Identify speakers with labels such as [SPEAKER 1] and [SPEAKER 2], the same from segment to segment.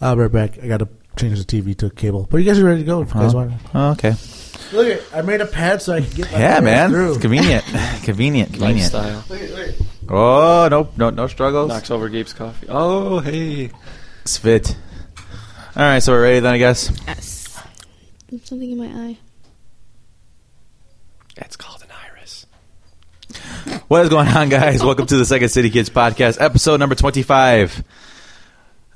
[SPEAKER 1] I'll be right back. I got to change the TV to cable. But you guys are ready to go if you guys
[SPEAKER 2] Huh?
[SPEAKER 1] want.
[SPEAKER 2] Oh, okay.
[SPEAKER 1] Look, at, I made a pad so I can get my
[SPEAKER 2] Yeah,
[SPEAKER 1] fingers
[SPEAKER 2] man.
[SPEAKER 1] through.
[SPEAKER 2] It's convenient. convenient. Convenient.
[SPEAKER 3] Lifestyle.
[SPEAKER 1] Look at- look at-
[SPEAKER 2] Oh, no, no, no struggles.
[SPEAKER 3] Knocks over Gabe's coffee. Oh, hey.
[SPEAKER 2] It's fit. All right, so we're ready then, I guess.
[SPEAKER 4] Yes. There's something in my eye.
[SPEAKER 3] That's called an iris.
[SPEAKER 2] What is going on, guys? Welcome to the Second City Kids podcast, episode number 25.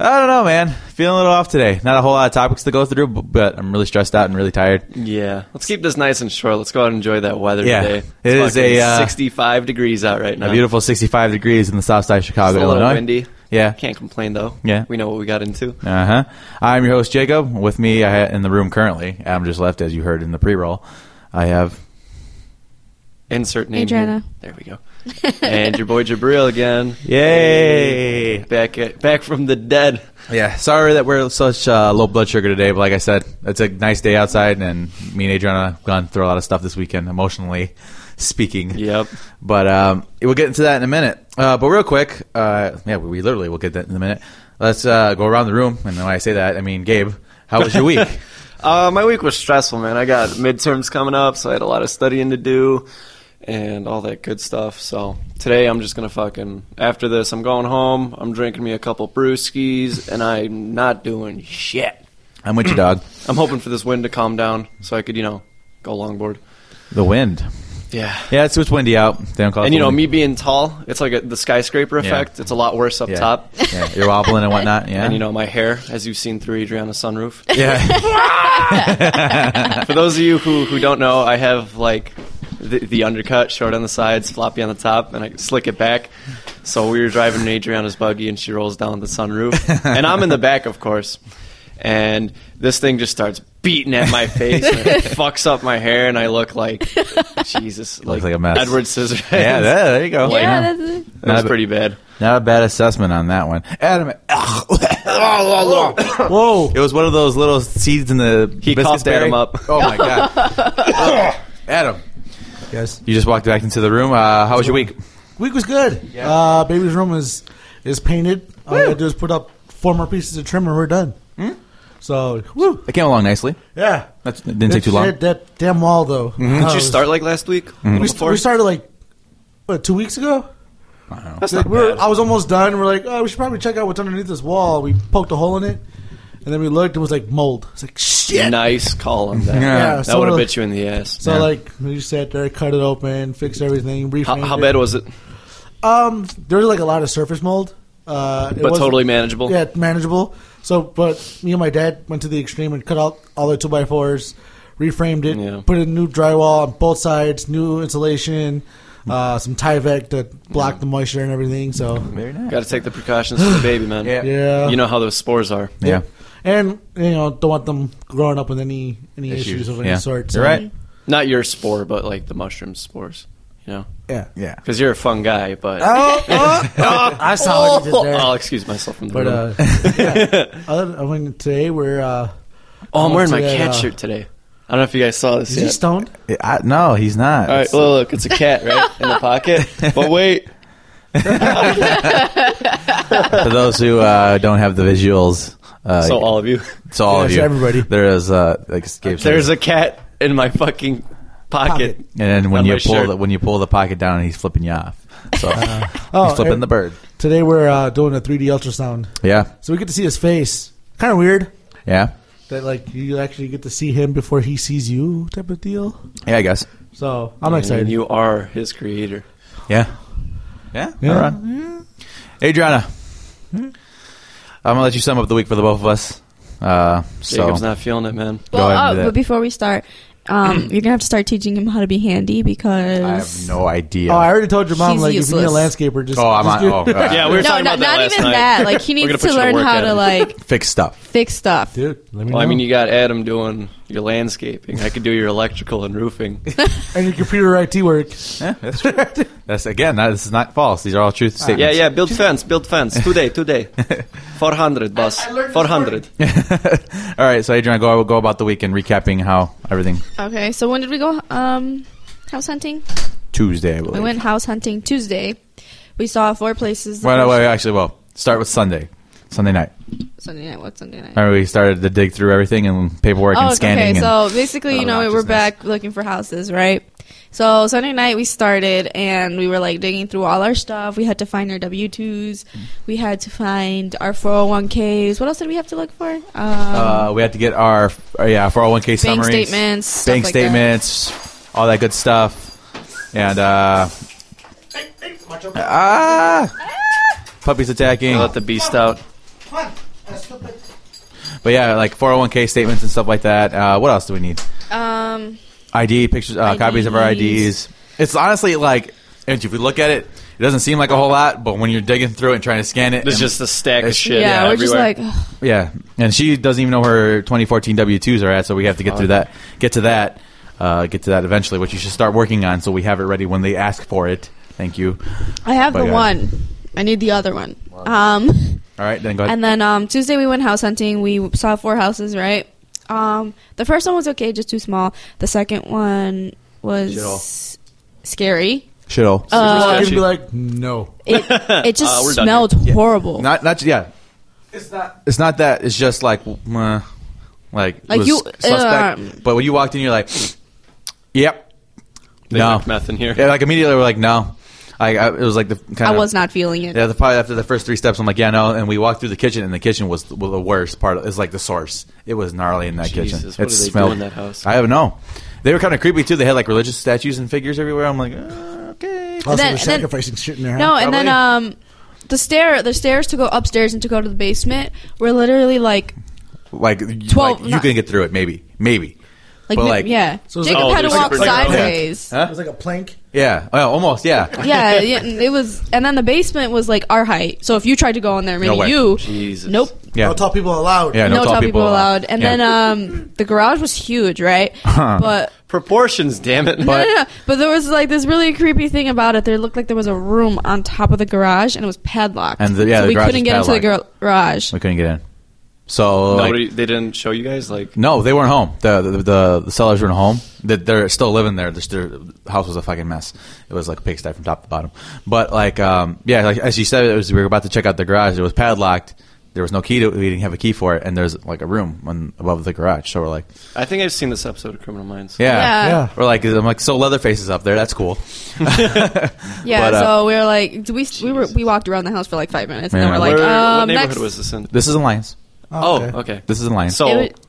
[SPEAKER 2] I don't know, man. Feeling a little off today. Not a whole lot of topics to go through, b- but I'm really stressed out and really tired.
[SPEAKER 3] Yeah. Let's keep this nice and short. Let's go out and enjoy that weather
[SPEAKER 2] Yeah.
[SPEAKER 3] today.
[SPEAKER 2] It is
[SPEAKER 3] It's
[SPEAKER 2] a,
[SPEAKER 3] fucking
[SPEAKER 2] uh,
[SPEAKER 3] 65 degrees out right now.
[SPEAKER 2] A beautiful 65 degrees in the south side of
[SPEAKER 3] It's
[SPEAKER 2] Chicago,
[SPEAKER 3] a little
[SPEAKER 2] Illinois.
[SPEAKER 3] windy.
[SPEAKER 2] Yeah.
[SPEAKER 3] Can't complain though.
[SPEAKER 2] Yeah.
[SPEAKER 3] We know what we got into.
[SPEAKER 2] Uh huh. I'm your host, Jacob. With me I ha- in the room currently, Adam just left, as you heard in the pre roll. I have.
[SPEAKER 3] Insert name.
[SPEAKER 4] Adriana.
[SPEAKER 3] here. There we go. and your boy Jabril again.
[SPEAKER 2] Yay!
[SPEAKER 3] Back at, back from the dead.
[SPEAKER 2] Yeah, sorry that we're such uh, low blood sugar today, but like I said, it's a nice day outside, and me and Adriana gone through a lot of stuff this weekend, emotionally speaking.
[SPEAKER 3] Yep.
[SPEAKER 2] But um, we'll get into that in a minute. Uh, but real quick, uh, yeah, we, we literally will get that in a minute. Let's uh, go around the room, and when I say that, I mean Gabe. How was your week?
[SPEAKER 3] Uh, my week was stressful, man. I got midterms coming up, so I had a lot of studying to do and all that good stuff. So today I'm just gonna fucking after this I'm going home. I'm drinking me a couple brewskis, and I'm not doing shit.
[SPEAKER 2] I'm with you, dog.
[SPEAKER 3] I'm hoping for this wind to calm down so I could you know go longboard.
[SPEAKER 2] The wind.
[SPEAKER 3] Yeah.
[SPEAKER 2] Yeah, it's, it's windy out. They don't call it
[SPEAKER 3] And
[SPEAKER 2] the
[SPEAKER 3] you know
[SPEAKER 2] wind.
[SPEAKER 3] me being tall, it's like a, the skyscraper effect. It's a lot worse up
[SPEAKER 2] yeah.
[SPEAKER 3] top.
[SPEAKER 2] Yeah, you're wobbling and whatnot. Yeah,
[SPEAKER 3] And you know my hair, as you've seen through Adriana's sunroof.
[SPEAKER 2] yeah,
[SPEAKER 3] For those of you who, who don't know, I have like the, the undercut, short on the sides, floppy on the top, and I slick it back. So we were driving in Adriana's buggy, and she rolls down the sunroof, and I'm in the back, of course. And this thing just starts beating at my face, and it fucks up my hair, and I look like Jesus, like,
[SPEAKER 2] like a mess.
[SPEAKER 3] Edward Scissorhands.
[SPEAKER 2] yeah. There, there you go.
[SPEAKER 4] yeah, that's it.
[SPEAKER 3] that was
[SPEAKER 2] Not-
[SPEAKER 3] pretty bad.
[SPEAKER 2] Not a bad assessment on that one, Adam.
[SPEAKER 1] Whoa.
[SPEAKER 2] It was one of those little seeds in the
[SPEAKER 3] He
[SPEAKER 2] biscuit
[SPEAKER 3] coughed
[SPEAKER 2] berry.
[SPEAKER 3] Adam up.
[SPEAKER 2] Oh my god, Adam!
[SPEAKER 1] Yes.
[SPEAKER 2] You just walked back into the room. Uh, how was your week?
[SPEAKER 1] Week was good. Uh, baby's room is is painted. All I do is put up four more pieces of trim and we're done.
[SPEAKER 2] Hmm?
[SPEAKER 1] So, woo,
[SPEAKER 2] It came along nicely.
[SPEAKER 1] yeah.
[SPEAKER 2] That's, it didn't take too long. Mm-hmm.
[SPEAKER 1] That, that damn wall, though.
[SPEAKER 2] Oh.
[SPEAKER 3] Did you start like last week?
[SPEAKER 2] Mm.
[SPEAKER 1] We, st- we started like what, two weeks ago.
[SPEAKER 3] That's
[SPEAKER 1] Like,
[SPEAKER 3] not
[SPEAKER 1] we were,
[SPEAKER 3] bad.
[SPEAKER 1] I was almost done. We're like, oh, we should probably check out what's underneath this wall. We poked a hole in it, and then we looked. It was like mold. It's like shit.
[SPEAKER 3] Nice call on that.
[SPEAKER 2] Yeah.
[SPEAKER 1] Yeah,
[SPEAKER 3] that
[SPEAKER 1] so
[SPEAKER 3] would have
[SPEAKER 1] we're-
[SPEAKER 3] bit you in the ass.
[SPEAKER 1] So
[SPEAKER 2] Yeah.
[SPEAKER 1] like we just sat there, cut it open, fixed everything.
[SPEAKER 3] How,
[SPEAKER 1] repainted
[SPEAKER 3] how
[SPEAKER 1] it.
[SPEAKER 3] bad was it?
[SPEAKER 1] Um, there was like a lot of surface mold, uh, it
[SPEAKER 3] But
[SPEAKER 1] was-
[SPEAKER 3] totally manageable.
[SPEAKER 1] Yeah, manageable. So, but me and my dad went to the extreme and cut out all the two by fours, reframed it,
[SPEAKER 3] Yeah.
[SPEAKER 1] put in new drywall on both sides, new insulation, uh, some Tyvek to block the moisture and everything. So,
[SPEAKER 2] Very nice.
[SPEAKER 3] Got to take the precautions for the baby, man.
[SPEAKER 2] Yeah.
[SPEAKER 1] yeah,
[SPEAKER 3] You know how those spores are.
[SPEAKER 2] Yeah.
[SPEAKER 1] and you know, don't want them growing up with any any issues,
[SPEAKER 2] Issues,
[SPEAKER 1] of any
[SPEAKER 2] yeah.
[SPEAKER 1] sort.
[SPEAKER 2] You're right.
[SPEAKER 3] Not your spore, but like the mushroom spores. You know,
[SPEAKER 1] Yeah.
[SPEAKER 2] Yeah.
[SPEAKER 3] because you're a fun guy. But
[SPEAKER 1] Oh, oh, oh, I saw what you did there.
[SPEAKER 3] I'll excuse myself from the
[SPEAKER 1] But
[SPEAKER 3] room.
[SPEAKER 1] uh, yeah. Other- I mean, today we're. Uh,
[SPEAKER 3] oh, I'm wearing my
[SPEAKER 1] today,
[SPEAKER 3] cat
[SPEAKER 1] uh,
[SPEAKER 3] shirt today. I don't know if you guys saw this.
[SPEAKER 1] is he
[SPEAKER 3] yet.
[SPEAKER 1] stoned?
[SPEAKER 2] I, no, he's not.
[SPEAKER 3] All right, well, look, it's a cat right in the pocket. But wait,
[SPEAKER 2] For those who uh, don't have the visuals, uh,
[SPEAKER 3] so all of you,
[SPEAKER 2] so all
[SPEAKER 1] Yeah,
[SPEAKER 2] of
[SPEAKER 1] so
[SPEAKER 2] you,
[SPEAKER 1] everybody.
[SPEAKER 2] there is uh, like Gabe said,
[SPEAKER 3] there's a cat in my fucking pocket.
[SPEAKER 1] Pocket.
[SPEAKER 2] and then when
[SPEAKER 3] on
[SPEAKER 2] you
[SPEAKER 3] my
[SPEAKER 2] pull
[SPEAKER 3] shirt.
[SPEAKER 2] the, when you pull the pocket down, he's flipping you off. So
[SPEAKER 1] Oh,
[SPEAKER 2] he's flipping
[SPEAKER 1] and
[SPEAKER 2] the bird.
[SPEAKER 1] Today we're uh, doing a 3D ultrasound,
[SPEAKER 2] Yeah,
[SPEAKER 1] so we get to see his face. Kind of weird
[SPEAKER 2] yeah,
[SPEAKER 1] that like you actually get to see him before he sees you, type of deal.
[SPEAKER 2] yeah. I guess.
[SPEAKER 1] So I'm
[SPEAKER 3] And
[SPEAKER 1] excited.
[SPEAKER 3] you are his creator.
[SPEAKER 2] Yeah. Yeah.
[SPEAKER 1] Yeah.
[SPEAKER 2] All right. Adriana, I'm going to let you sum up the week for the both of us. Uh, so,
[SPEAKER 3] Jacob's not feeling it, man.
[SPEAKER 2] Go ahead and
[SPEAKER 4] Well,
[SPEAKER 2] do
[SPEAKER 4] oh,
[SPEAKER 2] that.
[SPEAKER 4] but before we start, um, you're gonna have to start teaching him how to be handy because
[SPEAKER 2] I have no idea.
[SPEAKER 1] Oh, I already told your mom
[SPEAKER 4] She's
[SPEAKER 1] like if you need a
[SPEAKER 4] useless.
[SPEAKER 1] landscaper, just
[SPEAKER 2] Oh, I'm
[SPEAKER 1] just
[SPEAKER 2] on.
[SPEAKER 1] do-
[SPEAKER 2] Oh, God.
[SPEAKER 3] Yeah, we were
[SPEAKER 4] no,
[SPEAKER 3] talking
[SPEAKER 4] no,
[SPEAKER 3] about that
[SPEAKER 4] not
[SPEAKER 3] last
[SPEAKER 4] even
[SPEAKER 3] night.
[SPEAKER 4] that. Like he
[SPEAKER 3] We're gonna
[SPEAKER 4] needs
[SPEAKER 3] put
[SPEAKER 4] to
[SPEAKER 3] you
[SPEAKER 4] learn
[SPEAKER 3] work,
[SPEAKER 4] how to
[SPEAKER 3] Adam.
[SPEAKER 4] like
[SPEAKER 2] Fix stuff.
[SPEAKER 4] fix stuff.
[SPEAKER 1] dude. Let me
[SPEAKER 3] Well, I
[SPEAKER 1] know.
[SPEAKER 3] mean, you got Adam doing your landscaping. I could do your electrical and roofing.
[SPEAKER 1] and your computer IT work.
[SPEAKER 2] Yeah, that's true. That's, again, that, this is not false. These are all truth
[SPEAKER 3] Yeah,
[SPEAKER 2] statements.
[SPEAKER 3] yeah, build fence, build fence. Today, today. 400, boss. 400.
[SPEAKER 2] yeah. all right. So, Adriana, go, go about the week and recapping how everything
[SPEAKER 4] Okay, so when did we go um, house hunting?
[SPEAKER 2] Tuesday, I believe.
[SPEAKER 4] We went house hunting Tuesday. We saw four places.
[SPEAKER 2] Wait, no, wait, actually, well, start with Sunday. Sunday night.
[SPEAKER 4] Sunday night. What Sunday night?
[SPEAKER 2] Remember we started to dig through everything and paperwork
[SPEAKER 4] Oh,
[SPEAKER 2] and scanning.
[SPEAKER 4] okay.
[SPEAKER 2] and-
[SPEAKER 4] So basically, you know, we're
[SPEAKER 2] Obnoxiousness.
[SPEAKER 4] back looking for houses, right? So Sunday night we started and we were like digging through all our stuff. We had to find our W twos. We had to find our four hundred one ks. What else did we have to look for? Um,
[SPEAKER 2] uh, we had to get our uh, yeah 401k
[SPEAKER 4] bank
[SPEAKER 2] summaries,
[SPEAKER 4] statements. stuff
[SPEAKER 2] bank
[SPEAKER 4] like that.
[SPEAKER 2] statements, all that good stuff, and uh, ah, puppies attacking.
[SPEAKER 3] Let the beast out.
[SPEAKER 2] But yeah, like 401k statements and stuff like that. Uh, what else do we need?
[SPEAKER 4] Um,
[SPEAKER 2] ID pictures, uh, copies of our IDs.
[SPEAKER 4] IDs.
[SPEAKER 2] It's honestly like if you look at it, it doesn't seem like a whole lot, but when you're digging through it and trying to scan it,
[SPEAKER 3] There's
[SPEAKER 2] and-
[SPEAKER 3] just a stack of
[SPEAKER 2] It's-
[SPEAKER 4] yeah,
[SPEAKER 3] shit.
[SPEAKER 4] we're just
[SPEAKER 3] everywhere.
[SPEAKER 4] like ugh,
[SPEAKER 2] yeah. And she doesn't even know where 2014 W2s are at, so we have to get through that, get to that, uh, get to that eventually, which you should start working on, so we have it ready when they ask for it. Thank you.
[SPEAKER 4] I have
[SPEAKER 2] But
[SPEAKER 4] the
[SPEAKER 2] yeah.
[SPEAKER 4] one. I need the other one. Um.
[SPEAKER 2] All right, then go ahead.
[SPEAKER 4] And then um, Tuesday we went house hunting. We saw four houses, right? Um, the first one was okay, just too small. The second one was
[SPEAKER 2] Shithole.
[SPEAKER 4] scary.
[SPEAKER 2] Shittle.
[SPEAKER 4] Uh,
[SPEAKER 1] You'd be
[SPEAKER 3] sketchy.
[SPEAKER 1] like, no.
[SPEAKER 4] It, it
[SPEAKER 3] Uh,
[SPEAKER 4] just
[SPEAKER 3] we're done here.
[SPEAKER 4] smelled horrible.
[SPEAKER 2] not not yeah. It's not. It's not that. It's just like, uh, like, it
[SPEAKER 4] Like
[SPEAKER 2] was
[SPEAKER 4] you-
[SPEAKER 2] suspect.
[SPEAKER 4] um,
[SPEAKER 2] but when you walked in, you're like, yep,
[SPEAKER 3] They
[SPEAKER 2] no,
[SPEAKER 3] like meth in here.
[SPEAKER 2] Yeah, like immediately we're like, no. I, I it was like the kind
[SPEAKER 4] I
[SPEAKER 2] of
[SPEAKER 4] was not feeling it.
[SPEAKER 2] Yeah, the, probably after the first three steps, I'm like, yeah, no. And we walked through the kitchen, and the kitchen was the, well, the worst part. It's like the source. It was gnarly in that
[SPEAKER 3] Jesus,
[SPEAKER 2] kitchen.
[SPEAKER 3] what
[SPEAKER 2] it
[SPEAKER 3] do they do
[SPEAKER 2] smelled.
[SPEAKER 3] in that house?
[SPEAKER 2] I don't know. They were kind of creepy too. They had like religious statues and figures everywhere. I'm like, uh, okay.
[SPEAKER 1] Also, they're
[SPEAKER 4] then- then-
[SPEAKER 1] sacrificing shit in there.
[SPEAKER 4] No,
[SPEAKER 1] huh?
[SPEAKER 4] and then um, the stair, the stairs to go upstairs and to go to the basement were literally like,
[SPEAKER 2] Like, you-
[SPEAKER 4] Twelve-
[SPEAKER 2] like you
[SPEAKER 4] not-
[SPEAKER 2] can get through it, maybe, maybe.
[SPEAKER 4] like,
[SPEAKER 2] But,
[SPEAKER 4] mi-
[SPEAKER 2] like-
[SPEAKER 4] yeah.
[SPEAKER 1] So it's
[SPEAKER 4] Jacob
[SPEAKER 1] like-
[SPEAKER 4] had to
[SPEAKER 3] Oh,
[SPEAKER 4] walk
[SPEAKER 3] there's a break-
[SPEAKER 4] sideways.
[SPEAKER 2] Huh?
[SPEAKER 1] It was like a plank.
[SPEAKER 2] Yeah, oh, almost. Yeah,
[SPEAKER 4] yeah, yeah, and it was, and then the basement was like our height. So if you tried to go in there, maybe
[SPEAKER 2] way.
[SPEAKER 4] you,
[SPEAKER 3] Jesus.
[SPEAKER 4] nope,
[SPEAKER 2] yeah.
[SPEAKER 1] No tall people allowed.
[SPEAKER 2] Yeah,
[SPEAKER 4] no, tall, people,
[SPEAKER 2] allowed.
[SPEAKER 4] allowed. And
[SPEAKER 2] Yeah.
[SPEAKER 4] then um, the garage was huge, right? but
[SPEAKER 3] Proportions, damn it.
[SPEAKER 4] no, no, no. But there was like this really creepy thing about it. There looked like there was a room on top of the garage, and it was padlocked.
[SPEAKER 2] And the- yeah,
[SPEAKER 4] so
[SPEAKER 2] the
[SPEAKER 4] we
[SPEAKER 2] garage
[SPEAKER 4] couldn't
[SPEAKER 2] was
[SPEAKER 4] get into the gar- garage.
[SPEAKER 2] we couldn't get in. So like,
[SPEAKER 3] Nobody, they didn't show you guys like
[SPEAKER 2] No, they weren't home. The the, the, the sellers weren't home. They, they're still living there. Just Their, house was a fucking mess. It was like a pigsty from top to bottom. But like, um, yeah, like as you said, it was, we were about to check out the garage. It was padlocked. There was no key to it. We didn't have a key for it. And there's like a room on, above the garage. So we're like,
[SPEAKER 3] I think I've seen this episode of Criminal Minds.
[SPEAKER 2] yeah.
[SPEAKER 4] Yeah.
[SPEAKER 1] Yeah.
[SPEAKER 2] We're like, I'm like, so Leatherface is up there. That's cool.
[SPEAKER 4] Yeah,
[SPEAKER 2] But, uh,
[SPEAKER 4] so we were like, we we were we walked around the house for like five minutes, and
[SPEAKER 2] Yeah.
[SPEAKER 4] then we're
[SPEAKER 3] Where,
[SPEAKER 4] like,
[SPEAKER 3] what
[SPEAKER 4] um,
[SPEAKER 3] neighborhood
[SPEAKER 4] next.
[SPEAKER 3] was this in?
[SPEAKER 2] This is Alliance.
[SPEAKER 3] Oh, okay.
[SPEAKER 2] This is Alliance.
[SPEAKER 3] So,
[SPEAKER 4] It was-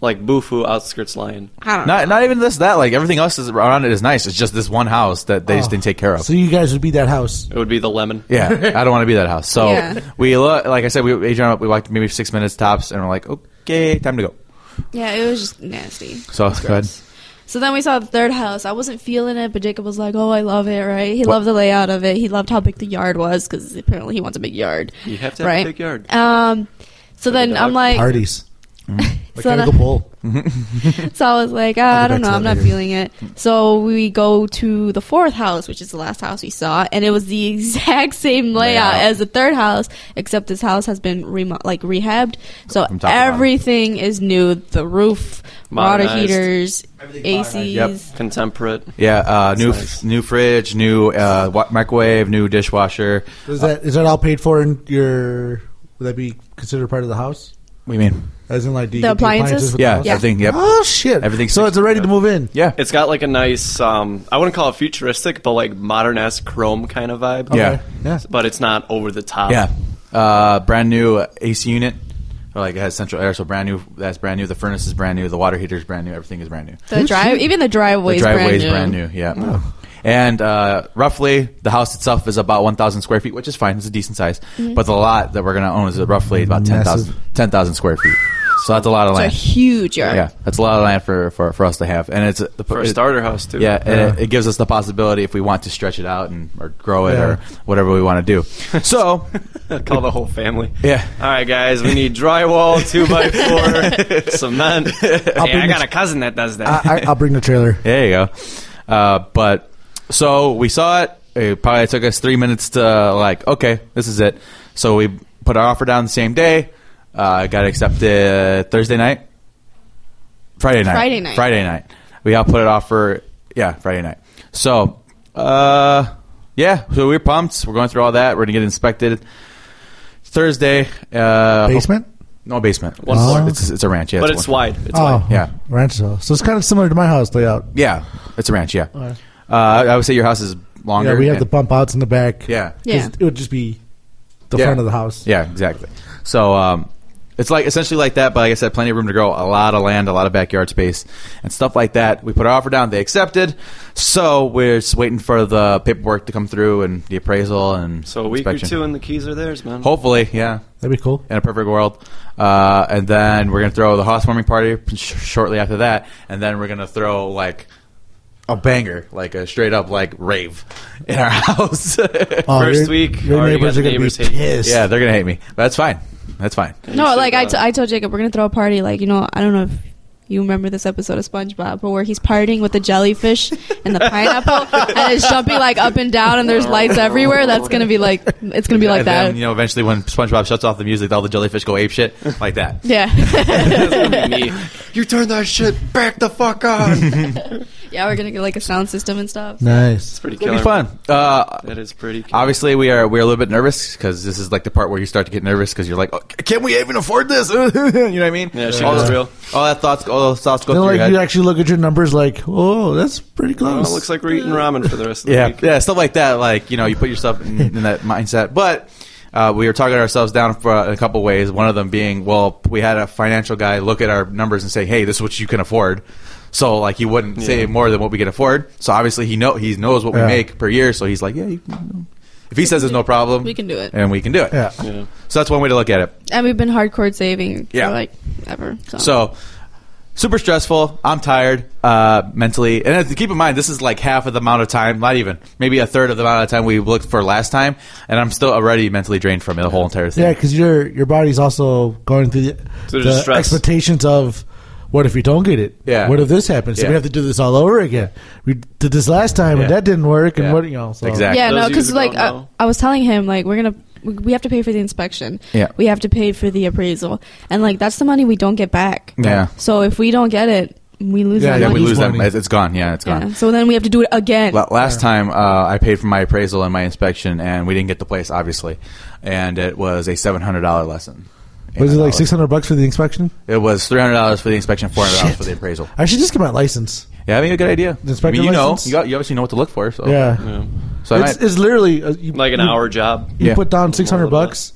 [SPEAKER 3] like Bufu outskirts lion.
[SPEAKER 4] I don't know.
[SPEAKER 2] not not even this that like everything else is around it is nice. It's just this one house that they just
[SPEAKER 1] Oh.
[SPEAKER 2] didn't take care of.
[SPEAKER 1] So you guys would be that house.
[SPEAKER 3] It would be the lemon.
[SPEAKER 2] Yeah, I don't want to be that house. So
[SPEAKER 4] Yeah.
[SPEAKER 2] we look, like I said, we Adrian, we walked maybe six minutes tops, and we're like, okay, time to go.
[SPEAKER 4] Yeah, it was just nasty.
[SPEAKER 2] So go ahead.
[SPEAKER 4] So then we saw the third house. I wasn't feeling it, but Jacob was like, "Oh, I love it, right?" He
[SPEAKER 2] What-
[SPEAKER 4] loved the layout of it. He loved how big the yard was because apparently he wants a big yard.
[SPEAKER 3] You have to have
[SPEAKER 4] right?
[SPEAKER 3] a big yard.
[SPEAKER 4] Um, so
[SPEAKER 3] the
[SPEAKER 4] then
[SPEAKER 3] dog.
[SPEAKER 4] I'm like,
[SPEAKER 1] Parties.
[SPEAKER 4] Mm.
[SPEAKER 1] Like
[SPEAKER 4] So
[SPEAKER 1] under
[SPEAKER 4] the-
[SPEAKER 1] the bowl.
[SPEAKER 4] so I was like, ah,
[SPEAKER 1] I'll
[SPEAKER 4] I
[SPEAKER 1] go back
[SPEAKER 4] don't know,
[SPEAKER 1] to
[SPEAKER 4] I'm
[SPEAKER 1] that
[SPEAKER 4] not
[SPEAKER 1] later.
[SPEAKER 4] feeling it. So we go to the fourth house, which is the last house we saw, and it was the exact same layout
[SPEAKER 2] Layout.
[SPEAKER 4] as the third house, except this house has been remo- like rehabbed. So
[SPEAKER 2] From top to bottom.
[SPEAKER 4] everything is new: the roof, water
[SPEAKER 3] Modernized.
[SPEAKER 4] heaters, ACs.
[SPEAKER 2] Yep.
[SPEAKER 3] Contemporate.
[SPEAKER 2] Yeah, uh, new
[SPEAKER 3] nice.
[SPEAKER 2] new fridge, new uh, wa- microwave, new dishwasher.
[SPEAKER 1] Is that is that all paid for in your? Would that be considered part of the house?
[SPEAKER 2] What do you mean?
[SPEAKER 1] As in like do you
[SPEAKER 4] The
[SPEAKER 1] get
[SPEAKER 4] appliances?
[SPEAKER 1] with the
[SPEAKER 2] Yeah,
[SPEAKER 1] house?
[SPEAKER 2] everything. Yep.
[SPEAKER 1] Oh shit!
[SPEAKER 2] Everything's
[SPEAKER 1] So it's ready to move in.
[SPEAKER 2] Yeah.
[SPEAKER 3] It's got like a nice, um, I wouldn't call it futuristic, but like modern esque chrome kind of vibe.
[SPEAKER 2] Yeah.
[SPEAKER 1] Okay. Yeah.
[SPEAKER 3] But it's not over the top.
[SPEAKER 2] Yeah. Uh, brand new uh, AC unit. Or like it has central air, so brand new. That's brand new. The furnace is brand new. The water heater is brand new. Everything is brand new.
[SPEAKER 4] The drive, even the driveway
[SPEAKER 2] The
[SPEAKER 4] is
[SPEAKER 2] driveway
[SPEAKER 4] brand
[SPEAKER 2] is
[SPEAKER 4] new.
[SPEAKER 2] brand new. Yeah. And uh, roughly, the house itself is about 1,000 square feet, which is fine. It's a decent size. But the lot that we're going to own is roughly about 10,000
[SPEAKER 1] Massive.
[SPEAKER 2] 10,000 square feet. So that's a lot of
[SPEAKER 4] It's a
[SPEAKER 2] land.
[SPEAKER 4] huge yard.
[SPEAKER 2] yeah, that's a lot of land for, for, for us to have. And it's the,
[SPEAKER 3] For a
[SPEAKER 2] it-
[SPEAKER 3] starter house, too.
[SPEAKER 2] Yeah, and it, it gives us the possibility if we want to stretch it out and or grow it
[SPEAKER 1] Yeah.
[SPEAKER 2] or whatever we want to do. So,
[SPEAKER 3] Call the whole family.
[SPEAKER 2] Yeah.
[SPEAKER 3] All right, guys, we need drywall, two by four, cement. Hey,
[SPEAKER 1] bring
[SPEAKER 3] I got
[SPEAKER 1] the-
[SPEAKER 3] a cousin that does that.
[SPEAKER 1] I, I, I'll bring the trailer.
[SPEAKER 2] There you go. Uh, but so we saw it. It probably took us three minutes to like, okay, this is it. So we put our offer down the same day. Uh, got accepted Thursday night, Friday night,
[SPEAKER 4] Friday night.
[SPEAKER 2] Friday night. We all put it off for yeah, Friday night. So, uh, yeah, so we we're pumped. We're going through all that. We're gonna get inspected Thursday. Uh,
[SPEAKER 1] Basement?
[SPEAKER 2] No basement.
[SPEAKER 3] One
[SPEAKER 2] It's-
[SPEAKER 1] floor.
[SPEAKER 2] It's, it's a ranch. Yeah,
[SPEAKER 3] but it's
[SPEAKER 2] one-
[SPEAKER 3] wide. It's
[SPEAKER 1] oh,
[SPEAKER 3] wide.
[SPEAKER 2] yeah.
[SPEAKER 1] ranch house. So it's kind of similar to my house layout.
[SPEAKER 2] Yeah, it's a ranch. Yeah.
[SPEAKER 1] Alright.
[SPEAKER 2] Uh, I would say your house is longer.
[SPEAKER 1] Yeah, we have
[SPEAKER 2] and-
[SPEAKER 1] the bump outs in the back.
[SPEAKER 2] Yeah.
[SPEAKER 4] Yeah.
[SPEAKER 1] It would just be the
[SPEAKER 2] Yeah.
[SPEAKER 1] front of the house.
[SPEAKER 2] Yeah, exactly. So um, it's like essentially like that, but like I said, plenty of room to grow, a lot of land, a lot of backyard space, and stuff like that. We put our offer down; they accepted. So we're just waiting for the paperwork to come through and the appraisal and
[SPEAKER 3] So a week
[SPEAKER 2] inspection.
[SPEAKER 3] or two, and the keys are theirs, man.
[SPEAKER 2] Hopefully, yeah,
[SPEAKER 1] That'd be cool.
[SPEAKER 2] in a perfect world. Uh, and then we're gonna throw the housewarming party sh- shortly after that, and then we're gonna throw like a banger, like a straight up like rave in our house.
[SPEAKER 1] Oh,
[SPEAKER 3] First
[SPEAKER 1] your-
[SPEAKER 3] week,
[SPEAKER 1] your
[SPEAKER 3] already
[SPEAKER 1] neighbors
[SPEAKER 3] got
[SPEAKER 1] are gonna
[SPEAKER 3] neighbors
[SPEAKER 1] be
[SPEAKER 3] hating.
[SPEAKER 1] pissed.
[SPEAKER 2] yeah, they're gonna hate me. But that's fine. That's fine.
[SPEAKER 4] No,
[SPEAKER 3] You
[SPEAKER 4] like
[SPEAKER 3] said uh,
[SPEAKER 4] I, t-
[SPEAKER 3] that.
[SPEAKER 4] I told Jacob, we're gonna throw a party. Like you know, I don't know if you remember this episode of SpongeBob, but where he's partying with the jellyfish and the pineapple, and it's jumping like up and down, and there's lights everywhere. That's gonna be like it's gonna be like
[SPEAKER 2] And then,
[SPEAKER 4] that.
[SPEAKER 2] you know, eventually when SpongeBob shuts off the music, all the jellyfish go ape shit like that.
[SPEAKER 3] That's gonna
[SPEAKER 4] Yeah,
[SPEAKER 3] be me. You turn that shit back the fuck on.
[SPEAKER 4] yeah, we're gonna get like a sound system and stuff.
[SPEAKER 1] Nice.
[SPEAKER 3] pretty
[SPEAKER 2] It'll
[SPEAKER 3] killer.
[SPEAKER 2] be fun. Uh,
[SPEAKER 3] That is pretty. Killer.
[SPEAKER 2] obviously, we are we're a little bit nervous because this is like the part where you start to get nervous because you're like, oh, can we even afford this? you know what I mean?
[SPEAKER 3] Yeah, shit
[SPEAKER 2] all,
[SPEAKER 3] goes
[SPEAKER 2] those-
[SPEAKER 3] real.
[SPEAKER 2] All that thoughts, all those thoughts go
[SPEAKER 1] Then,
[SPEAKER 2] through
[SPEAKER 1] like,
[SPEAKER 2] your head.
[SPEAKER 1] you actually look at your numbers like, oh, that's pretty
[SPEAKER 3] Well,
[SPEAKER 1] close.
[SPEAKER 3] it looks like we're eating ramen for the rest of the
[SPEAKER 2] yeah,
[SPEAKER 3] week.
[SPEAKER 2] yeah, stuff like that. Like you know, you put yourself in, in that mindset. But uh, we were targeting ourselves down for a couple ways. One of them being, well, we had a financial guy look at our numbers and say, "Hey, this is what you can afford." So like he wouldn't say
[SPEAKER 3] Yeah.
[SPEAKER 2] more than what we can afford. So obviously he know he knows what
[SPEAKER 1] Yeah.
[SPEAKER 2] we make per year. So he's like, "Yeah, you can." If he says there's no problem,
[SPEAKER 4] We can do it.
[SPEAKER 2] and we can do it.
[SPEAKER 1] yeah.
[SPEAKER 3] Yeah.
[SPEAKER 2] So that's one way to look at it.
[SPEAKER 4] And we've been hardcore saving
[SPEAKER 2] Yeah.
[SPEAKER 4] for like ever. So,
[SPEAKER 2] So super stressful. I'm tired uh, mentally, and uh, keep in mind this is like half of the amount of time, not even maybe a third of the amount of time we looked for last time, and I'm still already mentally drained from it, the whole entire thing.
[SPEAKER 1] Yeah, because your your body's also going through the,
[SPEAKER 3] Through
[SPEAKER 1] the
[SPEAKER 3] the stress.
[SPEAKER 1] expectations of what if you don't get it?
[SPEAKER 2] Yeah.
[SPEAKER 1] What if this happens? So
[SPEAKER 2] Yeah.
[SPEAKER 1] we have to do this all over again. We did this last time and
[SPEAKER 2] Yeah.
[SPEAKER 1] that didn't work. And
[SPEAKER 2] Yeah.
[SPEAKER 1] what you know? So.
[SPEAKER 2] Exactly.
[SPEAKER 4] yeah,
[SPEAKER 3] Those
[SPEAKER 4] no,
[SPEAKER 3] of you
[SPEAKER 4] because
[SPEAKER 3] who
[SPEAKER 4] like
[SPEAKER 3] don't
[SPEAKER 4] I,
[SPEAKER 3] know.
[SPEAKER 4] I was telling him, like we're gonna we- we have to pay for the inspection.
[SPEAKER 2] Yeah.
[SPEAKER 4] we have to pay for the appraisal, and like that's the money we don't get back.
[SPEAKER 2] Yeah.
[SPEAKER 4] So if we don't get it, we lose
[SPEAKER 1] Yeah,
[SPEAKER 4] that
[SPEAKER 2] Yeah,
[SPEAKER 4] money.
[SPEAKER 2] we lose that.
[SPEAKER 1] money.
[SPEAKER 2] It's gone. Yeah, it's gone.
[SPEAKER 4] Yeah. So then we have to do it again.
[SPEAKER 2] La- Last time uh, I paid for my appraisal and my inspection, and we didn't get the place, obviously, and it was a seven hundred dollar lesson.
[SPEAKER 1] Was it like
[SPEAKER 2] $800.
[SPEAKER 1] six hundred bucks for the inspection?
[SPEAKER 2] It was three hundred dollars for the inspection, four hundred dollars
[SPEAKER 1] Shit.
[SPEAKER 2] for the appraisal.
[SPEAKER 1] I should just get my license.
[SPEAKER 2] Yeah, I mean, a good idea.
[SPEAKER 1] The inspector
[SPEAKER 2] I mean, you know,
[SPEAKER 1] license?
[SPEAKER 2] you, got, you obviously know what to look for. So
[SPEAKER 1] Yeah.
[SPEAKER 3] Yeah.
[SPEAKER 2] so I
[SPEAKER 1] it's,
[SPEAKER 2] might-
[SPEAKER 1] it's literally uh, you,
[SPEAKER 3] Like an
[SPEAKER 1] you-
[SPEAKER 3] hour job.
[SPEAKER 1] You
[SPEAKER 2] Yeah.
[SPEAKER 1] put down six hundred bucks.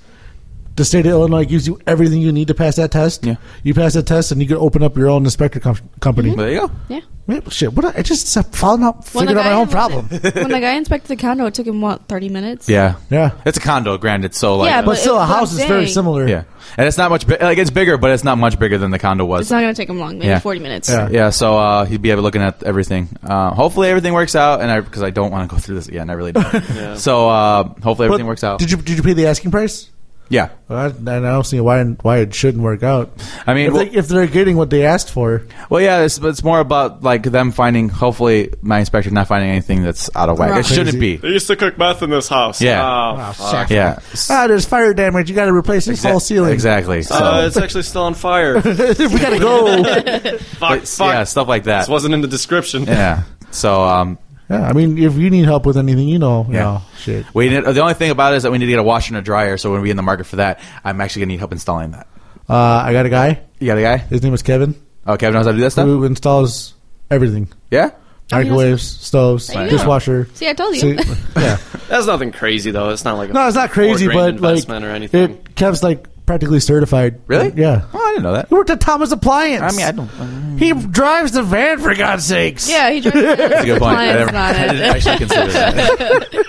[SPEAKER 1] The state of Illinois gives you everything you need to pass that test.
[SPEAKER 2] Yeah.
[SPEAKER 1] You pass that test, and you can open up your own inspector com- company.
[SPEAKER 3] Mm-hmm.
[SPEAKER 2] but there you go.
[SPEAKER 4] yeah.
[SPEAKER 1] Man, shit, what? I just found out,
[SPEAKER 4] When the
[SPEAKER 1] figured out my
[SPEAKER 4] guy
[SPEAKER 1] own
[SPEAKER 4] was-
[SPEAKER 1] problem.
[SPEAKER 4] when the guy inspected the condo, it took him what thirty minutes.
[SPEAKER 2] Yeah,
[SPEAKER 1] yeah.
[SPEAKER 2] It's a condo, granted. So like,
[SPEAKER 4] Yeah,
[SPEAKER 2] uh,
[SPEAKER 1] But still, a
[SPEAKER 4] But
[SPEAKER 1] house
[SPEAKER 4] I'm
[SPEAKER 1] is very
[SPEAKER 4] saying-
[SPEAKER 1] similar.
[SPEAKER 2] yeah, and it's not much. Bi- like it's bigger, but it's not much bigger than the condo was.
[SPEAKER 4] It's not gonna take him long. Maybe
[SPEAKER 2] Yeah.
[SPEAKER 4] forty minutes.
[SPEAKER 1] Yeah.
[SPEAKER 2] yeah, so uh, he'd be able looking at everything. Uh, hopefully, everything works out, and I because I don't want to go through this again. I really don't.
[SPEAKER 3] Yeah.
[SPEAKER 2] So uh, hopefully,
[SPEAKER 1] But
[SPEAKER 2] everything works out.
[SPEAKER 1] Did you did you pay the asking price?
[SPEAKER 2] yeah,
[SPEAKER 1] Well, I, and I don't see why why it shouldn't work out.
[SPEAKER 2] I mean,
[SPEAKER 1] If,
[SPEAKER 2] well,
[SPEAKER 1] they, if they're getting what they asked for,
[SPEAKER 2] well, yeah, it's, it's more about like them finding. Hopefully, my inspector not finding anything that's out of whack.
[SPEAKER 4] Wrong.
[SPEAKER 2] It shouldn't be.
[SPEAKER 3] They used to cook meth in this house.
[SPEAKER 2] Yeah.
[SPEAKER 3] Oh,
[SPEAKER 1] Oh,
[SPEAKER 3] fuck.
[SPEAKER 1] fuck.
[SPEAKER 2] Yeah.
[SPEAKER 1] ah, there's fire damage. You got to replace this
[SPEAKER 2] Exa-
[SPEAKER 1] whole ceiling.
[SPEAKER 2] Exactly. So,
[SPEAKER 3] Uh, it's actually still on fire. fuck,
[SPEAKER 1] we gotta go.
[SPEAKER 3] fuck.
[SPEAKER 2] yeah, stuff like that.
[SPEAKER 3] This wasn't in the description.
[SPEAKER 2] Yeah. So um,
[SPEAKER 1] yeah, I mean, if you need help with anything, you know, you
[SPEAKER 2] Yeah.
[SPEAKER 1] know, shit.
[SPEAKER 2] we need, the only thing about it is that we need to get a washer and a dryer. So when we in the market for that, I'm actually gonna need help installing that.
[SPEAKER 1] Uh, I got a guy.
[SPEAKER 2] You got a guy?
[SPEAKER 1] His name is Kevin,
[SPEAKER 2] Oh, Kevin knows how to do that stuff.
[SPEAKER 1] who installs everything:
[SPEAKER 2] Yeah.
[SPEAKER 4] I mean,
[SPEAKER 1] microwaves, stoves,
[SPEAKER 4] I know.
[SPEAKER 1] dishwasher.
[SPEAKER 4] See, I told you.
[SPEAKER 1] See- yeah,
[SPEAKER 3] That's nothing crazy though. It's not like a
[SPEAKER 1] no, it's not crazy,
[SPEAKER 3] four
[SPEAKER 1] but
[SPEAKER 3] grand
[SPEAKER 1] like,
[SPEAKER 3] investment or anything.
[SPEAKER 1] it Kev's like practically certified.
[SPEAKER 2] Really?
[SPEAKER 1] Yeah.
[SPEAKER 2] Oh, I didn't know that.
[SPEAKER 1] He worked at Thomas Appliance.
[SPEAKER 2] I mean, I don't. uh,
[SPEAKER 1] He drives the van for God's sakes.
[SPEAKER 4] yeah, he drove. That's
[SPEAKER 2] That's a good point. I, never, I didn't actually consider that.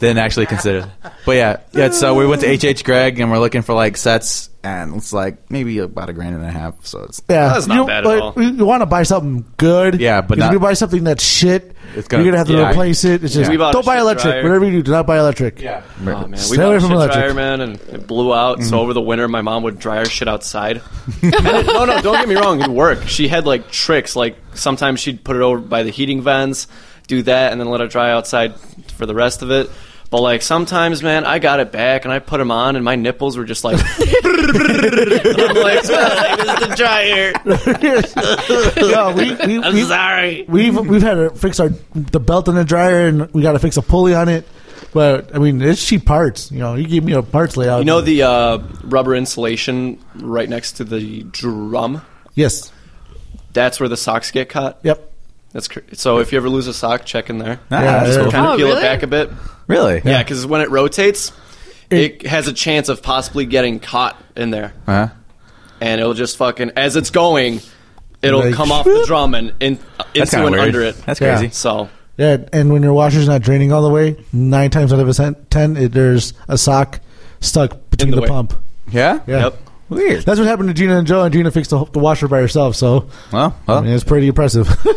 [SPEAKER 2] didn't actually consider. it. But yeah, yeah. So we went to HH Greg and we're looking for like sets, and it's like maybe about a grand and a half. So it's
[SPEAKER 1] Yeah,
[SPEAKER 3] That's not
[SPEAKER 1] you,
[SPEAKER 3] bad at all.
[SPEAKER 1] You, want to buy something good,
[SPEAKER 2] Yeah, but
[SPEAKER 1] 'cause
[SPEAKER 2] not-
[SPEAKER 1] if you buy something that's shit,
[SPEAKER 2] It's gonna-
[SPEAKER 1] you're gonna have to
[SPEAKER 2] yeah, I-
[SPEAKER 1] replace it. It's just
[SPEAKER 3] We bought a
[SPEAKER 1] don't buy
[SPEAKER 3] shit
[SPEAKER 1] electric.
[SPEAKER 3] dryer.
[SPEAKER 1] Whatever you do, do not buy electric.
[SPEAKER 2] yeah.
[SPEAKER 3] Oh man,
[SPEAKER 1] Stay
[SPEAKER 3] we bought
[SPEAKER 1] away
[SPEAKER 3] a
[SPEAKER 1] from Mm-hmm.
[SPEAKER 3] shit
[SPEAKER 1] electric.
[SPEAKER 3] dryer, man, and it blew out. So over the winter, my mom would dry our shit outside. And it- no, no, don't get me wrong, it worked. She had like tricks. Like sometimes she'd put it over by the heating vents, do that, and then let it dry outside for the rest of it. But like sometimes, man, I got it back and I put them on, and my nipples were just like. I'm like, "Well, this is the dryer.
[SPEAKER 1] no, we, we,
[SPEAKER 3] I'm
[SPEAKER 1] we,
[SPEAKER 3] sorry.
[SPEAKER 1] we've we've had to fix our the belt on the dryer, and we got to fix a pulley on it. But I mean, it's cheap parts. You know, you give me a parts layout.
[SPEAKER 3] You know the uh, rubber insulation right next to the drum?
[SPEAKER 1] yes,
[SPEAKER 3] That's where the socks get caught.
[SPEAKER 1] yep.
[SPEAKER 3] That's cr- so. If you ever lose a sock, check in there.
[SPEAKER 1] Yeah,
[SPEAKER 2] Ah, that's
[SPEAKER 1] yeah.
[SPEAKER 2] cool.
[SPEAKER 3] Kind of
[SPEAKER 4] Oh,
[SPEAKER 3] peel
[SPEAKER 4] really?
[SPEAKER 3] it back a bit.
[SPEAKER 2] Really?
[SPEAKER 3] Yeah, because when it rotates,
[SPEAKER 1] It-
[SPEAKER 3] it, has a chance of possibly getting caught in there,
[SPEAKER 2] Uh-huh.
[SPEAKER 3] and it'll just fucking as it's going, it'll
[SPEAKER 1] Like-
[SPEAKER 3] come off the drum and in,
[SPEAKER 2] That's
[SPEAKER 3] into
[SPEAKER 2] kind
[SPEAKER 3] and
[SPEAKER 2] of weird.
[SPEAKER 3] under it.
[SPEAKER 2] That's
[SPEAKER 1] Yeah.
[SPEAKER 2] crazy.
[SPEAKER 3] so.
[SPEAKER 1] Yeah, and when your washer's not draining all the way, nine times out of a cent- ten, it, there's a sock stuck between
[SPEAKER 3] the
[SPEAKER 1] the,
[SPEAKER 3] way.
[SPEAKER 1] pump.
[SPEAKER 2] Yeah.
[SPEAKER 1] Yeah.
[SPEAKER 3] Yep.
[SPEAKER 2] Weird.
[SPEAKER 1] That's what happened to Gina and Joe, and Gina fixed the, the washer by herself. So
[SPEAKER 2] Well,
[SPEAKER 1] I
[SPEAKER 2] well
[SPEAKER 1] mean, it's pretty impressive.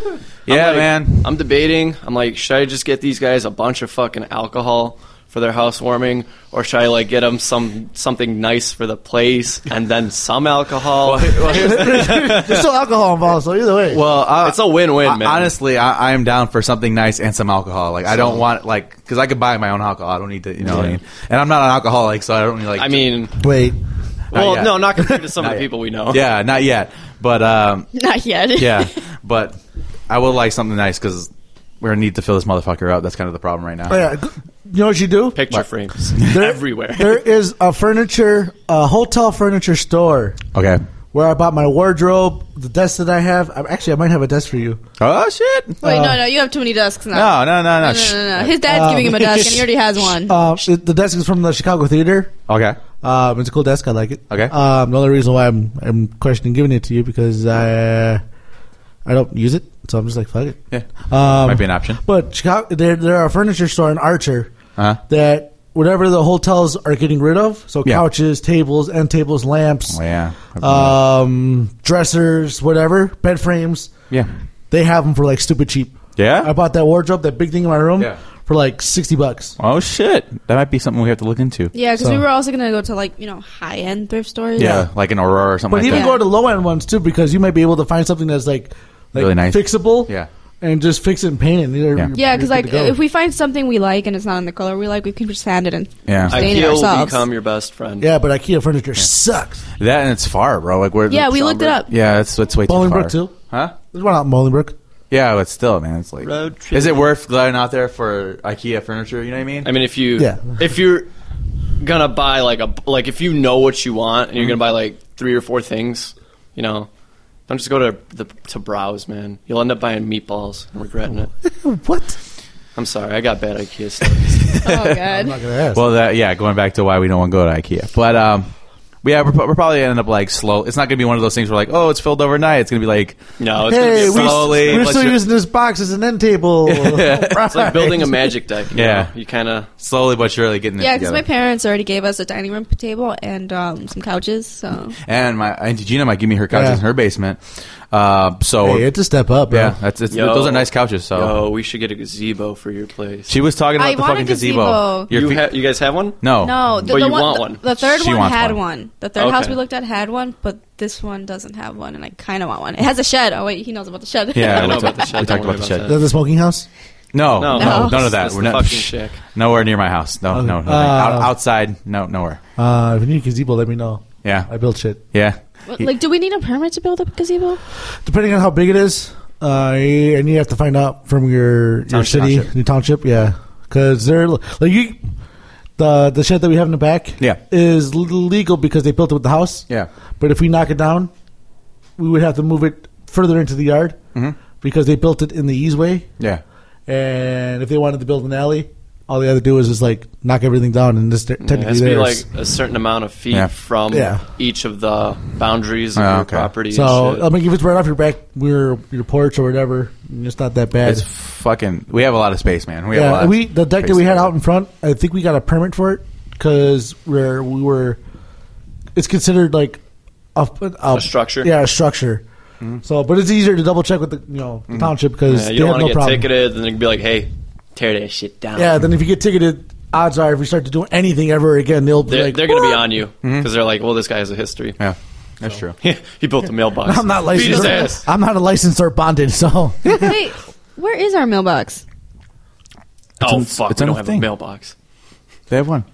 [SPEAKER 3] I'm
[SPEAKER 2] yeah,
[SPEAKER 3] like-
[SPEAKER 2] man.
[SPEAKER 3] I'm debating. I'm like, should I just get these guys a bunch of fucking alcohol for their housewarming, or should I like get them some something nice for the place and then some alcohol?
[SPEAKER 1] there's still alcohol involved, so either way.
[SPEAKER 2] Well, I,
[SPEAKER 3] it's a win-win,
[SPEAKER 2] I-
[SPEAKER 3] man.
[SPEAKER 2] honestly, I, I am down for something nice and some alcohol. Like I don't want like because I could buy my own alcohol. I don't need to, you know. what I mean? And I'm not an alcoholic, so I don't need like.
[SPEAKER 3] I mean,
[SPEAKER 1] Wait,
[SPEAKER 3] well,
[SPEAKER 2] yet.
[SPEAKER 3] no, not compared to some of
[SPEAKER 2] Not
[SPEAKER 3] the
[SPEAKER 2] yet.
[SPEAKER 3] people we know.
[SPEAKER 2] yeah, not yet. But um,
[SPEAKER 4] Not yet.
[SPEAKER 2] yeah, but I would like something nice because we're gonna need to fill this motherfucker up. That's kind of the problem right now.
[SPEAKER 1] oh, yeah. g- you know what you do?
[SPEAKER 3] Picture frames
[SPEAKER 1] There-
[SPEAKER 3] everywhere.
[SPEAKER 1] There is a furniture, a hotel furniture store
[SPEAKER 2] Okay.
[SPEAKER 1] where I bought my wardrobe, the desk that I have. I, actually, I might have a desk for you.
[SPEAKER 2] Oh shit.
[SPEAKER 4] Wait,
[SPEAKER 1] Uh.
[SPEAKER 4] no, no, you have too many desks
[SPEAKER 2] No,
[SPEAKER 4] now.
[SPEAKER 2] no, no, no.
[SPEAKER 4] no,
[SPEAKER 2] shh.
[SPEAKER 4] no, no. His dad's giving him a desk, and he already has one.
[SPEAKER 1] Uh, it- the desk is from the Chicago Theater.
[SPEAKER 2] Okay.
[SPEAKER 1] Um, it's a cool desk. I like it.
[SPEAKER 2] Okay.
[SPEAKER 1] Um, the only reason why I'm I'm questioning giving it to you because I uh, I don't use it, so I'm just like fuck it.
[SPEAKER 2] Yeah.
[SPEAKER 1] Um,
[SPEAKER 2] Might be an option.
[SPEAKER 1] But Chicago, there there are a furniture store in Archer
[SPEAKER 2] Uh-huh.
[SPEAKER 1] that whatever the hotels are getting rid of, so
[SPEAKER 2] Yeah.
[SPEAKER 1] couches, tables, end tables, lamps,
[SPEAKER 2] Oh, yeah.
[SPEAKER 1] um, dressers, whatever, bed frames,
[SPEAKER 2] yeah.
[SPEAKER 1] they have them for like stupid cheap.
[SPEAKER 2] Yeah?
[SPEAKER 1] I bought that wardrobe, that big thing in my room,
[SPEAKER 2] Yeah.
[SPEAKER 1] for like sixty bucks.
[SPEAKER 2] Oh shit. That might be something we have to look into.
[SPEAKER 4] Yeah, because
[SPEAKER 1] So-
[SPEAKER 4] we were also gonna go to like you know high end thrift stores.
[SPEAKER 2] Yeah, like an Aurora or something.
[SPEAKER 1] But
[SPEAKER 2] like
[SPEAKER 1] even
[SPEAKER 2] that.
[SPEAKER 1] go to low end ones too, because you might be able to find something that's like, like
[SPEAKER 2] Really nice.
[SPEAKER 1] fixable,
[SPEAKER 2] Yeah.
[SPEAKER 1] and just fix it and paint it. You're-
[SPEAKER 2] Yeah.
[SPEAKER 1] you're
[SPEAKER 4] Yeah, because
[SPEAKER 1] good
[SPEAKER 4] like
[SPEAKER 1] to go.
[SPEAKER 4] if we find something we like and it's not in the color we like, we can just sand it and
[SPEAKER 2] Yeah.
[SPEAKER 4] stain it
[SPEAKER 3] IKEA will
[SPEAKER 4] ourselves.
[SPEAKER 3] become your best friend.
[SPEAKER 1] yeah, but IKEA furniture sucks.
[SPEAKER 2] That and it's far, bro. Like where?
[SPEAKER 4] yeah, we looked it up.
[SPEAKER 2] Yeah, that's that's way too far.
[SPEAKER 1] Bolingbrook too.
[SPEAKER 2] Huh?
[SPEAKER 1] There's one out in Bolingbrook.
[SPEAKER 2] Yeah, but still, man, it's like.
[SPEAKER 3] Road trip.
[SPEAKER 2] Is it worth going out there for IKEA furniture? You know what I mean?
[SPEAKER 3] I mean, if you
[SPEAKER 1] Yeah.
[SPEAKER 3] if you're gonna buy like a like if you know what you want and you're
[SPEAKER 1] Mm-hmm.
[SPEAKER 3] gonna buy like three or four things, you know, don't just go to the to browse, man. You'll end up buying meatballs and regretting it.
[SPEAKER 1] What?
[SPEAKER 3] I'm sorry, I got bad IKEA stories.
[SPEAKER 4] Oh
[SPEAKER 1] I'm
[SPEAKER 4] god.
[SPEAKER 1] not gonna ask.
[SPEAKER 2] well, that yeah. Going back to why we don't want to go to IKEA, but um, yeah, we're, pro- we're probably gonna end up like slow. It's not gonna be one of those things where like, oh, it's filled overnight. It's gonna be like,
[SPEAKER 3] No, it's
[SPEAKER 1] hey, we,
[SPEAKER 3] gonna be a solid.
[SPEAKER 2] slowly-
[SPEAKER 1] we're
[SPEAKER 2] let's
[SPEAKER 1] still
[SPEAKER 2] ju-
[SPEAKER 1] using this box as an end table.
[SPEAKER 3] It's like building a magic deck. you
[SPEAKER 2] Yeah.
[SPEAKER 3] know? you kind of
[SPEAKER 2] slowly but surely getting it
[SPEAKER 4] Yeah, because
[SPEAKER 2] together.
[SPEAKER 4] my parents already gave us a dining room table and um, some couches. So
[SPEAKER 2] and my Auntie Gina might give me her couches
[SPEAKER 1] Yeah.
[SPEAKER 2] in her basement. Uh, so
[SPEAKER 1] Hey, it's a step up, bro.
[SPEAKER 2] yeah, that's it's,
[SPEAKER 3] Yo.
[SPEAKER 2] those are nice couches. So
[SPEAKER 3] yo, we should get a gazebo for your place.
[SPEAKER 2] she was talking about
[SPEAKER 4] I
[SPEAKER 2] the
[SPEAKER 4] want a
[SPEAKER 2] fucking gazebo.
[SPEAKER 4] gazebo.
[SPEAKER 2] Your
[SPEAKER 3] you,
[SPEAKER 2] fe-
[SPEAKER 3] ha- you guys have one?
[SPEAKER 2] no,
[SPEAKER 4] no, the,
[SPEAKER 3] But
[SPEAKER 4] the
[SPEAKER 3] you
[SPEAKER 4] one,
[SPEAKER 3] want
[SPEAKER 4] the,
[SPEAKER 3] one.
[SPEAKER 4] the third
[SPEAKER 2] Oh. She
[SPEAKER 4] one
[SPEAKER 2] wants
[SPEAKER 4] had
[SPEAKER 2] one.
[SPEAKER 4] one. The third house
[SPEAKER 3] Okay.
[SPEAKER 4] we looked at had one, but this one doesn't have one, and I kind of want one. It has a shed. Oh wait, he knows about the shed.
[SPEAKER 2] Yeah,
[SPEAKER 3] I
[SPEAKER 2] we
[SPEAKER 3] know
[SPEAKER 2] talked-
[SPEAKER 3] about the shed.
[SPEAKER 2] we
[SPEAKER 3] Don't
[SPEAKER 2] talked
[SPEAKER 3] worry
[SPEAKER 2] about the
[SPEAKER 3] about
[SPEAKER 2] shed.
[SPEAKER 1] Is that the smoking house?
[SPEAKER 2] No, no,
[SPEAKER 3] No.
[SPEAKER 2] no,
[SPEAKER 4] No.
[SPEAKER 2] none of that.
[SPEAKER 3] That's
[SPEAKER 2] We're
[SPEAKER 3] the
[SPEAKER 2] not
[SPEAKER 3] fucking shack.
[SPEAKER 2] nowhere near my house. No,
[SPEAKER 1] Okay.
[SPEAKER 2] no, no.
[SPEAKER 1] Uh,
[SPEAKER 2] Out, outside, no, nowhere.
[SPEAKER 1] Uh, if you need a gazebo, let me know.
[SPEAKER 2] Yeah.
[SPEAKER 1] I built shit.
[SPEAKER 2] Yeah,
[SPEAKER 4] But, Like, do we need a permit to build a gazebo?
[SPEAKER 1] Depending on how big it is, uh, you- and you have to find out from your your
[SPEAKER 2] Township.
[SPEAKER 1] city,
[SPEAKER 2] Township.
[SPEAKER 1] your township, yeah, because they're like you. The the shed that we have in the back,
[SPEAKER 2] Yeah.
[SPEAKER 1] is l- legal because they built it with the house.
[SPEAKER 2] yeah.
[SPEAKER 1] But if we knock it down, we would have to move it further into the yard
[SPEAKER 2] Mhm.
[SPEAKER 1] because they built it in the easeway.
[SPEAKER 2] Yeah.
[SPEAKER 1] And if they wanted to build an alley, all they had to do was just like knock everything down and just
[SPEAKER 3] Yeah, It
[SPEAKER 1] technically
[SPEAKER 3] has to be
[SPEAKER 1] theirs.
[SPEAKER 3] like a certain amount of feet
[SPEAKER 2] Yeah.
[SPEAKER 3] from
[SPEAKER 1] Yeah.
[SPEAKER 3] each of the boundaries of
[SPEAKER 2] Oh,
[SPEAKER 3] your
[SPEAKER 2] okay.
[SPEAKER 3] property. and
[SPEAKER 1] so
[SPEAKER 3] shit.
[SPEAKER 1] I mean, if it's right off your back, your your porch or whatever, it's not that bad.
[SPEAKER 2] It's fucking. We have a lot of space, man. We have a lot.
[SPEAKER 1] Yeah,
[SPEAKER 2] of
[SPEAKER 1] we the deck that
[SPEAKER 2] space
[SPEAKER 1] we had
[SPEAKER 2] there.
[SPEAKER 1] out in front. I think we got a permit for it because where we were, it's considered like a,
[SPEAKER 3] A structure?
[SPEAKER 1] Yeah, a structure.
[SPEAKER 2] Hmm.
[SPEAKER 1] So, but it's easier to double check with the you know the township because
[SPEAKER 3] Yeah, you
[SPEAKER 1] they have
[SPEAKER 3] don't want to
[SPEAKER 1] no
[SPEAKER 3] get
[SPEAKER 1] problem.
[SPEAKER 3] ticketed, and they can be like, "Hey, tear that shit down."
[SPEAKER 1] Yeah, then if you get ticketed, odds are if we start to do anything ever again, they'll be
[SPEAKER 3] they're,
[SPEAKER 1] like,
[SPEAKER 3] they're going to be
[SPEAKER 1] "What?" Mm-hmm.
[SPEAKER 3] on you because they're like, "Well, this guy has a history.
[SPEAKER 2] Yeah, that's true.
[SPEAKER 3] he built a mailbox.
[SPEAKER 1] I'm not
[SPEAKER 3] Beat his
[SPEAKER 1] licensed.
[SPEAKER 3] ass.
[SPEAKER 1] I'm not a licensed or bonded, so
[SPEAKER 4] Wait, where is our mailbox?
[SPEAKER 3] Oh
[SPEAKER 2] on-
[SPEAKER 3] fuck,
[SPEAKER 2] it's
[SPEAKER 3] we
[SPEAKER 2] on
[SPEAKER 3] don't
[SPEAKER 2] the
[SPEAKER 3] have
[SPEAKER 2] thing.
[SPEAKER 3] a mailbox.
[SPEAKER 2] They have one.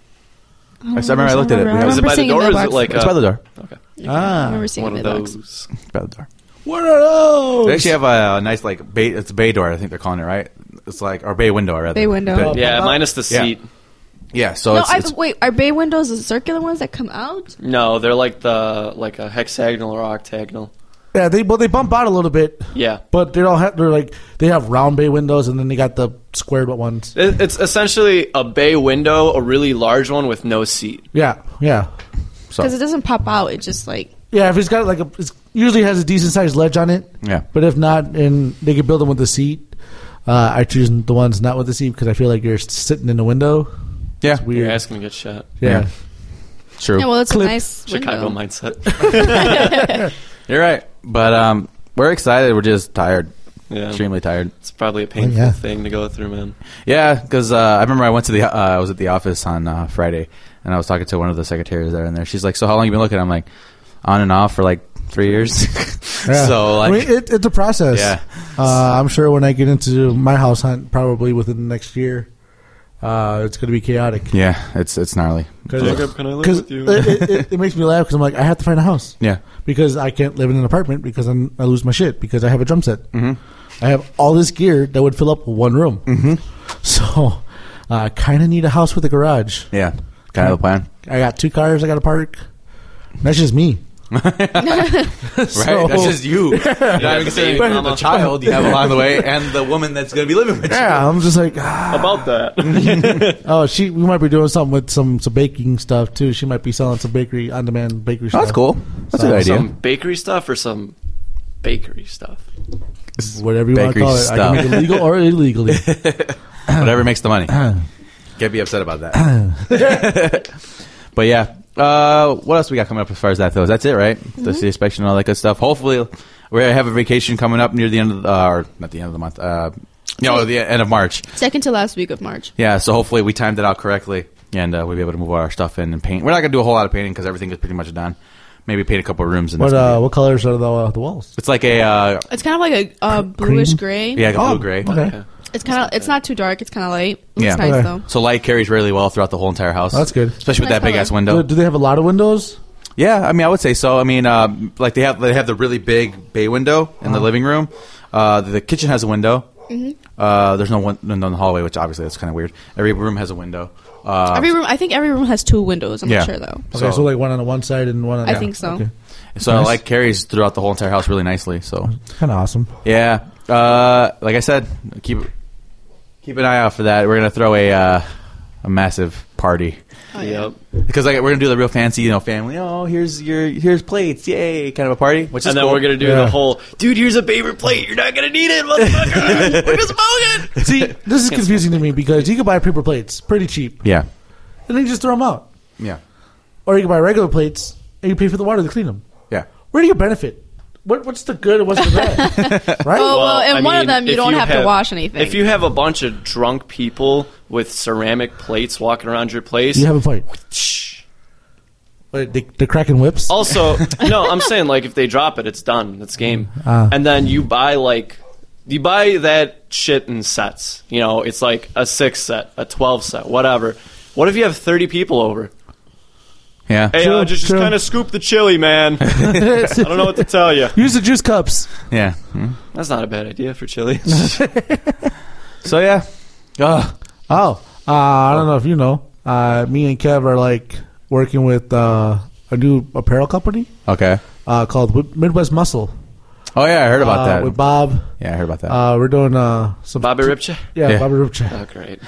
[SPEAKER 2] I remember I looked at it.
[SPEAKER 4] remember.
[SPEAKER 2] We have-
[SPEAKER 3] Is it
[SPEAKER 4] remember
[SPEAKER 3] by the
[SPEAKER 4] seeing a
[SPEAKER 3] door? Or is it
[SPEAKER 4] mailbox.
[SPEAKER 3] like
[SPEAKER 2] It's
[SPEAKER 3] a,
[SPEAKER 2] by the door.
[SPEAKER 3] Okay,
[SPEAKER 4] I remember seeing
[SPEAKER 3] one
[SPEAKER 4] a
[SPEAKER 3] of
[SPEAKER 4] mailbox.
[SPEAKER 3] those.
[SPEAKER 2] It's by the door.
[SPEAKER 1] what are those?
[SPEAKER 2] They actually have a, nice like bay. It's a bay door. I think they're calling it right. It's like or bay window. Rather.
[SPEAKER 4] Bay window.
[SPEAKER 2] But-
[SPEAKER 1] Yeah.
[SPEAKER 3] Yeah, minus the
[SPEAKER 2] Yeah.
[SPEAKER 3] seat.
[SPEAKER 2] Yeah, so
[SPEAKER 4] no,
[SPEAKER 2] Oh, it's, Oh.
[SPEAKER 4] I,
[SPEAKER 2] it's-
[SPEAKER 4] wait. Are bay windows the circular ones that come out?
[SPEAKER 3] No, they're like the like a hexagonal or octagonal.
[SPEAKER 1] Yeah, they well they bump out a little bit,
[SPEAKER 3] Yeah.
[SPEAKER 1] but they don't have. They're like they have round bay windows, and then they got the squared ones.
[SPEAKER 3] It- It's essentially a bay window, a really large one with no seat.
[SPEAKER 1] Yeah, yeah,
[SPEAKER 2] so-
[SPEAKER 4] Because it doesn't pop out. It just like
[SPEAKER 1] yeah. If it's got like a, it usually has a decent sized ledge on it.
[SPEAKER 2] yeah.
[SPEAKER 1] But if not, and they could build them with a seat. Uh, I choose the ones not with a seat because I feel like you're sitting in the window.
[SPEAKER 2] Yeah,
[SPEAKER 1] It's
[SPEAKER 3] You're
[SPEAKER 1] weird.
[SPEAKER 3] asking to get shot.
[SPEAKER 1] Yeah.
[SPEAKER 2] true.
[SPEAKER 4] yeah. Well, it's
[SPEAKER 1] Clip.
[SPEAKER 4] a nice
[SPEAKER 3] Chicago
[SPEAKER 4] window.
[SPEAKER 3] mindset.
[SPEAKER 2] You're right. But um, we're excited. We're just tired.
[SPEAKER 3] Yeah.
[SPEAKER 2] Extremely tired.
[SPEAKER 3] It's probably a painful
[SPEAKER 1] Oh, yeah.
[SPEAKER 3] thing to go through, man.
[SPEAKER 2] Yeah, because uh, I remember I went to the uh, I was at the office on uh, Friday, and I was talking to one of the secretaries there, and there she's like, "So how long you been looking?" I'm like, "On and off for like three years."
[SPEAKER 1] Yeah.
[SPEAKER 2] so
[SPEAKER 1] I
[SPEAKER 2] like,
[SPEAKER 1] mean, it, it's a process.
[SPEAKER 2] yeah,
[SPEAKER 1] Uh, I'm sure when I get into my house hunt, probably within the next year, uh, it's going to be chaotic.
[SPEAKER 2] yeah, it's it's gnarly.
[SPEAKER 1] Because
[SPEAKER 3] Jacob, can I live
[SPEAKER 1] it,
[SPEAKER 3] with you?
[SPEAKER 1] it, it, it makes me laugh because I'm like, I have to find a house
[SPEAKER 2] Yeah,
[SPEAKER 1] because I can't live in an apartment because I'm, I lose my shit because I have a drum set.
[SPEAKER 2] Mhm.
[SPEAKER 1] I have all this gear that would fill up one room. Mm-hmm. So I kind of need a house with a garage.
[SPEAKER 2] yeah, kind of the plan,
[SPEAKER 1] I got two cars I got to park. And that's just me.
[SPEAKER 2] right? That's just you. You're not even saying
[SPEAKER 3] baby
[SPEAKER 2] the
[SPEAKER 3] mama.
[SPEAKER 2] child you have along the way, and the woman that's going to be living with you.
[SPEAKER 1] yeah, I'm just like, ah.
[SPEAKER 3] About that.
[SPEAKER 1] oh, she. We might be doing something with some some baking stuff too. She might be selling some bakery on demand bakery.
[SPEAKER 2] Oh, that's
[SPEAKER 1] stuff.
[SPEAKER 2] cool. That's a good idea.
[SPEAKER 3] Some bakery stuff or some bakery stuff?
[SPEAKER 1] Whatever you want to
[SPEAKER 2] Bakery
[SPEAKER 1] call it, I can
[SPEAKER 2] stuff.
[SPEAKER 1] make it legal or illegally.
[SPEAKER 2] Whatever makes the money. Can't be upset about that. but yeah, uh, what else we got coming up as far as that goes? That's it, right?
[SPEAKER 1] Mm-hmm.
[SPEAKER 2] The city inspection and all that good stuff. Hopefully, we have a vacation coming up near the end of the, uh, or not the end of the month. Uh, no, the end of March.
[SPEAKER 4] Second to last week of March.
[SPEAKER 2] Yeah, so hopefully we timed it out correctly, and uh, we'll be able to move all our stuff in and paint. We're not gonna do a whole lot of painting because everything is pretty much done. Maybe paint a couple rooms and
[SPEAKER 1] what
[SPEAKER 2] that's gonna
[SPEAKER 1] uh,
[SPEAKER 2] be it.
[SPEAKER 1] what colors are the uh, the walls?
[SPEAKER 2] it's like a uh,
[SPEAKER 4] It's kind of like a uh, bluish gray.
[SPEAKER 2] yeah, like a
[SPEAKER 1] Oh,
[SPEAKER 2] blue gray.
[SPEAKER 1] Okay,
[SPEAKER 3] Okay.
[SPEAKER 4] It's kind of. It's not too dark. It's kind of light. It looks
[SPEAKER 2] Yeah.
[SPEAKER 4] nice
[SPEAKER 1] Okay.
[SPEAKER 4] though.
[SPEAKER 2] So light carries really well throughout the whole entire house.
[SPEAKER 1] That's good.
[SPEAKER 2] especially with
[SPEAKER 4] Nice
[SPEAKER 2] that big ass
[SPEAKER 4] color.
[SPEAKER 2] window.
[SPEAKER 1] do, do they have a lot of windows?
[SPEAKER 2] Yeah, I mean, I would say so. I mean, um, like they have they have the really big bay window in the living room. Uh, the kitchen has a window. Uh, there's no one no, no in the hallway, which obviously that's kind of weird. Every room has a window. Uh,
[SPEAKER 4] Every room. I think every room has two windows. I'm
[SPEAKER 2] Yeah.
[SPEAKER 4] not sure though.
[SPEAKER 1] Okay, so,
[SPEAKER 2] So-
[SPEAKER 1] like one on one side and one on.
[SPEAKER 4] I
[SPEAKER 1] yeah,
[SPEAKER 4] think so.
[SPEAKER 1] Okay.
[SPEAKER 2] so
[SPEAKER 1] nice.
[SPEAKER 2] like carries throughout the whole entire house really nicely. So
[SPEAKER 1] Kind of awesome.
[SPEAKER 2] yeah, uh, like I said, keep keep an eye out for that. We're gonna throw a uh, a massive party.
[SPEAKER 4] Oh, yeah.
[SPEAKER 3] Yep.
[SPEAKER 2] Because like we're gonna do the real fancy, you know, family. Oh, here's your here's plates, yay! Kind of a party, which is
[SPEAKER 3] and then
[SPEAKER 2] cool.
[SPEAKER 3] we're gonna do
[SPEAKER 1] Yeah.
[SPEAKER 3] the whole dude. Here's a favorite plate. You're not gonna need it, motherfucker. we're just smoking.
[SPEAKER 1] See, this is confusing to me because you can buy paper plates pretty cheap,
[SPEAKER 2] yeah,
[SPEAKER 1] and then you just throw them out,
[SPEAKER 2] yeah,
[SPEAKER 1] or you can buy regular plates and you pay for the water to clean them.
[SPEAKER 2] yeah.
[SPEAKER 1] Where do you benefit? What, what's the good and what's the bad? right?
[SPEAKER 4] Oh, Well, and one of them you
[SPEAKER 3] if
[SPEAKER 4] don't have to wash anything.
[SPEAKER 3] If you have a bunch of drunk people with ceramic plates walking around your place,
[SPEAKER 1] you have a point.
[SPEAKER 3] Shh.
[SPEAKER 1] Wait, they, they're cracking whips.
[SPEAKER 3] Also, no, I'm saying like if they drop it, it's done. It's game.
[SPEAKER 1] Ah.
[SPEAKER 3] and then you buy like you buy that shit in sets. You know, it's like a six set, a twelve set, whatever. What if you have thirty people over?
[SPEAKER 2] Yeah.
[SPEAKER 3] Hey,
[SPEAKER 1] True,
[SPEAKER 3] uh, just, just
[SPEAKER 1] true.
[SPEAKER 3] kind of scoop the chili, man. I don't know what to tell you.
[SPEAKER 1] Use the juice cups.
[SPEAKER 2] Yeah. Hmm.
[SPEAKER 3] That's not a bad idea for chili.
[SPEAKER 2] So yeah. Ugh.
[SPEAKER 1] Oh, uh, I don't know if you know. Uh, me and Kev are like working with uh, a new apparel company
[SPEAKER 2] Okay.
[SPEAKER 1] uh, called Wi- Midwest Muscle.
[SPEAKER 2] Oh yeah, I heard
[SPEAKER 1] uh,
[SPEAKER 2] about that.
[SPEAKER 1] With Bob,
[SPEAKER 2] yeah, I heard about that.
[SPEAKER 1] uh, we're doing uh, some
[SPEAKER 3] Bobby Ripcha?
[SPEAKER 1] Yeah,
[SPEAKER 2] Yeah.
[SPEAKER 1] Bobby Ripcha.
[SPEAKER 3] Oh, great.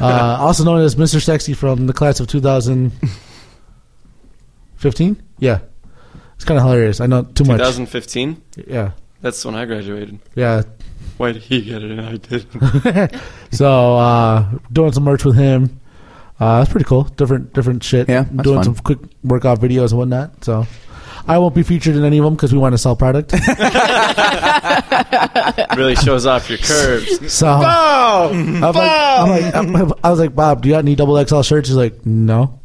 [SPEAKER 1] uh, also known as Mr. Sexy from the class of 2015. Yeah, it's kind of hilarious. I know too much.
[SPEAKER 3] 2015?
[SPEAKER 1] Yeah,
[SPEAKER 3] That's when I graduated.
[SPEAKER 1] yeah.
[SPEAKER 3] Why did he get it and I didn't?
[SPEAKER 1] So uh, doing some merch with him. Uh, that's pretty cool. Different, different shit.
[SPEAKER 2] Yeah, that's
[SPEAKER 1] doing
[SPEAKER 2] fun.
[SPEAKER 1] some quick workout videos and whatnot. So I won't be featured in any of them because we want to sell product.
[SPEAKER 3] really shows off your curves.
[SPEAKER 1] So I'm like, I'm like, I'm- i was like, Bob, do you got any double XL shirts? He's like, no.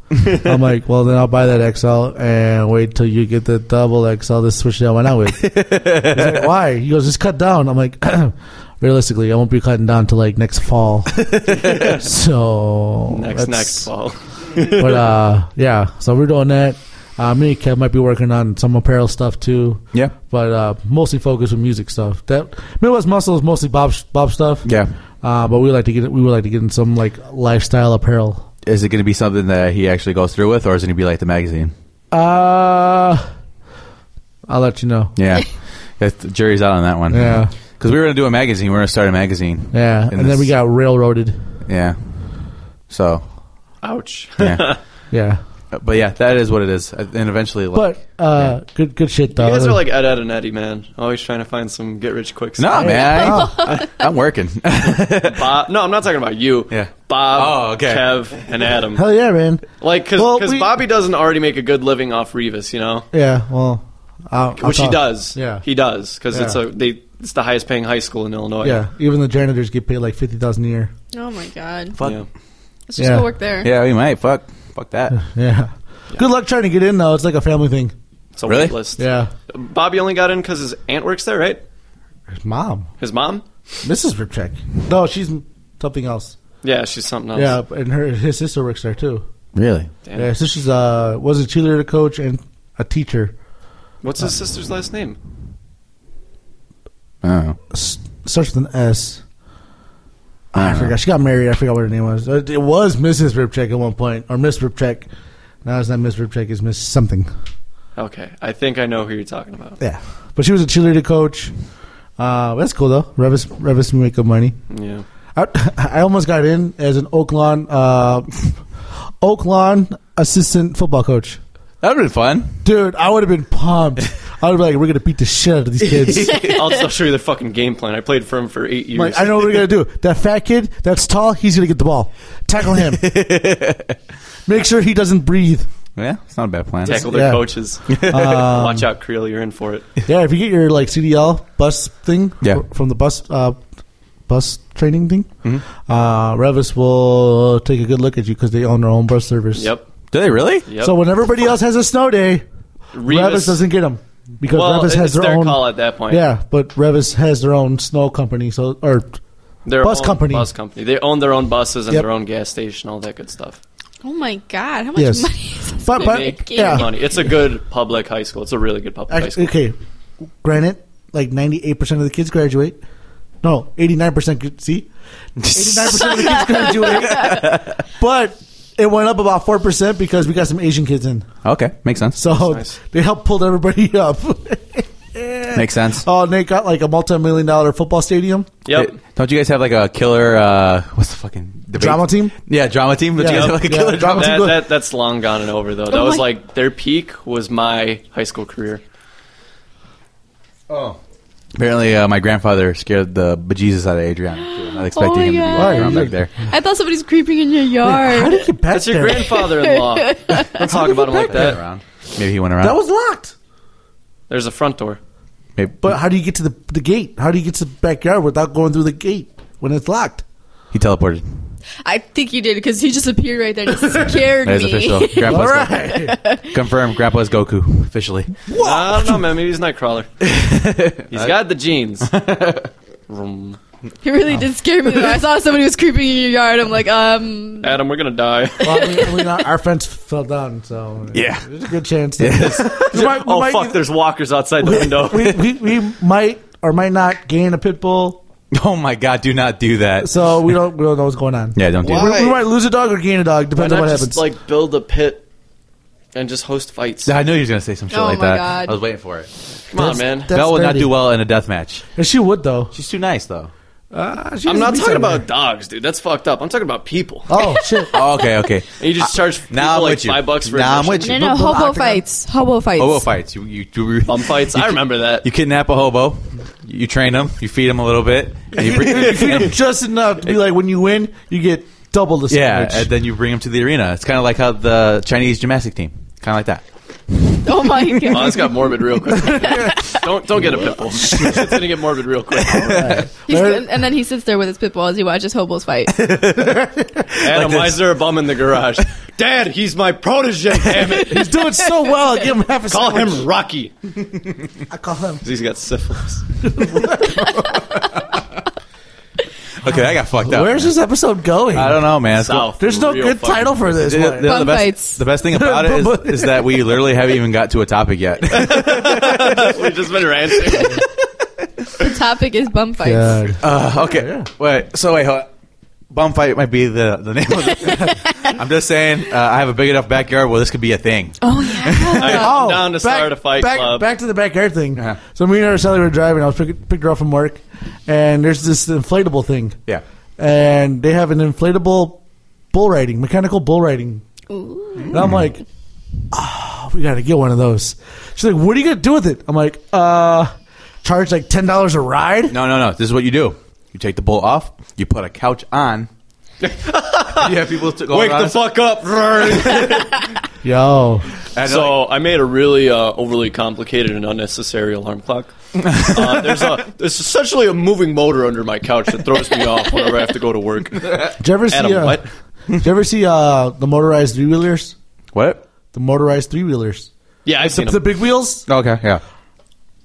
[SPEAKER 1] I'm like, well, then I'll buy that XL and wait till you get the double XL to switch that one out with. He's like, why? He goes, just cut down. I'm like, realistically, I won't be cutting down till like next fall. so
[SPEAKER 3] Next,
[SPEAKER 1] that's-
[SPEAKER 3] next fall.
[SPEAKER 1] But uh, yeah, so we're doing that. Uh, me and Kev might be working on some apparel stuff too,
[SPEAKER 2] yeah.
[SPEAKER 1] but uh, mostly focused with music stuff. That Midwest Muscle is mostly Bob Bob stuff.
[SPEAKER 2] Yeah.
[SPEAKER 1] Uh, but we like to get we would like to get in some like lifestyle apparel.
[SPEAKER 2] is it going to be something that he actually goes through with, or is it going to be like the magazine?
[SPEAKER 1] Uh, I'll let you know.
[SPEAKER 2] Yeah, That's- the jury's out on that one.
[SPEAKER 1] Yeah.
[SPEAKER 2] because we were going to do a magazine. We were going to start a magazine.
[SPEAKER 1] Yeah, and, then
[SPEAKER 2] this-
[SPEAKER 1] we got railroaded.
[SPEAKER 2] yeah. So
[SPEAKER 3] Ouch.
[SPEAKER 2] yeah,
[SPEAKER 1] Yeah,
[SPEAKER 2] but yeah, that is what it is. And eventually, like,
[SPEAKER 1] but uh, good good shit though.
[SPEAKER 3] You guys are like Ed, Ed, and Eddie, man. Always trying to find some get rich quick.
[SPEAKER 2] no,
[SPEAKER 3] stuff.
[SPEAKER 2] man, I, I'm working.
[SPEAKER 3] Bob. No, I'm not talking about you.
[SPEAKER 2] Yeah.
[SPEAKER 3] Bob,
[SPEAKER 2] Oh, okay.
[SPEAKER 3] Kev, and Adam.
[SPEAKER 1] hell yeah, man.
[SPEAKER 3] Like, because
[SPEAKER 1] Well, we-
[SPEAKER 3] Bobby doesn't already make a good living off Revis, you know,
[SPEAKER 1] Yeah, well, I, I
[SPEAKER 3] which he
[SPEAKER 1] thought-
[SPEAKER 3] does.
[SPEAKER 1] Yeah,
[SPEAKER 3] he does because it's
[SPEAKER 1] Yeah.
[SPEAKER 3] a they it's the highest paying high school in Illinois.
[SPEAKER 1] yeah. Even the janitors get paid like fifty thousand a year.
[SPEAKER 4] Oh my god.
[SPEAKER 2] Fuck.
[SPEAKER 3] Yeah.
[SPEAKER 4] Let's just
[SPEAKER 1] Yeah.
[SPEAKER 4] go work there.
[SPEAKER 2] Yeah, we might. Fuck. Fuck that.
[SPEAKER 1] Yeah. Good luck trying to get in though. It's like a family thing.
[SPEAKER 3] It's a
[SPEAKER 2] Really?
[SPEAKER 3] wait list.
[SPEAKER 1] Yeah.
[SPEAKER 3] Bobby only got in because his aunt works there, right?
[SPEAKER 1] His mom,
[SPEAKER 3] His mom?
[SPEAKER 1] Mrs. Ripcheck. No, she's something else.
[SPEAKER 3] Yeah, she's something else.
[SPEAKER 1] Yeah, and her his sister works there too.
[SPEAKER 2] Really?
[SPEAKER 3] Damn.
[SPEAKER 1] Yeah, so she's uh was a cheerleader coach and a teacher.
[SPEAKER 3] What's
[SPEAKER 1] Uh,
[SPEAKER 3] his sister's last name?
[SPEAKER 2] Oh.
[SPEAKER 1] S- starts with an S. Ah,
[SPEAKER 2] I
[SPEAKER 1] I
[SPEAKER 2] don't know.
[SPEAKER 1] forgot. She got married. I forgot what her name was. Uh, It was Mrs. Ripcheck at one point, or Miss Ripcheck. Now it's not Miss Ripcheck. It's Miss something.
[SPEAKER 3] Okay, I think I know who you're talking about.
[SPEAKER 1] Yeah, but she was a cheerleader coach. Uh, that's cool though. Revis, Revis make up money.
[SPEAKER 3] Yeah.
[SPEAKER 1] I, I almost got in as an Oaklawn, uh, Oaklawn assistant football coach.
[SPEAKER 2] That would have been fun.
[SPEAKER 1] Dude, I would have been pumped. I would be like, we're gonna beat the shit out of these kids.
[SPEAKER 3] I'll, I'll show you the fucking game plan. I played for him for eight years.
[SPEAKER 1] like, I know what we're gonna do. That fat kid that's tall, he's gonna get the ball. Tackle him. Make sure he doesn't breathe.
[SPEAKER 2] Yeah, it's not a bad plan.
[SPEAKER 3] Tackle their
[SPEAKER 1] Yeah.
[SPEAKER 3] coaches. Watch out, Creel. You're in for it.
[SPEAKER 1] Yeah, if you get your like CDL bus thing
[SPEAKER 2] Yeah.
[SPEAKER 1] fr- from the bus uh, bus training thing,
[SPEAKER 3] Mm-hmm.
[SPEAKER 1] uh, Revis will take a good look at you because they own their own bus service.
[SPEAKER 3] Yep.
[SPEAKER 2] Do they really?
[SPEAKER 3] Yep.
[SPEAKER 1] So when everybody else has a snow day, Revis,
[SPEAKER 3] Revis-
[SPEAKER 1] doesn't get them because
[SPEAKER 3] well,
[SPEAKER 1] Revis has
[SPEAKER 3] it's
[SPEAKER 1] their,
[SPEAKER 3] their,
[SPEAKER 1] own.
[SPEAKER 3] call at that point.
[SPEAKER 1] yeah, but Revis has their own snow company. So or
[SPEAKER 3] Their
[SPEAKER 1] Bus
[SPEAKER 3] own
[SPEAKER 1] company.
[SPEAKER 3] Bus company. They own their own buses and
[SPEAKER 1] Yep.
[SPEAKER 3] their own gas station, all that good stuff.
[SPEAKER 4] Oh my god. How much
[SPEAKER 1] Yes.
[SPEAKER 4] money is this
[SPEAKER 1] But-
[SPEAKER 3] They
[SPEAKER 1] but-
[SPEAKER 4] making?
[SPEAKER 3] make
[SPEAKER 1] yeah.
[SPEAKER 3] money. It's a good public high school. It's a really good public high
[SPEAKER 1] act-
[SPEAKER 3] school.
[SPEAKER 1] okay, granted, like ninety eight percent of the kids graduate. No, eighty nine percent. See, eighty nine percent of the kids graduate, but it went up about four percent because we got some Asian kids in.
[SPEAKER 2] Okay, makes sense.
[SPEAKER 1] So
[SPEAKER 3] That's nice.
[SPEAKER 1] they helped pull everybody up.
[SPEAKER 2] Makes sense.
[SPEAKER 1] oh, and they got like a multi-million dollar football stadium.
[SPEAKER 3] Yep.
[SPEAKER 2] Hey, Don't you guys have like a killer? uh What's the fucking debate?
[SPEAKER 1] Drama team?
[SPEAKER 2] Yeah, drama team. Don't
[SPEAKER 1] Yeah.
[SPEAKER 2] you guys have like a
[SPEAKER 1] Yeah,
[SPEAKER 2] killer
[SPEAKER 1] drama
[SPEAKER 2] drama team?
[SPEAKER 1] team.
[SPEAKER 3] that,
[SPEAKER 1] good.
[SPEAKER 3] that, that's long gone and over, though. That
[SPEAKER 4] Oh
[SPEAKER 3] was
[SPEAKER 4] my-
[SPEAKER 3] like their peak was my high school career.
[SPEAKER 2] Oh. Apparently, uh, my grandfather scared the bejesus out of Adrian. I'm not expecting
[SPEAKER 4] Oh my
[SPEAKER 2] him to be
[SPEAKER 4] God.
[SPEAKER 2] walking around
[SPEAKER 1] Why?
[SPEAKER 2] back there.
[SPEAKER 4] I thought somebody's creeping in your yard.
[SPEAKER 1] How did you pass
[SPEAKER 3] That's your
[SPEAKER 1] there?
[SPEAKER 3] grandfather-in-law. Don't talk about him like that.
[SPEAKER 2] Around. Maybe he went around.
[SPEAKER 1] That was locked.
[SPEAKER 3] There's a front door.
[SPEAKER 2] Maybe,
[SPEAKER 1] But how do you get to the the gate? How do you get to the backyard without going through the gate when it's locked?
[SPEAKER 2] he teleported.
[SPEAKER 4] I think you did because he just appeared right there and just scared
[SPEAKER 2] That is
[SPEAKER 4] me.
[SPEAKER 2] official.
[SPEAKER 1] All
[SPEAKER 2] Grandpa's Goku.
[SPEAKER 1] right.
[SPEAKER 2] Confirmed. Grandpa's Goku officially.
[SPEAKER 3] I don't know, man. Maybe he's Nightcrawler. He's got the genes. Vroom.
[SPEAKER 4] He really
[SPEAKER 2] Oh.
[SPEAKER 4] did scare me. Though. I saw somebody was creeping in your yard. I'm like, um,
[SPEAKER 3] Adam, we're gonna die.
[SPEAKER 1] well, we, we, our fence fell down, so
[SPEAKER 2] Yeah.
[SPEAKER 1] there's a good chance. That we might, we
[SPEAKER 3] oh
[SPEAKER 1] might-
[SPEAKER 3] fuck! There's walkers outside the window.
[SPEAKER 1] we, we, we might or might not gain a pit bull,
[SPEAKER 2] Oh my god! Do not do that.
[SPEAKER 1] so we don't we don't know what's going on.
[SPEAKER 2] yeah, don't do
[SPEAKER 3] Why?
[SPEAKER 2] that.
[SPEAKER 1] We, we might lose a dog or gain a dog,
[SPEAKER 3] Why
[SPEAKER 1] depends on
[SPEAKER 3] not
[SPEAKER 1] what
[SPEAKER 3] just
[SPEAKER 1] happens.
[SPEAKER 3] like build a pit and just host fights?
[SPEAKER 2] I knew he was gonna say some shit
[SPEAKER 4] Oh
[SPEAKER 2] like
[SPEAKER 4] my
[SPEAKER 2] that.
[SPEAKER 4] God.
[SPEAKER 2] I was waiting for it.
[SPEAKER 3] Come on, man.
[SPEAKER 1] That's
[SPEAKER 2] Belle would not
[SPEAKER 1] dirty.
[SPEAKER 2] do well in a death match.
[SPEAKER 1] and she would though.
[SPEAKER 2] She's too nice though.
[SPEAKER 1] Uh, she
[SPEAKER 3] I'm
[SPEAKER 1] doesn't
[SPEAKER 3] not
[SPEAKER 1] be
[SPEAKER 3] talking
[SPEAKER 1] somewhere.
[SPEAKER 3] about dogs, dude. That's fucked up. I'm talking about people.
[SPEAKER 1] Oh shit!
[SPEAKER 2] Oh, okay, okay.
[SPEAKER 3] And you just charge people
[SPEAKER 2] now I'm
[SPEAKER 3] like
[SPEAKER 2] with you.
[SPEAKER 3] five bucks for
[SPEAKER 2] Now
[SPEAKER 3] a
[SPEAKER 2] I'm with you.
[SPEAKER 4] no, no,
[SPEAKER 1] But- but
[SPEAKER 4] hobo
[SPEAKER 1] I forgot-
[SPEAKER 4] fights, hobo fights,
[SPEAKER 2] Hobo fights. You you do
[SPEAKER 3] bum fights. I remember that.
[SPEAKER 2] You kidnap a hobo. You train him. You feed him a little bit. And you bring,
[SPEAKER 1] You feed 'em just enough to be like, when you win, you get double the
[SPEAKER 2] yeah,
[SPEAKER 1] sandwich.
[SPEAKER 2] and then you bring him to the arena. It's kind of like how the Chinese gymnastic team, kind of like that.
[SPEAKER 4] Oh my
[SPEAKER 3] Oh,
[SPEAKER 4] god,
[SPEAKER 3] this got morbid real quick. don't don't get a pit bull. It's gonna get morbid real quick.
[SPEAKER 4] He's, and then he sits there with his pit bull as he watches hobos fight.
[SPEAKER 3] Adam,
[SPEAKER 2] this.
[SPEAKER 3] why is there a bum in the garage? Dad, he's my protege. Damn it!
[SPEAKER 1] He's doing so well. I give him half a
[SPEAKER 3] Call
[SPEAKER 1] sandwich.
[SPEAKER 3] him Rocky.
[SPEAKER 1] I call him.
[SPEAKER 3] 'Cause He's got syphilis.
[SPEAKER 2] Okay, I got fucked up.
[SPEAKER 1] Where's this episode going?
[SPEAKER 2] I don't know, man. It's
[SPEAKER 3] South.
[SPEAKER 1] There's no
[SPEAKER 3] Real
[SPEAKER 1] good
[SPEAKER 3] fucking-
[SPEAKER 1] title for this.
[SPEAKER 2] The, the-
[SPEAKER 1] one.
[SPEAKER 2] the
[SPEAKER 4] Bum
[SPEAKER 2] best,
[SPEAKER 4] fights.
[SPEAKER 2] the best thing about it
[SPEAKER 1] Bum-
[SPEAKER 2] is, is that we literally haven't even got to a topic yet.
[SPEAKER 3] We've just been ranting.
[SPEAKER 4] the topic is bum fights.
[SPEAKER 1] God.
[SPEAKER 2] Uh, okay. Wait. So wait. Hold on. Bum fight might be the the name of it. I'm just saying, uh, I have a big enough backyard where this could be a thing.
[SPEAKER 4] Oh yeah.
[SPEAKER 3] I'm down to start a fight
[SPEAKER 1] Oh, back,
[SPEAKER 3] club.
[SPEAKER 1] Back to the backyard thing.
[SPEAKER 2] Uh-huh.
[SPEAKER 1] So me and Araceli were driving. I was pick, picked her up from work, and there's this inflatable thing.
[SPEAKER 2] Yeah.
[SPEAKER 1] And they have an inflatable bull riding, mechanical bull riding.
[SPEAKER 4] Ooh.
[SPEAKER 1] And I'm like, oh, we got to get one of those. She's like, what are you going to do with it? I'm like, uh, charge like $10 a ride?
[SPEAKER 2] No, no, no. This is what you do. You take the bull off. You put a couch on. you have people to go
[SPEAKER 3] Wake
[SPEAKER 2] around
[SPEAKER 3] the
[SPEAKER 2] and-
[SPEAKER 3] fuck up!
[SPEAKER 1] Yo.
[SPEAKER 2] and, like,
[SPEAKER 3] so I made a really uh, overly complicated and unnecessary alarm clock. uh, there's a there's essentially a moving motor under my couch that throws me off whenever I have to go to work.
[SPEAKER 1] Did you ever see,
[SPEAKER 3] Adam,
[SPEAKER 1] uh,
[SPEAKER 3] what?
[SPEAKER 1] Did you ever see uh, the motorized three wheelers?
[SPEAKER 2] what?
[SPEAKER 1] The motorized three wheelers.
[SPEAKER 3] Yeah, I've seen
[SPEAKER 1] The
[SPEAKER 3] them.
[SPEAKER 1] big wheels?
[SPEAKER 2] Oh, Okay, yeah.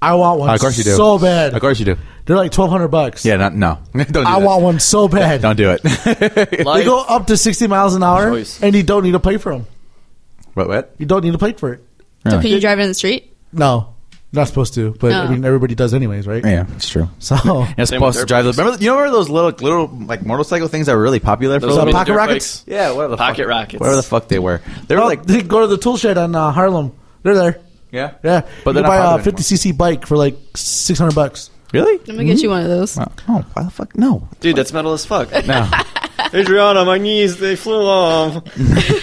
[SPEAKER 1] I want one
[SPEAKER 2] Uh, of course you do.
[SPEAKER 1] so bad.
[SPEAKER 2] Of course you do.
[SPEAKER 1] They're like 1200 bucks.
[SPEAKER 2] Yeah, not, no. don't do
[SPEAKER 1] I
[SPEAKER 2] that.
[SPEAKER 1] want one so bad.
[SPEAKER 2] Don't do it.
[SPEAKER 1] They go up to 60 miles an hour,
[SPEAKER 3] Choice.
[SPEAKER 1] and you don't need a plate for them.
[SPEAKER 2] what? What?
[SPEAKER 1] You don't need a plate for it.
[SPEAKER 4] So can you drive it in the street?
[SPEAKER 1] No. You're Not supposed to, but I
[SPEAKER 4] No.
[SPEAKER 1] mean, everybody does anyways, right?
[SPEAKER 2] Yeah, it's true.
[SPEAKER 1] So,
[SPEAKER 2] You're
[SPEAKER 3] Same
[SPEAKER 2] supposed to
[SPEAKER 3] with
[SPEAKER 2] drive. The,
[SPEAKER 3] dirt
[SPEAKER 2] remember, you know, remember those little little like motorcycle things that were really popular for a
[SPEAKER 3] Those
[SPEAKER 2] little
[SPEAKER 1] little
[SPEAKER 2] bit?
[SPEAKER 1] pocket
[SPEAKER 3] dirt
[SPEAKER 1] rockets? Oh,
[SPEAKER 3] bikes.
[SPEAKER 2] Yeah, whatever the
[SPEAKER 3] Pocket
[SPEAKER 2] fuck,
[SPEAKER 3] rockets.
[SPEAKER 2] Whatever the fuck they were. They were
[SPEAKER 1] well,
[SPEAKER 2] like,
[SPEAKER 1] they go to the tool shed on uh, Harlem. They're there.
[SPEAKER 2] yeah,
[SPEAKER 1] Yeah,
[SPEAKER 2] But
[SPEAKER 1] but
[SPEAKER 2] they're
[SPEAKER 1] you
[SPEAKER 2] not
[SPEAKER 1] can buy uh,
[SPEAKER 2] popular
[SPEAKER 1] a 50 cc bike for like 600 bucks.
[SPEAKER 2] Really?
[SPEAKER 4] Let me get you one of those.
[SPEAKER 2] Oh, why the fuck? No,
[SPEAKER 3] Dude, that's metal as fuck.
[SPEAKER 2] no.
[SPEAKER 3] Adriana, my knees, they flew off.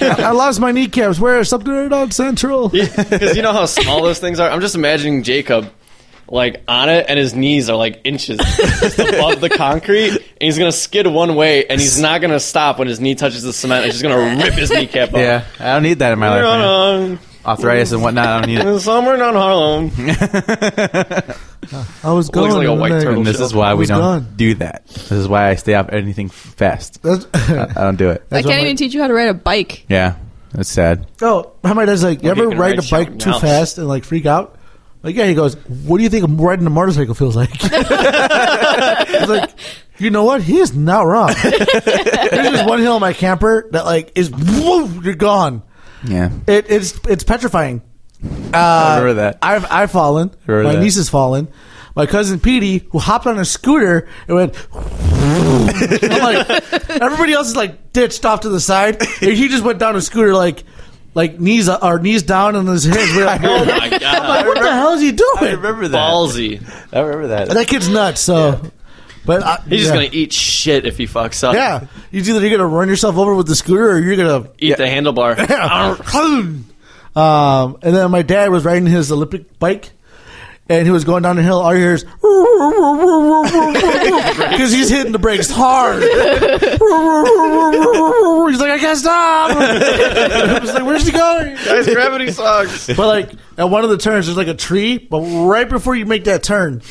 [SPEAKER 1] I lost my kneecaps. Where something right on Central?
[SPEAKER 3] Because you know how small those things are? I'm just imagining Jacob like on it and his knees are like inches just above the concrete and he's gonna skid one way and he's not gonna stop when his knee touches the cement and he's just gonna rip his kneecap off.
[SPEAKER 2] yeah, I don't need that in my life. man.
[SPEAKER 3] Adriana,
[SPEAKER 2] Arthritis and whatnot. I don't need it.
[SPEAKER 3] somewhere down Harlem.
[SPEAKER 1] I was
[SPEAKER 3] Well,
[SPEAKER 1] going.
[SPEAKER 3] he's like a white
[SPEAKER 1] and then-
[SPEAKER 3] turtle.
[SPEAKER 2] And this is why we
[SPEAKER 1] Who's
[SPEAKER 2] don't
[SPEAKER 1] gone?
[SPEAKER 2] do that. This is why I stay off anything f- fast. I,
[SPEAKER 1] That's-
[SPEAKER 2] I don't do it.
[SPEAKER 4] I
[SPEAKER 1] what
[SPEAKER 4] can't
[SPEAKER 1] my-
[SPEAKER 4] even teach you how to ride a bike.
[SPEAKER 2] Yeah, that's sad.
[SPEAKER 1] oh, how my dad's like, you ever
[SPEAKER 3] you can
[SPEAKER 1] ride
[SPEAKER 3] ride
[SPEAKER 1] a bike
[SPEAKER 3] shotgun
[SPEAKER 1] too
[SPEAKER 3] now.
[SPEAKER 1] fast and like freak out? Like, yeah, he goes, what do you think riding a motorcycle feels like? I was like, you know what? He is not wrong. There's just one hill in my camper that like is, whoop, you're gone.
[SPEAKER 2] Yeah.
[SPEAKER 1] It, it's it's petrifying. Uh, I
[SPEAKER 2] remember that.
[SPEAKER 1] I've I've fallen.
[SPEAKER 2] Remember
[SPEAKER 1] My
[SPEAKER 2] that.
[SPEAKER 1] niece has fallen. My cousin Petey, who hopped on a scooter and went. I'm like, everybody else is like ditched off to the side, and he just went down a scooter like, like knees uh, or knees down and his hands. were like,
[SPEAKER 3] Oh my god.
[SPEAKER 1] what the hell is he doing?
[SPEAKER 2] I remember that.
[SPEAKER 3] Ballsy.
[SPEAKER 2] I remember that.
[SPEAKER 1] That kid's nuts. So, but I,
[SPEAKER 3] He's just
[SPEAKER 1] yeah.
[SPEAKER 3] gonna eat shit if he fucks up.
[SPEAKER 1] Yeah, you either you're gonna run yourself over with the scooter, or you're gonna
[SPEAKER 3] Eat the handlebar.
[SPEAKER 1] um, and then my dad was riding his Olympic bike, and he was going down the hill. All you hear is because he's hitting the brakes hard. he's like, I can't stop. I was like, where's he going?
[SPEAKER 3] Guys, gravity sucks.
[SPEAKER 1] But like at one of the turns, there's like a tree, but right before you make that turn.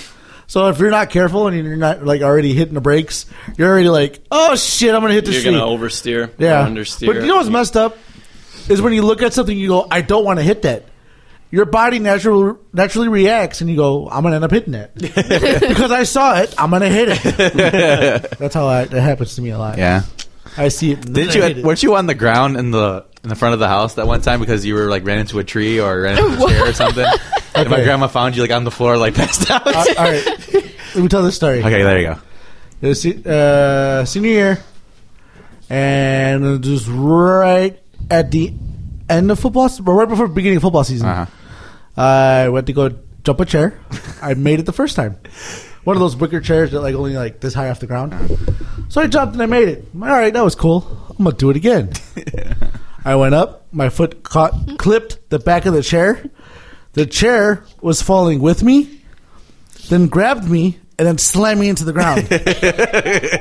[SPEAKER 1] So if you're not careful and you're not like already hitting the brakes, you're already like, oh shit, I'm gonna hit this
[SPEAKER 3] You're
[SPEAKER 1] tree.
[SPEAKER 3] gonna oversteer. or
[SPEAKER 1] Yeah.
[SPEAKER 3] Understeer.
[SPEAKER 1] But you know what's messed up is when you look at something, you go, "I don't want to hit that." Your body naturally naturally reacts, and you go, "I'm gonna end up hitting that because I saw it. I'm gonna hit it." That's how I, that happens to me a lot.
[SPEAKER 2] Yeah.
[SPEAKER 1] I see it.
[SPEAKER 2] Didn't
[SPEAKER 1] I hit
[SPEAKER 2] you?
[SPEAKER 1] it.
[SPEAKER 2] Weren't you on the ground in the in the front of the house that one time because you were like ran into a tree or ran into a chair or something? And my
[SPEAKER 1] Okay.
[SPEAKER 2] grandma found you like on the floor, like passed out.
[SPEAKER 1] Uh, all right, let me tell this story.
[SPEAKER 2] okay, there you go.
[SPEAKER 1] It was se- uh, senior year, and just right at the end of football, se- right before the beginning of football season,
[SPEAKER 2] Uh-huh.
[SPEAKER 1] I went to go jump a chair. I made it the first time. One of those wicker chairs that like only like this high off the ground. So I jumped and I made it. All right, that was cool. I'm gonna do it again. I went up. My foot caught, clipped the back of the chair. The chair was falling with me, then grabbed me and then slammed me into the ground.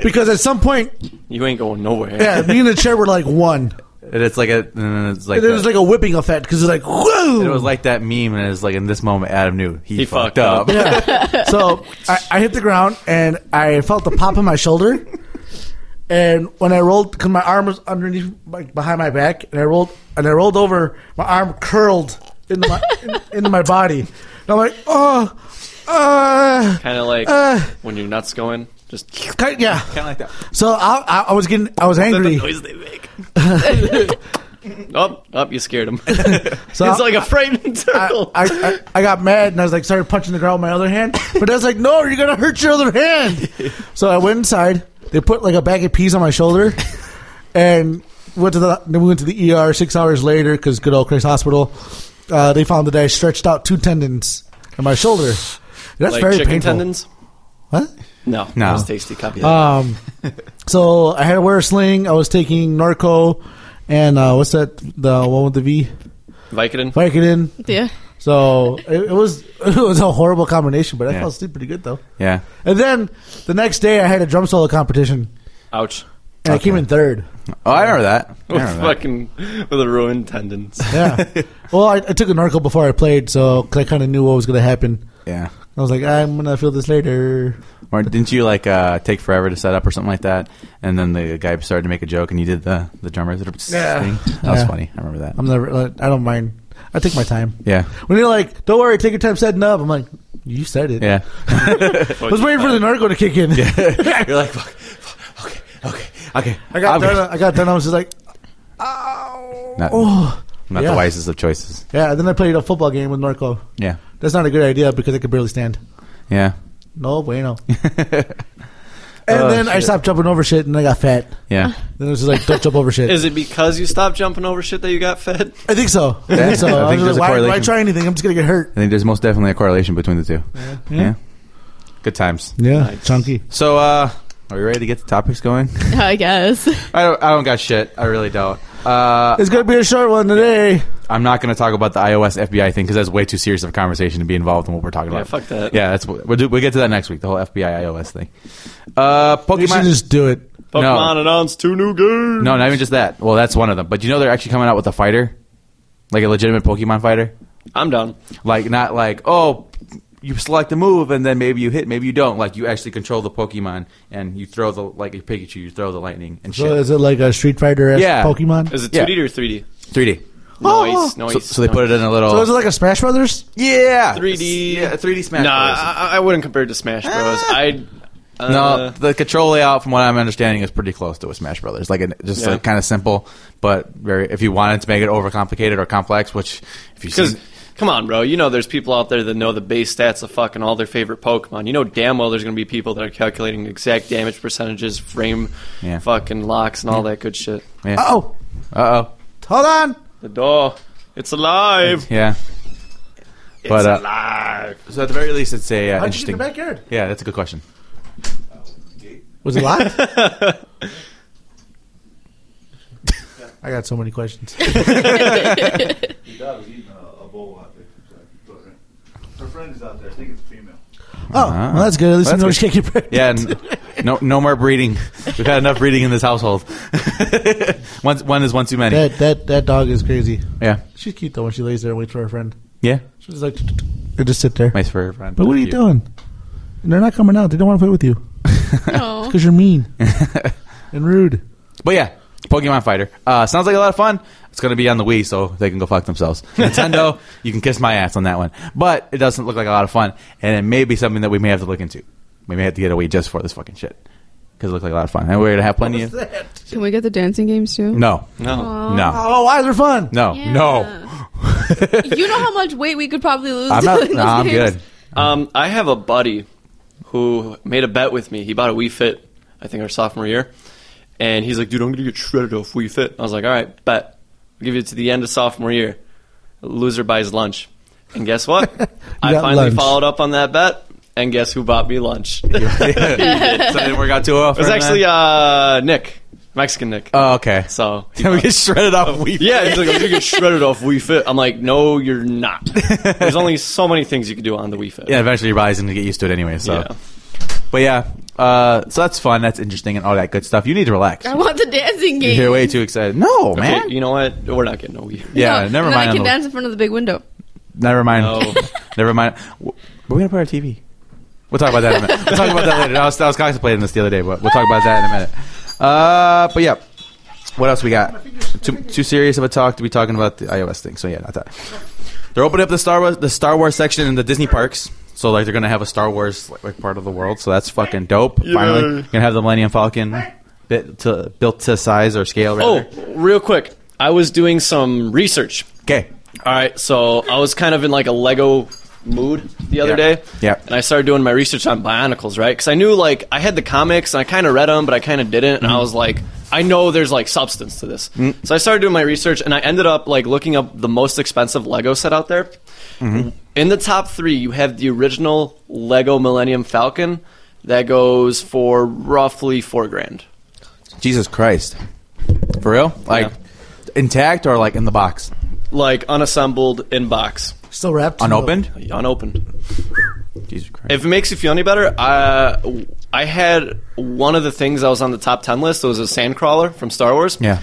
[SPEAKER 1] because at some point,
[SPEAKER 3] You ain't going nowhere.
[SPEAKER 1] yeah, me and the chair were like one.
[SPEAKER 2] And it's like a. And it's like.
[SPEAKER 1] And it was
[SPEAKER 2] that-
[SPEAKER 1] like a whipping effect because it's like whoa.
[SPEAKER 2] it was like that meme, and it's like in this moment, Adam knew he,
[SPEAKER 3] He
[SPEAKER 2] fucked,
[SPEAKER 3] fucked
[SPEAKER 2] up.
[SPEAKER 3] up.
[SPEAKER 1] Yeah. So I, I hit the ground and I felt the pop in my shoulder. And when I rolled, because my arm was underneath, like behind my back, and I rolled and I rolled over, my arm curled into my in, into my body. And I'm like, oh, uh,
[SPEAKER 3] Kind of like
[SPEAKER 1] Uh.
[SPEAKER 3] when your nuts going. Just
[SPEAKER 1] kind- yeah.
[SPEAKER 2] Kind of like that.
[SPEAKER 1] So I, I, I was getting, I was angry.
[SPEAKER 3] they make. oh, oh, you scared him.
[SPEAKER 1] So I-
[SPEAKER 3] it's like a frightened
[SPEAKER 1] I,
[SPEAKER 3] turtle.
[SPEAKER 1] I, I, I got mad and I was like started punching the ground with my other hand. But I was like, no, you're gonna hurt your other hand. So I went inside. They put like a bag of peas on my shoulder, and went to the then we went to the ER six hours later because good old Christ Hospital. Uh, they found that I stretched out two tendons in my shoulder. That's
[SPEAKER 3] like
[SPEAKER 1] very
[SPEAKER 3] chicken
[SPEAKER 1] painful.
[SPEAKER 3] tendons?
[SPEAKER 1] What?
[SPEAKER 3] No,
[SPEAKER 2] No.
[SPEAKER 3] That was tasty. Copy that.
[SPEAKER 1] Um, so I had to wear a sling. I was taking Norco, and uh, what's that? The one with the V,
[SPEAKER 3] Vicodin.
[SPEAKER 1] Vicodin.
[SPEAKER 4] Yeah.
[SPEAKER 1] So it, it was it was a horrible combination, but I
[SPEAKER 2] Yeah.
[SPEAKER 1] fell asleep pretty good though.
[SPEAKER 2] Yeah.
[SPEAKER 1] And then the next day, I had a drum solo competition,
[SPEAKER 3] Ouch.
[SPEAKER 1] and I came in third.
[SPEAKER 2] Oh, I remember that. I
[SPEAKER 3] With
[SPEAKER 2] remember that.
[SPEAKER 3] fucking with a ruined tendons.
[SPEAKER 1] Yeah. well, I, I took a Norco before I played, so 'cause I kind of knew what was going to happen.
[SPEAKER 2] Yeah.
[SPEAKER 1] I was like, I'm gonna feel this later.
[SPEAKER 2] Or didn't you like uh, take forever to set up or something like that? And then the guy started to make a joke, and you did the the drummer thing. That was
[SPEAKER 1] Yeah.
[SPEAKER 2] funny. I remember that.
[SPEAKER 1] I'm never. like, I don't mind. I take my time.
[SPEAKER 2] yeah.
[SPEAKER 1] When you're like, don't worry, take your time setting up. I'm like, you said it.
[SPEAKER 2] Yeah.
[SPEAKER 1] I was waiting for the Norco to kick in.
[SPEAKER 2] You're like, fuck, fuck, okay, okay, okay.
[SPEAKER 1] I got
[SPEAKER 2] I'm
[SPEAKER 1] done. I got done. I was just like,
[SPEAKER 2] good. Not,
[SPEAKER 1] oh,
[SPEAKER 2] not
[SPEAKER 1] Yeah.
[SPEAKER 2] the wisest of choices.
[SPEAKER 1] yeah. Then I played a football game with Norco.
[SPEAKER 2] Yeah.
[SPEAKER 1] That's not a good idea because I could barely stand.
[SPEAKER 2] Yeah.
[SPEAKER 1] No bueno. And
[SPEAKER 2] Oh,
[SPEAKER 1] then I
[SPEAKER 2] shit.
[SPEAKER 1] stopped jumping over shit, and I got fat.
[SPEAKER 2] Yeah.
[SPEAKER 1] Then it was just like, don't jump over shit.
[SPEAKER 3] Is it because you stopped jumping over shit that you got fed?
[SPEAKER 1] I think so. I
[SPEAKER 2] Yeah,
[SPEAKER 1] think so.
[SPEAKER 2] I
[SPEAKER 1] I, was
[SPEAKER 2] think there's
[SPEAKER 1] just like,
[SPEAKER 2] a
[SPEAKER 1] why, why
[SPEAKER 2] correlation.
[SPEAKER 1] try anything? I'm just gonna get hurt.
[SPEAKER 2] I think there's most definitely a correlation between the two. Yeah. Good times.
[SPEAKER 1] Yeah,
[SPEAKER 3] Nice.
[SPEAKER 1] chunky.
[SPEAKER 2] So, uh, are we ready to get the topics going?
[SPEAKER 4] I guess.
[SPEAKER 2] I don't, I don't got shit. I really don't. Uh,
[SPEAKER 1] It's gonna be a short one today.
[SPEAKER 2] I'm not going to talk about the iOS FBI thing because that's way too serious of a conversation to be involved in what we're talking
[SPEAKER 3] Yeah,
[SPEAKER 2] about.
[SPEAKER 3] fuck that.
[SPEAKER 2] Yeah, that's what- we'll, do, we'll get to that next week. The whole FBI iOS thing. Uh,
[SPEAKER 1] We should
[SPEAKER 2] Pokemon.
[SPEAKER 1] just do it.
[SPEAKER 3] Pokemon announced two new games.
[SPEAKER 2] no, not even just that. Well, that's one of them. But you know they're actually coming out with a fighter, like a legitimate Pokemon fighter.
[SPEAKER 3] I'm done.
[SPEAKER 2] Like not like oh, you select a move and then maybe you hit, maybe you don't. Like you actually control the Pokemon and you throw the like a Pikachu, you throw the lightning and shit.
[SPEAKER 1] So is it like a Street Fighter
[SPEAKER 2] Yeah.
[SPEAKER 1] Pokemon?
[SPEAKER 3] Is it
[SPEAKER 2] Yeah.
[SPEAKER 3] 2D or 3D?
[SPEAKER 2] 3D.
[SPEAKER 3] Noise,
[SPEAKER 2] So,
[SPEAKER 3] noise.
[SPEAKER 2] so they put it in a little.
[SPEAKER 1] so is it like a Smash Brothers?
[SPEAKER 2] yeah,
[SPEAKER 3] 3D.
[SPEAKER 2] Yeah, 3D Smash.
[SPEAKER 3] Nah,
[SPEAKER 2] Bros.
[SPEAKER 3] I, I- I wouldn't compare it to Smash Bros. I'd. Uh,
[SPEAKER 2] No, the control layout, from what I'm understanding, is pretty close to a Smash Brothers. Like, it, just
[SPEAKER 3] Yeah.
[SPEAKER 2] like kind of simple, but very. If you wanted to make it overcomplicated or complex, which if you
[SPEAKER 3] Because,
[SPEAKER 2] see,
[SPEAKER 3] come on, bro. You know there's people out there that know the base stats of fucking all their favorite Pokemon. You know damn well there's going to be people that are calculating exact damage percentages, frame
[SPEAKER 2] Yeah.
[SPEAKER 3] fucking locks, and all that good shit.
[SPEAKER 1] Oh,
[SPEAKER 2] uh oh,
[SPEAKER 1] hold on.
[SPEAKER 3] The door. It's alive.
[SPEAKER 2] yeah.
[SPEAKER 3] It's
[SPEAKER 2] But, uh,
[SPEAKER 3] alive.
[SPEAKER 2] So at the very least, it's a uh,
[SPEAKER 1] How'd you get
[SPEAKER 2] interesting.
[SPEAKER 1] in the backyard?
[SPEAKER 2] Yeah, that's a good question.
[SPEAKER 1] Was it locked? I got so many questions.
[SPEAKER 5] dog was eating uh, a, a bowl out there. So I thought, uh, Her friend is out there. I think it's a female.
[SPEAKER 1] Oh, well, that's good. At least
[SPEAKER 2] Ah. Well,
[SPEAKER 1] you know
[SPEAKER 2] that's
[SPEAKER 1] she can't get pregnant.
[SPEAKER 2] Yeah, and no, no more breeding. We've had enough breeding in this household. one, one is one too many.
[SPEAKER 1] That that that dog is crazy.
[SPEAKER 2] Yeah,
[SPEAKER 1] She's cute though when she lays there and waits for her friend.
[SPEAKER 2] yeah.
[SPEAKER 1] She's just like, I just sit there.
[SPEAKER 2] Nice for her friend.
[SPEAKER 1] But what are you
[SPEAKER 2] Cute.
[SPEAKER 1] doing? They're not coming out. They don't want to play with you
[SPEAKER 4] No.
[SPEAKER 1] because you're mean and rude.
[SPEAKER 2] But yeah, Pokemon Fighter. Uh, sounds like a lot of fun. It's going to be on the Wii, so they can go fuck themselves. Nintendo, you can kiss my ass on that one. But it doesn't look like a lot of fun, and it may be something that we may have to look into. We may have to get a Wii just for this fucking shit because it looks like a lot of fun, and we're going to have plenty of.
[SPEAKER 4] Can we get the dancing games too?
[SPEAKER 2] No,
[SPEAKER 3] No.
[SPEAKER 2] no,
[SPEAKER 1] Oh, why is there fun?
[SPEAKER 2] no,
[SPEAKER 4] Yeah.
[SPEAKER 2] no.
[SPEAKER 4] you know how much weight we could probably lose.
[SPEAKER 2] I'm not.
[SPEAKER 4] doing
[SPEAKER 2] Nah, I'm
[SPEAKER 4] those games?
[SPEAKER 2] good.
[SPEAKER 3] Um, I have a buddy who made a bet with me. He bought a Wii Fit, I think our sophomore year, and he's like, "Dude, I'm gonna get shredded off Wii Fit." I was like, "All right, bet. I'll give you to the end of sophomore year. Loser buys lunch." And guess what? I
[SPEAKER 1] got
[SPEAKER 3] finally
[SPEAKER 1] lunch.
[SPEAKER 3] followed up on that bet, and guess who bought me lunch? it
[SPEAKER 2] so it didn't work out too well. It
[SPEAKER 3] was actually uh, Nick, Mexican Nick.
[SPEAKER 2] Oh, okay.
[SPEAKER 3] so
[SPEAKER 2] Can we get shredded off Wii?
[SPEAKER 3] yeah, he's like, "I'm gonna get shredded off Wii Fit." I'm like, "No, you're not." There's only so many things you can do on the Wii Fit.
[SPEAKER 2] Yeah, eventually your body's going to get used to it anyway. So,
[SPEAKER 3] Yeah.
[SPEAKER 2] but yeah, uh, so that's fun. That's interesting and all that good stuff. You need to relax.
[SPEAKER 4] I want the dancing game.
[SPEAKER 2] You're way too excited. No,
[SPEAKER 3] Okay,
[SPEAKER 2] man.
[SPEAKER 3] you know what? We're not getting no Wii.
[SPEAKER 2] yeah, never
[SPEAKER 4] No, and then
[SPEAKER 2] mind.
[SPEAKER 4] I
[SPEAKER 2] on
[SPEAKER 4] can
[SPEAKER 2] the-
[SPEAKER 4] dance in front of the big window.
[SPEAKER 2] Never mind.
[SPEAKER 3] No.
[SPEAKER 2] never mind. W- We're gonna put our TV. We'll talk about that. In a minute. We'll talk about that later. I was, I was contemplating this the other day, but we'll talk about that in a minute. Uh, but yeah, what else we got? Too, too serious of a talk to be talking about the iOS thing. So yeah, not that. They're opening up the Star Wars the Star Wars section in the Disney parks. So like they're gonna have a Star Wars like, like, part of the world. So that's fucking dope. Finally, gonna have the Millennium Falcon bit to, built to size or scale.
[SPEAKER 3] Oh, real quick. I was doing some research.
[SPEAKER 2] okay.
[SPEAKER 3] All right, so I was kind of in like a Lego mood the other
[SPEAKER 2] Yeah.
[SPEAKER 3] day.
[SPEAKER 2] Yeah.
[SPEAKER 3] And I started doing my
[SPEAKER 2] Mm-hmm.
[SPEAKER 3] research on Bionicles, right? Because I knew like I had the comics and I kind of read them, but I kind of didn't. And I was like, I know there's like substance to this.
[SPEAKER 2] Mm.
[SPEAKER 3] So I started doing my research, and I ended up like looking up the most expensive Lego set out there.
[SPEAKER 2] Mm-hmm.
[SPEAKER 3] In the top three, you have the original Lego Millennium Falcon that goes for roughly four grand.
[SPEAKER 2] Jesus Christ. For real? Like intact or like in the box?
[SPEAKER 3] like unassembled in box,
[SPEAKER 1] Still wrapped.
[SPEAKER 2] Unopened?
[SPEAKER 3] unopened.
[SPEAKER 2] Jesus Christ.
[SPEAKER 3] If it makes you feel any better, uh, I had one of the things that was on the top ten list. It was a sandcrawler from Star Wars.
[SPEAKER 2] yeah.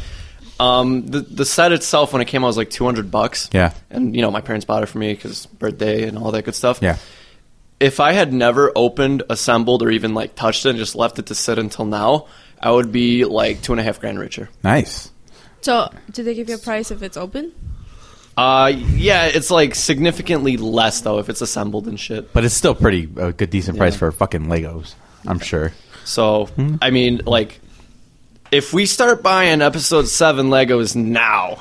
[SPEAKER 3] Um, the the set itself when it came out was like two hundred bucks.
[SPEAKER 2] Yeah.
[SPEAKER 3] And you know my parents bought it for me because birthday and all that good stuff.
[SPEAKER 2] Yeah.
[SPEAKER 3] If I had never opened, assembled, or even like touched it and just left it to sit until now, I would be like two and a half grand richer.
[SPEAKER 2] Nice.
[SPEAKER 4] So, do they give you a price if it's open?
[SPEAKER 3] Uh, yeah, it's like significantly less though if it's assembled and shit.
[SPEAKER 2] But it's still pretty a good decent price
[SPEAKER 3] Yeah.
[SPEAKER 2] for fucking Legos, I'm sure.
[SPEAKER 3] So
[SPEAKER 2] Hmm.
[SPEAKER 3] I mean, like, if we start buying episode seven Legos now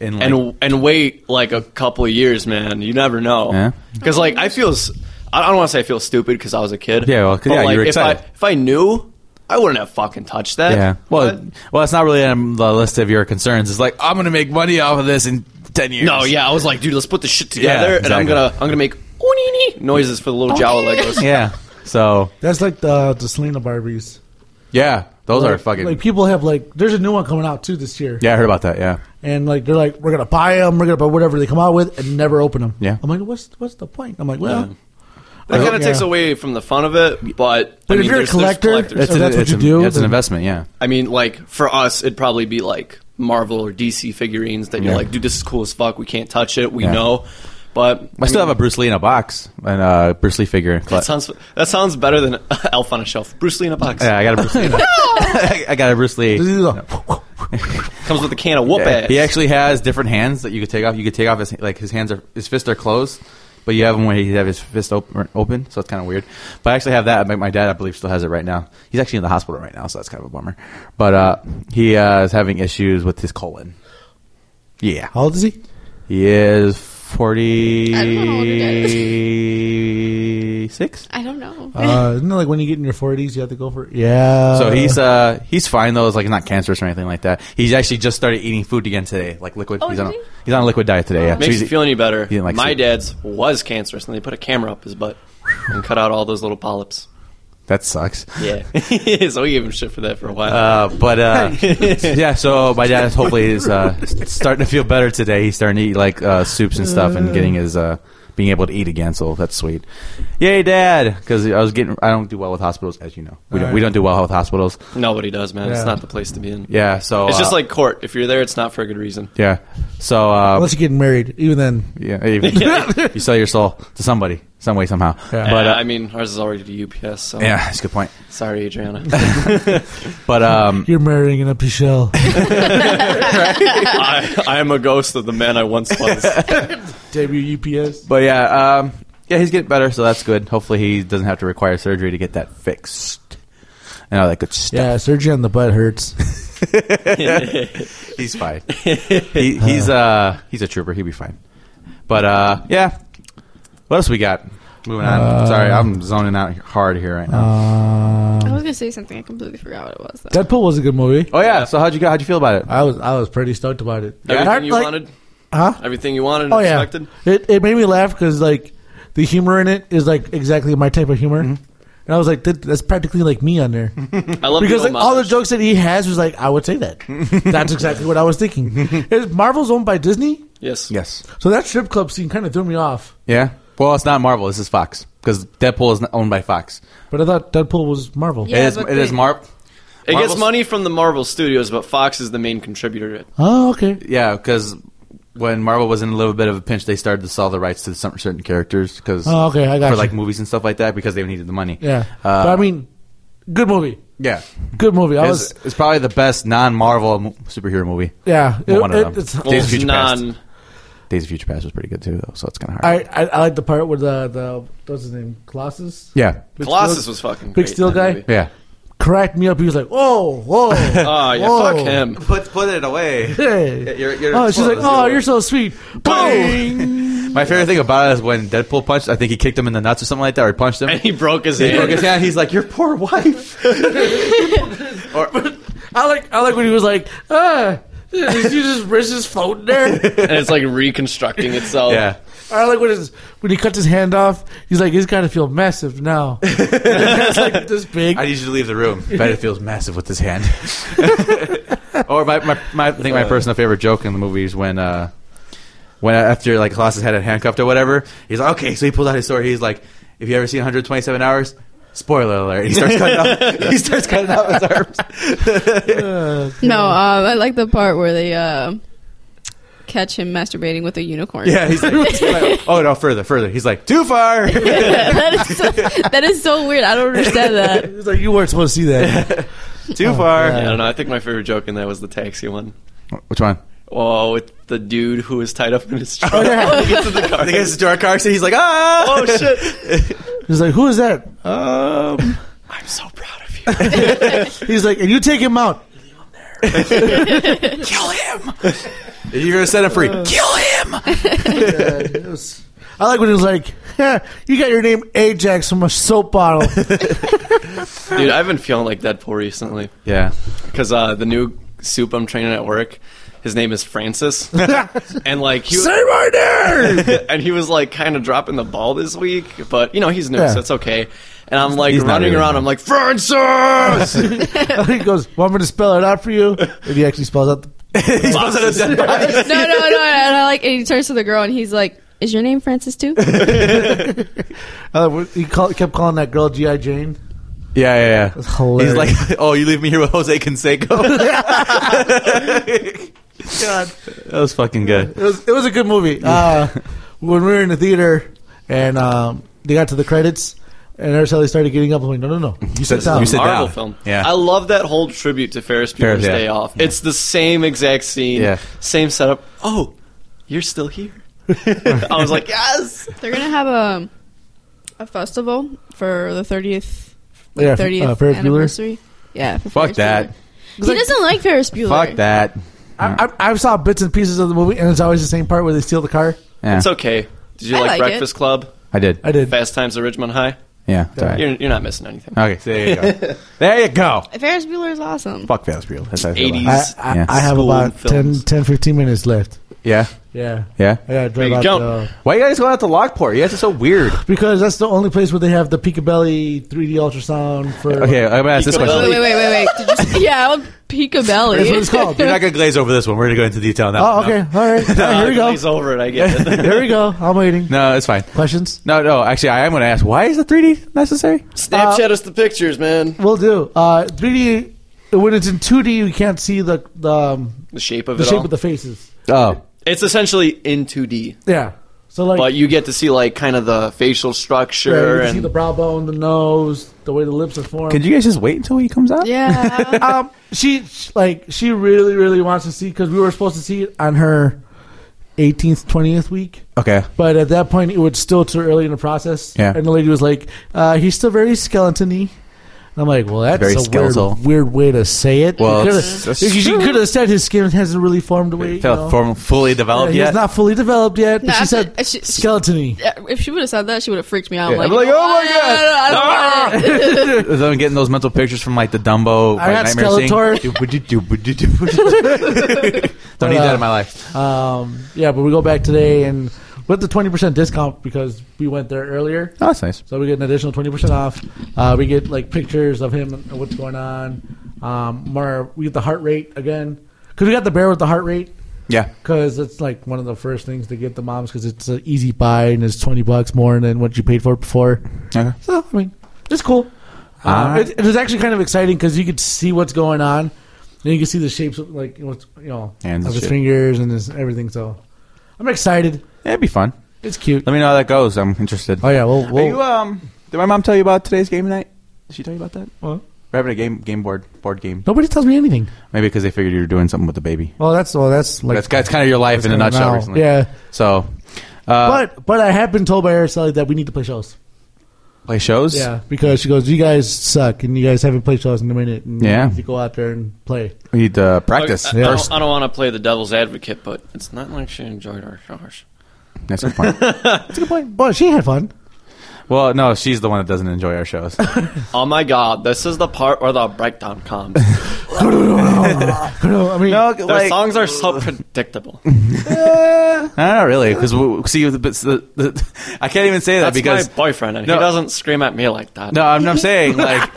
[SPEAKER 2] And, like,
[SPEAKER 3] and and wait like a couple years, man, you never
[SPEAKER 2] Yeah.
[SPEAKER 3] know. Because like I feel, s- I don't want to say I feel stupid because I was a kid.
[SPEAKER 2] Yeah, well, 'cause, yeah, you were
[SPEAKER 3] if I
[SPEAKER 2] excited.
[SPEAKER 3] if I knew, I wouldn't have fucking touched that.
[SPEAKER 2] Yeah. Well,
[SPEAKER 3] But-
[SPEAKER 2] well, it's not really on the list of your concerns. It's like I'm going to make money off of this in ten years.
[SPEAKER 3] no, yeah, I was like, dude, let's put this shit together, and I'm
[SPEAKER 2] exactly.
[SPEAKER 3] gonna I'm gonna make oonini noises for the little Jawa Legos.
[SPEAKER 2] yeah. So
[SPEAKER 1] That's like the the Selena Barbies.
[SPEAKER 2] yeah, those are
[SPEAKER 1] like,
[SPEAKER 2] fucking.
[SPEAKER 1] like people have like. There's a new one coming out too this year.
[SPEAKER 2] yeah, I heard about that. Yeah.
[SPEAKER 1] and like they're like, we're gonna buy them, we're gonna buy whatever they come out with, and never open them.
[SPEAKER 2] Yeah.
[SPEAKER 1] I'm like, what's what's the point? I'm like, well,
[SPEAKER 3] That
[SPEAKER 1] Yeah.
[SPEAKER 3] kind of takes away from the fun of it, but
[SPEAKER 1] But
[SPEAKER 3] I
[SPEAKER 1] if
[SPEAKER 3] mean,
[SPEAKER 1] you're a
[SPEAKER 3] there's- there's
[SPEAKER 1] collector,
[SPEAKER 3] collectors.
[SPEAKER 1] That's So that's what
[SPEAKER 2] it's
[SPEAKER 1] you
[SPEAKER 2] an,
[SPEAKER 1] do,
[SPEAKER 2] It's an
[SPEAKER 1] then-
[SPEAKER 2] investment. Yeah.
[SPEAKER 3] I mean, like for us, it'd probably be like Marvel or DC figurines that you're
[SPEAKER 2] Yeah.
[SPEAKER 3] like, dude, this is cool as fuck. We can't touch it. We
[SPEAKER 2] Yeah.
[SPEAKER 3] know, but
[SPEAKER 2] I still have a Bruce Lee in a box and a Bruce Lee figure. in
[SPEAKER 3] That
[SPEAKER 2] collect-
[SPEAKER 3] sounds that sounds better than Elf on a Shelf. Bruce Lee in a box
[SPEAKER 2] yeah, I got a Bruce Lee. in a- I got a Bruce
[SPEAKER 1] this
[SPEAKER 2] Lee.
[SPEAKER 1] is a-
[SPEAKER 3] comes with a can of whoop ass.
[SPEAKER 2] He actually has different hands that you could take off. You could take off his like his hands are his fists are closed, but you have him where he have his fist open, open so it's kind of weird. But I actually have that. My, my dad, I believe, still has it right now. He's actually in the hospital right now, so that's kind of a bummer. But uh, he uh, is having issues with his colon. Yeah,
[SPEAKER 1] how old is he?
[SPEAKER 2] he is forty.
[SPEAKER 4] I don't know how old your dad
[SPEAKER 2] Six.
[SPEAKER 4] I don't know.
[SPEAKER 1] Uh, isn't it like when you get in your 40s, you have to go for yeah?
[SPEAKER 2] So he's uh he's fine though. It's like not cancerous or anything like that. He's actually just started eating food again today, like liquid.
[SPEAKER 4] Oh,
[SPEAKER 2] he's
[SPEAKER 4] did
[SPEAKER 2] on a,
[SPEAKER 4] he?
[SPEAKER 2] he's on a liquid diet today. Yeah, So
[SPEAKER 3] Makes
[SPEAKER 2] he's-
[SPEAKER 3] you feel any better?
[SPEAKER 2] didn't like
[SPEAKER 3] My
[SPEAKER 2] soup.
[SPEAKER 3] dad's was cancerous, and they put a camera up his butt and cut out all those little polyps.
[SPEAKER 2] that sucks.
[SPEAKER 3] Yeah, so we gave him shit for that for a while.
[SPEAKER 2] Uh, but uh, yeah, so my dad hopefully is uh, starting to feel better today. He's starting to eat like uh, soups and stuff, and getting his uh, being able to eat again. So that's sweet. Yay, dad! Because I was getting I don't do well with hospitals, as you know. We don't, we don't do well with hospitals.
[SPEAKER 3] Nobody does, man. It's
[SPEAKER 1] Yeah.
[SPEAKER 3] not the place to be in.
[SPEAKER 2] Yeah, so
[SPEAKER 3] It's just
[SPEAKER 2] uh,
[SPEAKER 3] like court. If you're there, it's not for a good reason.
[SPEAKER 2] yeah. So uh,
[SPEAKER 1] unless you're getting married, even then,
[SPEAKER 2] yeah, you, you sell your soul to somebody, some way, somehow.
[SPEAKER 1] Yeah.
[SPEAKER 2] But
[SPEAKER 3] But
[SPEAKER 2] uh,
[SPEAKER 3] I mean, ours is already to UPS. So
[SPEAKER 2] yeah, that's a good point.
[SPEAKER 3] sorry, Adriana.
[SPEAKER 2] But um,
[SPEAKER 1] you're marrying an empty shell.
[SPEAKER 3] I, I am a ghost of the man I once was.
[SPEAKER 1] WUPS.
[SPEAKER 2] But yeah, um, yeah, he's getting better, so that's good. Hopefully, he doesn't have to require surgery to get that fixed and all that good stuff.
[SPEAKER 1] Yeah, surgery on the butt hurts.
[SPEAKER 2] He's fine. he, he's uh, he's a trooper. He'll be fine. But uh, yeah, what else we got? Moving on.
[SPEAKER 1] Uh,
[SPEAKER 2] Sorry, I'm zoning out hard here right now.
[SPEAKER 4] I
[SPEAKER 1] Um,
[SPEAKER 4] was gonna say something. I completely forgot what it was. Though.
[SPEAKER 1] Deadpool was a good movie.
[SPEAKER 2] oh yeah, so how'd you go? How'd you feel about it?
[SPEAKER 1] I was I was pretty stoked about it.
[SPEAKER 3] Everything
[SPEAKER 1] Not
[SPEAKER 3] you
[SPEAKER 1] like-
[SPEAKER 3] wanted,
[SPEAKER 1] huh?
[SPEAKER 3] everything you wanted, and
[SPEAKER 1] Oh yeah,
[SPEAKER 3] expected.
[SPEAKER 1] it it made me laugh because like the humor in it is like exactly my type of humor, and I was like, that, that's practically like me on there.
[SPEAKER 3] I Mm-hmm. love
[SPEAKER 1] because
[SPEAKER 3] the
[SPEAKER 1] like all the
[SPEAKER 3] homage.
[SPEAKER 1] jokes that he has was like I would say that. That's exactly what I was thinking. Is Marvel's owned by Disney,
[SPEAKER 3] yes,
[SPEAKER 2] Yes.
[SPEAKER 1] so that strip club scene kind of threw me off.
[SPEAKER 2] Yeah. Well, it's not Marvel. This is Fox because Deadpool is not owned by Fox.
[SPEAKER 1] But I thought Deadpool was Marvel.
[SPEAKER 4] Yeah.
[SPEAKER 2] it is.
[SPEAKER 4] but
[SPEAKER 2] It
[SPEAKER 4] they-
[SPEAKER 2] is Marvel.
[SPEAKER 3] It
[SPEAKER 2] Marvel's-
[SPEAKER 3] gets money from the Marvel Studios, but Fox is the main contributor.
[SPEAKER 1] Oh, okay.
[SPEAKER 2] Yeah, because when Marvel was in a little bit of a pinch, they started to sell the rights to some certain characters because
[SPEAKER 1] Oh, okay, I got
[SPEAKER 2] for
[SPEAKER 1] you.
[SPEAKER 2] like movies and stuff like that because they needed the money.
[SPEAKER 1] Yeah,
[SPEAKER 2] uh,
[SPEAKER 1] but I mean, good movie.
[SPEAKER 2] yeah,
[SPEAKER 1] Good movie. I
[SPEAKER 2] it's,
[SPEAKER 1] was
[SPEAKER 2] it's probably the best non-Marvel mo- superhero movie.
[SPEAKER 1] yeah. It,
[SPEAKER 2] One of
[SPEAKER 1] it- it's-
[SPEAKER 2] them. Days of Future Past.
[SPEAKER 3] non.
[SPEAKER 2] Days of Future Past was pretty good too, though, so it's kind of hard.
[SPEAKER 1] I, I I like the part where the the what's his name Colossus.
[SPEAKER 2] yeah,
[SPEAKER 1] Big
[SPEAKER 3] Colossus
[SPEAKER 1] Steel-
[SPEAKER 3] was fucking
[SPEAKER 1] Big
[SPEAKER 3] great in
[SPEAKER 1] Steel
[SPEAKER 3] that
[SPEAKER 1] guy
[SPEAKER 3] movie.
[SPEAKER 2] yeah.
[SPEAKER 1] cracked me up. He was like, "Whoa, whoa,
[SPEAKER 3] Oh yeah,
[SPEAKER 1] whoa.
[SPEAKER 3] fuck him.
[SPEAKER 2] Put put it away.
[SPEAKER 1] Hey.
[SPEAKER 2] You're- you're-
[SPEAKER 1] oh, she's like, "Oh, you're so sweet." Boom.
[SPEAKER 2] My favorite thing about it is when Deadpool punched. I think he kicked him in the nuts or something like that, or he punched him.
[SPEAKER 3] And he broke his
[SPEAKER 2] He broke
[SPEAKER 3] hand.
[SPEAKER 2] his hand. He's like, "Your poor wife." or
[SPEAKER 1] I like I like when he was like, ah, you just wrist is floating there.
[SPEAKER 3] and it's like oh. reconstructing itself.
[SPEAKER 2] Yeah.
[SPEAKER 1] I like when his when he cuts his hand off. He's like, he's gotta feel massive now. it's like this big.
[SPEAKER 2] I need you to leave the room. Better feels massive with his hand. or my, my, my, I think my personal favorite joke in the movie is when, uh, when after like Colossus had it handcuffed or whatever, he's like, okay, so he pulls out his sword. He's like, if you ever seen 127 hours, spoiler alert. He starts cutting off, he starts cutting off his arms.
[SPEAKER 1] Uh,
[SPEAKER 4] No, um, I like the part where they uh, catch him masturbating with a unicorn.
[SPEAKER 2] Yeah, he's like, oh no, further, further. He's like, too far.
[SPEAKER 4] that, is so, that is so weird. I don't understand that.
[SPEAKER 1] he's like, you weren't supposed to see that.
[SPEAKER 2] too far.
[SPEAKER 3] I don't know. I think my favorite joke in that was the taxi one.
[SPEAKER 2] Which one?
[SPEAKER 3] Oh, with the dude who was tied up in his truck. He gets in the car.
[SPEAKER 2] Oh, I think it's to our car seat. He's like, ah,
[SPEAKER 3] oh shit!
[SPEAKER 1] He's like, who is that?
[SPEAKER 2] Um,
[SPEAKER 3] I'm so proud of you.
[SPEAKER 1] He's like, and you take him out.
[SPEAKER 2] kill him. You're gonna set him free.
[SPEAKER 3] Uh.
[SPEAKER 2] kill him.
[SPEAKER 1] It was- I like when he was like, yeah, you got your name Ajax from a soap bottle.
[SPEAKER 3] Dude, I've been feeling like Deadpool recently
[SPEAKER 2] Yeah.
[SPEAKER 3] because uh, the new soup I'm training at work. His name is Francis, and like he,
[SPEAKER 1] Say my name.
[SPEAKER 3] and he was like kind of dropping the ball this week, but you know he's new,
[SPEAKER 1] Yeah.
[SPEAKER 3] so it's okay. And I'm like
[SPEAKER 2] He's not
[SPEAKER 3] running
[SPEAKER 2] really
[SPEAKER 3] around.
[SPEAKER 2] new.
[SPEAKER 3] I'm like Francis.
[SPEAKER 1] he goes, want me to spell it out for you? And he actually spells out the
[SPEAKER 4] No, no, no. And I like, and he turns to the girl and he's like, "Is your name Francis too?"
[SPEAKER 1] Uh, what- he call, kept calling that girl G.I. Jane.
[SPEAKER 2] Yeah, yeah, yeah.
[SPEAKER 1] That's hilarious.
[SPEAKER 2] He's like, oh, you leave me here with Jose Canseco.
[SPEAKER 1] God.
[SPEAKER 2] that was fucking
[SPEAKER 1] It
[SPEAKER 2] good.
[SPEAKER 1] was, it was a good movie. Uh, when we were in the theater and um, they got to the credits, and that's how they started getting up. I'm like, no, no, no. You
[SPEAKER 2] said-
[SPEAKER 1] down.
[SPEAKER 2] you said-
[SPEAKER 3] Marvel
[SPEAKER 2] down.
[SPEAKER 3] film.
[SPEAKER 2] Yeah.
[SPEAKER 3] I love that whole tribute to Ferris Bueller's
[SPEAKER 2] Ferris, yeah.
[SPEAKER 3] Day Off. It's the same exact scene,
[SPEAKER 2] Yeah.
[SPEAKER 3] same setup. Oh, you're still here. I was like, yes.
[SPEAKER 4] They're gonna have a a festival for the thirtieth
[SPEAKER 1] Yeah,
[SPEAKER 4] thirtieth
[SPEAKER 1] uh, Ferris Bueller?
[SPEAKER 4] anniversary. Yeah, for
[SPEAKER 2] Fuck
[SPEAKER 4] Ferris
[SPEAKER 2] that.
[SPEAKER 4] Bueller. He doesn't like Ferris Bueller.
[SPEAKER 2] Fuck that.
[SPEAKER 1] I, I, I saw bits and pieces of the movie, and it's always the same part where they steal the car.
[SPEAKER 2] Yeah,
[SPEAKER 3] It's okay. Did you
[SPEAKER 4] I
[SPEAKER 3] like,
[SPEAKER 4] like it.
[SPEAKER 3] Breakfast Club?
[SPEAKER 2] I did.
[SPEAKER 1] I did.
[SPEAKER 3] Fast Times at Ridgemont High?
[SPEAKER 2] Yeah. it's all right.
[SPEAKER 3] You're, you're not missing anything.
[SPEAKER 2] Okay, so there you go. there you go.
[SPEAKER 4] Ferris Bueller is awesome.
[SPEAKER 2] Fuck Ferris Bueller. That's how I feel about it.
[SPEAKER 3] 80s.
[SPEAKER 1] I, I,
[SPEAKER 2] Yeah.
[SPEAKER 1] I have
[SPEAKER 3] School
[SPEAKER 1] about 10,
[SPEAKER 3] films.
[SPEAKER 1] 10, 15 minutes left.
[SPEAKER 2] Yeah,
[SPEAKER 1] Yeah.
[SPEAKER 2] yeah.
[SPEAKER 1] I gotta drive
[SPEAKER 3] Big
[SPEAKER 1] out
[SPEAKER 3] jump.
[SPEAKER 1] the-
[SPEAKER 2] Why you guys going out to Lockport? You guys are so weird.
[SPEAKER 1] because that's the only place where they have the Peekabelly 3D ultrasound for.
[SPEAKER 2] Okay, I'm gonna ask this
[SPEAKER 4] Wait,
[SPEAKER 2] question.
[SPEAKER 4] wait, wait, wait, wait. Did you, yeah, well, Peekabelly.
[SPEAKER 1] That's what it's called.
[SPEAKER 2] You're not gonna glaze over this one. We're gonna go into detail now.
[SPEAKER 1] Oh, okay. All right. All right, here we
[SPEAKER 3] Uh,
[SPEAKER 1] go.
[SPEAKER 3] He's over it. I get it.
[SPEAKER 1] Here we go. I'm waiting.
[SPEAKER 2] No, it's fine.
[SPEAKER 1] Questions?
[SPEAKER 2] No, no. Actually, I am gonna ask. Why is the 3D necessary?
[SPEAKER 3] Snapchat us the pictures, man.
[SPEAKER 1] We'll do. Uh, 3D. When it's in 2D, you can't see the the, um,
[SPEAKER 3] The shape of
[SPEAKER 1] the
[SPEAKER 3] it
[SPEAKER 1] shape
[SPEAKER 3] all.
[SPEAKER 1] of the faces.
[SPEAKER 2] Oh,
[SPEAKER 3] it's essentially in 2D,
[SPEAKER 1] Yeah. So like,
[SPEAKER 3] but you get to see like kind of the facial
[SPEAKER 1] yeah, you
[SPEAKER 3] structure
[SPEAKER 1] can see
[SPEAKER 3] and
[SPEAKER 1] the brow bone, the nose, the way the lips are formed.
[SPEAKER 2] could you guys just wait until he comes out?
[SPEAKER 4] yeah.
[SPEAKER 1] um, she like she really really wants to see because we were supposed to see it on her 18th 20th week.
[SPEAKER 2] Okay.
[SPEAKER 1] But at that point, it was still too early in the process.
[SPEAKER 2] Yeah.
[SPEAKER 1] And the lady was like, uh, he's still very skeleton-y. And I'm like, well, that's
[SPEAKER 2] Very
[SPEAKER 1] a
[SPEAKER 2] skeletal.
[SPEAKER 1] weird, weird way to say it.
[SPEAKER 2] Well,
[SPEAKER 1] You coulda-
[SPEAKER 2] it's- that's
[SPEAKER 1] you- you
[SPEAKER 2] true.
[SPEAKER 1] could have said his skin hasn't really formed the way, you know.
[SPEAKER 2] Felt form- fully
[SPEAKER 1] Yeah,
[SPEAKER 2] developed
[SPEAKER 1] he's
[SPEAKER 2] yet?
[SPEAKER 1] not fully developed yet.
[SPEAKER 4] No,
[SPEAKER 1] but she
[SPEAKER 4] I-
[SPEAKER 1] said
[SPEAKER 4] I- she- she-
[SPEAKER 1] skeleton-y.
[SPEAKER 4] if she would have said that, she would have freaked me out.
[SPEAKER 2] Yeah,
[SPEAKER 4] like,
[SPEAKER 2] I'm like,
[SPEAKER 4] no,
[SPEAKER 2] oh my Ah!
[SPEAKER 4] no, no, no, I don't want it.
[SPEAKER 2] I'm getting those mental pictures from like the Dumbo
[SPEAKER 1] I
[SPEAKER 2] like,
[SPEAKER 1] had
[SPEAKER 2] nightmare scene.
[SPEAKER 1] Skeletor.
[SPEAKER 2] Do, would you do, would you do, would you do? Don't need that in my life.
[SPEAKER 1] Um, yeah, but we go back today and with the 20% discount because we went there earlier.
[SPEAKER 2] Oh, that's nice.
[SPEAKER 1] So we get an additional 20% off. Uh, we get like pictures of him and what's going on. Um, more, we get the heart rate again. Because we got the bear with the heart rate.
[SPEAKER 2] Yeah.
[SPEAKER 1] Because it's like one of the first things to get the moms because it's an easy buy and it's 20 bucks more than what you paid for it before.
[SPEAKER 2] Okay.
[SPEAKER 1] So, I mean, it's cool. Um,
[SPEAKER 2] Alright.
[SPEAKER 1] it, it was actually kind of exciting because you could see what's going on. And you could see the shapes of, like, what's, you know,
[SPEAKER 2] Hands
[SPEAKER 1] of
[SPEAKER 2] and
[SPEAKER 1] his
[SPEAKER 2] shit.
[SPEAKER 1] fingers and his everything. So I'm excited.
[SPEAKER 2] Yeah, it'd be fun.
[SPEAKER 1] It's cute.
[SPEAKER 2] Let me know how that goes. I'm interested.
[SPEAKER 1] Oh, yeah. We'll,
[SPEAKER 2] Are
[SPEAKER 1] we'll,
[SPEAKER 2] you, um, did my mom tell you about today's game night? Did she tell you about that?
[SPEAKER 1] What?
[SPEAKER 2] We're having a game game board board game.
[SPEAKER 1] nobody tells me anything.
[SPEAKER 2] Maybe because they figured you were doing something with the baby.
[SPEAKER 1] Well, that's, well, that's like.
[SPEAKER 2] That's, that's kind of your life in a
[SPEAKER 1] kinda
[SPEAKER 2] nutshell
[SPEAKER 1] now.
[SPEAKER 2] recently.
[SPEAKER 1] Yeah.
[SPEAKER 2] So, uh,
[SPEAKER 1] but but I have been told by Araceli that we need to play shows.
[SPEAKER 2] play shows.
[SPEAKER 1] Yeah, because she goes, "You guys suck, and you guys haven't played shows in a minute." And
[SPEAKER 2] Yeah.
[SPEAKER 1] you go out there and play.
[SPEAKER 2] We need to practice.
[SPEAKER 3] I, I
[SPEAKER 1] Yeah.
[SPEAKER 3] don't, I don't want to play the devil's advocate, but it's not like she enjoyed our showers.
[SPEAKER 2] That's a good point.
[SPEAKER 1] That's a good point. But she had fun.
[SPEAKER 2] well, no, she's the one that doesn't enjoy our shows.
[SPEAKER 3] Oh my god, this is the part where the breakdown comes.
[SPEAKER 1] I mean,
[SPEAKER 2] No,
[SPEAKER 3] Their
[SPEAKER 2] like,
[SPEAKER 3] songs are so predictable.
[SPEAKER 2] No, not really, because see, the, the, the, I can't even say that
[SPEAKER 3] That's
[SPEAKER 2] because
[SPEAKER 3] my boyfriend, and
[SPEAKER 2] No.
[SPEAKER 3] he doesn't scream at me like that.
[SPEAKER 2] no, I'm, I'm saying like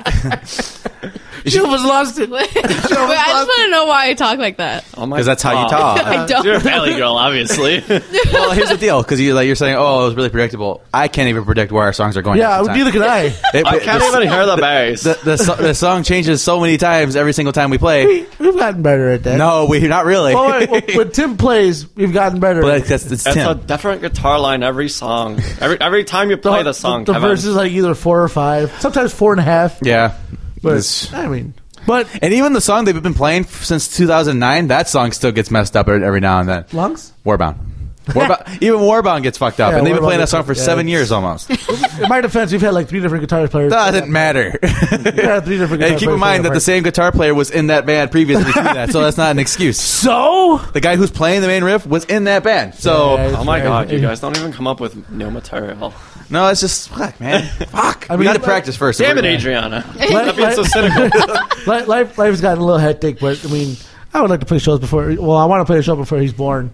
[SPEAKER 1] Silva's lost it.
[SPEAKER 4] Wait, I just want to know why I talk like that.
[SPEAKER 3] Oh my
[SPEAKER 2] because that's how you
[SPEAKER 3] God.
[SPEAKER 2] talk.
[SPEAKER 4] I don't.
[SPEAKER 3] You're a valley girl, obviously.
[SPEAKER 2] well, here's the deal, because you like you're saying, oh, it was really predictable. I can't even predict where our songs are going.
[SPEAKER 1] Yeah,
[SPEAKER 2] half the time.
[SPEAKER 1] neither can I.
[SPEAKER 2] It-
[SPEAKER 3] I
[SPEAKER 2] it-
[SPEAKER 3] can't
[SPEAKER 2] the-
[SPEAKER 3] even hear the bass.
[SPEAKER 2] The, the, so- the song changes so many times every single time we play.
[SPEAKER 1] We- We've gotten better at that.
[SPEAKER 2] No, we not really.
[SPEAKER 1] Oh, wait, well, when Tim plays, we've gotten better.
[SPEAKER 2] but that's, that's
[SPEAKER 3] That's a
[SPEAKER 2] Tim.
[SPEAKER 3] different guitar line every song. Every every time you play the, song,
[SPEAKER 1] The,
[SPEAKER 3] Kevin.
[SPEAKER 1] verse is like either four or five, sometimes four and a half.
[SPEAKER 2] yeah.
[SPEAKER 1] but
[SPEAKER 2] It's-
[SPEAKER 1] I mean, but
[SPEAKER 2] and even the song they've been playing f- since 2009, that song still gets messed up every now and then.
[SPEAKER 1] lungs.
[SPEAKER 2] Warbound. Warbound even Warbound gets fucked up,
[SPEAKER 1] Yeah,
[SPEAKER 2] and they've been
[SPEAKER 1] Warbound
[SPEAKER 2] playing that
[SPEAKER 1] gets
[SPEAKER 2] song for
[SPEAKER 1] fucked- yeah,
[SPEAKER 2] seven
[SPEAKER 1] it's-
[SPEAKER 2] years almost.
[SPEAKER 1] In my defense, we've had like three different guitar players.
[SPEAKER 2] Doesn't matter.
[SPEAKER 1] had three different
[SPEAKER 2] and
[SPEAKER 1] guitar
[SPEAKER 2] keep in
[SPEAKER 1] players
[SPEAKER 2] mind
[SPEAKER 1] for
[SPEAKER 2] that
[SPEAKER 1] that
[SPEAKER 2] the same guitar player was in that band previously to that, so that's not an excuse.
[SPEAKER 1] So
[SPEAKER 2] The guy who's playing the main riff was in that band, so
[SPEAKER 1] Yeah,
[SPEAKER 3] Oh my
[SPEAKER 1] Right.
[SPEAKER 3] god, you guys don't even come up with new material.
[SPEAKER 2] no, it's just fuck, man. Fuck,
[SPEAKER 1] I
[SPEAKER 2] we
[SPEAKER 1] mean-
[SPEAKER 2] got to practice first.
[SPEAKER 3] Damn it, Adriana.
[SPEAKER 1] Let-
[SPEAKER 3] Stop being so cynical.
[SPEAKER 1] life, life life's gotten a little hectic, but I mean, I would like to play shows before. Well, I want to play a show before he's born.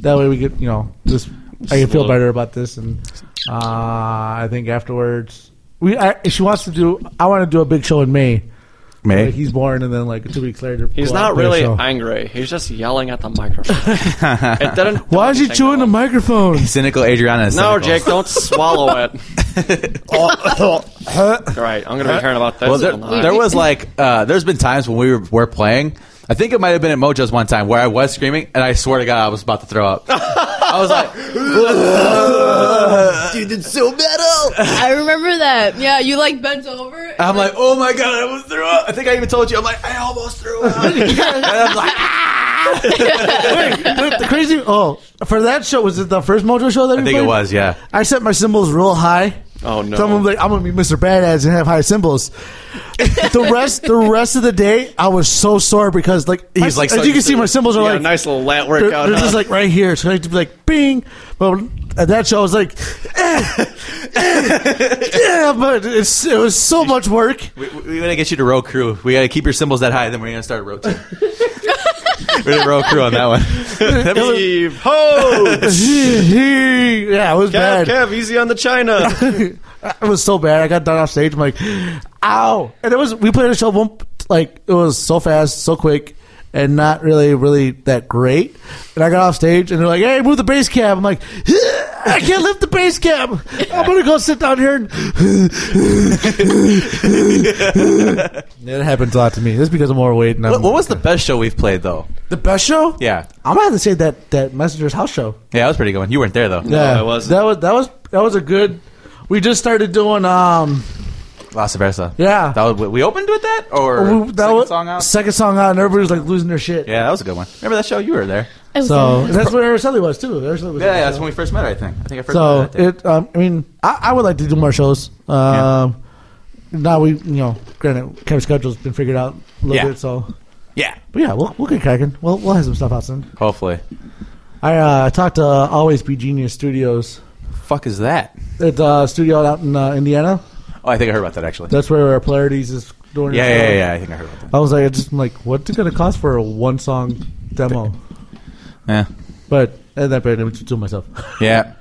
[SPEAKER 1] That way, we get you know, just I can feel
[SPEAKER 3] little-
[SPEAKER 1] better about this, and uh, I think afterwards, we I, she wants to do. I want to do a big show in May. Like
[SPEAKER 2] May.
[SPEAKER 1] he's born, and then like two weeks later,
[SPEAKER 3] He's
[SPEAKER 1] go out
[SPEAKER 3] not
[SPEAKER 1] and play a
[SPEAKER 3] really
[SPEAKER 1] show.
[SPEAKER 3] angry. He's just yelling at the microphone. It didn't. do
[SPEAKER 1] Why is he
[SPEAKER 3] anything
[SPEAKER 1] chewing
[SPEAKER 3] though.
[SPEAKER 1] the microphone?
[SPEAKER 2] Cynical Adriana. Is
[SPEAKER 3] No,
[SPEAKER 2] cynical.
[SPEAKER 3] Jake, don't swallow it. Right, I'm
[SPEAKER 1] Uh,
[SPEAKER 3] gonna be hearing about this.
[SPEAKER 2] Well, there,
[SPEAKER 3] all night.
[SPEAKER 2] there was like, uh, there's been times when we were, were playing. I think it might have been at Mojo's one time where I was screaming, and I swear to God, I was about to throw up. I was like, dude, it's so metal.
[SPEAKER 4] I remember that. Yeah, you like bent over. and
[SPEAKER 2] I'm like, oh my God, I almost threw up. I think I even told you, I'm like, I almost threw up. and I'm like,
[SPEAKER 1] Wait, the crazy. Oh, for that show was it the first Mojo show that
[SPEAKER 2] I think it was, yeah.
[SPEAKER 1] I set my cymbals real high.
[SPEAKER 3] Oh, no.
[SPEAKER 1] So I'm like, I'm gonna be Mr. Badass and have high cymbals. the rest, the rest of the day, I was so sore because like my-
[SPEAKER 2] He's like,
[SPEAKER 1] as
[SPEAKER 2] so
[SPEAKER 1] you can
[SPEAKER 2] used
[SPEAKER 1] see,
[SPEAKER 2] to
[SPEAKER 1] my
[SPEAKER 2] it.
[SPEAKER 1] cymbals
[SPEAKER 3] You
[SPEAKER 1] are
[SPEAKER 3] got
[SPEAKER 1] like
[SPEAKER 3] a nice little lat uh,
[SPEAKER 1] they're,
[SPEAKER 3] workdown.
[SPEAKER 1] they're just
[SPEAKER 3] huh?
[SPEAKER 1] like right here. So I had to be like, bing. But at that show, I was like, eh, eh, yeah, but it's, it was so much work.
[SPEAKER 2] We, we, we gotta get you to row crew. We gotta keep your cymbals that high, then we're gonna start row two. we're gonna row crew on that one. That was-
[SPEAKER 3] Heave ho!
[SPEAKER 1] yeah, it was
[SPEAKER 3] Kev,
[SPEAKER 1] bad.
[SPEAKER 3] Kev, easy on the China.
[SPEAKER 1] it was so bad. I got done off stage. I'm like, ow! And it was we played a show one like it was so fast, so quick, and not really, really that great. And I got off stage, and they're like, "Hey, move the bass cab." I'm like, "I can't lift the bass cab. I'm gonna go sit down here." And it happens a lot to me. It's because I'm overweight. And I'm,
[SPEAKER 2] what, what was the best show we've played though?
[SPEAKER 1] the best show?
[SPEAKER 2] Yeah,
[SPEAKER 1] I'm gonna have to say that that Messenger's house show.
[SPEAKER 2] yeah, that was pretty good. One. You weren't there though.
[SPEAKER 1] yeah,
[SPEAKER 3] I wasn't.
[SPEAKER 1] That was that was that was a good. We just started doing um.
[SPEAKER 2] Vice versa.
[SPEAKER 1] Yeah.
[SPEAKER 2] That was, we opened with that or
[SPEAKER 1] Well, that
[SPEAKER 2] second
[SPEAKER 1] was-
[SPEAKER 2] song out.
[SPEAKER 1] Second song out, and everybody was like losing their shit.
[SPEAKER 2] yeah, that was a good one. Remember that show? You were there.
[SPEAKER 4] I was
[SPEAKER 1] So
[SPEAKER 4] like,
[SPEAKER 1] that's where Araceli was too. Araceli was
[SPEAKER 2] Yeah,
[SPEAKER 1] on
[SPEAKER 2] yeah,
[SPEAKER 1] the
[SPEAKER 2] that's
[SPEAKER 1] show.
[SPEAKER 2] when we first met. I think. I think I first
[SPEAKER 1] so
[SPEAKER 2] met. her that day.
[SPEAKER 1] it. Um, I mean, I, I would like to do more shows. Um, Now we, you know, granted, Kevin's schedule's been figured out a little
[SPEAKER 2] Yeah.
[SPEAKER 1] bit. So,
[SPEAKER 2] yeah,
[SPEAKER 1] but yeah, we'll we'll get cracking. We'll we'll have some stuff out soon.
[SPEAKER 2] hopefully.
[SPEAKER 1] I uh, talked to Always Be Genius Studios.
[SPEAKER 2] Fuck is that?
[SPEAKER 1] It's a studio out in uh, Indiana.
[SPEAKER 2] Oh, I think I heard about that actually.
[SPEAKER 1] That's where our Polarities is doing.
[SPEAKER 2] yeah,
[SPEAKER 1] their
[SPEAKER 2] yeah,
[SPEAKER 1] show.
[SPEAKER 2] yeah, yeah, I think I heard about that.
[SPEAKER 1] I was like, I just like, what's it gonna cost for a one song demo?
[SPEAKER 2] Yeah,
[SPEAKER 1] But at that point, I was doing myself.
[SPEAKER 2] yeah,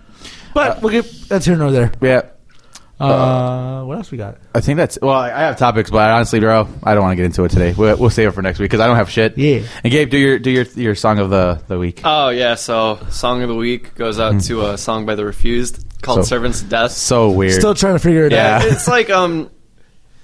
[SPEAKER 1] But we'll get that's here nor there.
[SPEAKER 2] yeah.
[SPEAKER 1] Uh, what else we got?
[SPEAKER 2] I think that's well. I I have topics, but honestly, bro, I don't want to get into it today. We'll, we'll save it for next week because I don't have shit.
[SPEAKER 1] Yeah. Uh,
[SPEAKER 2] And Gabe, do your do your your song of the the week.
[SPEAKER 3] Oh yeah, so song of the week goes out to a song by the Refused called
[SPEAKER 2] Hmm. So-
[SPEAKER 3] "Servants to Death."
[SPEAKER 2] so weird.
[SPEAKER 1] Still trying to figure it
[SPEAKER 3] yeah,
[SPEAKER 1] out.
[SPEAKER 2] Yeah.
[SPEAKER 3] it's like um,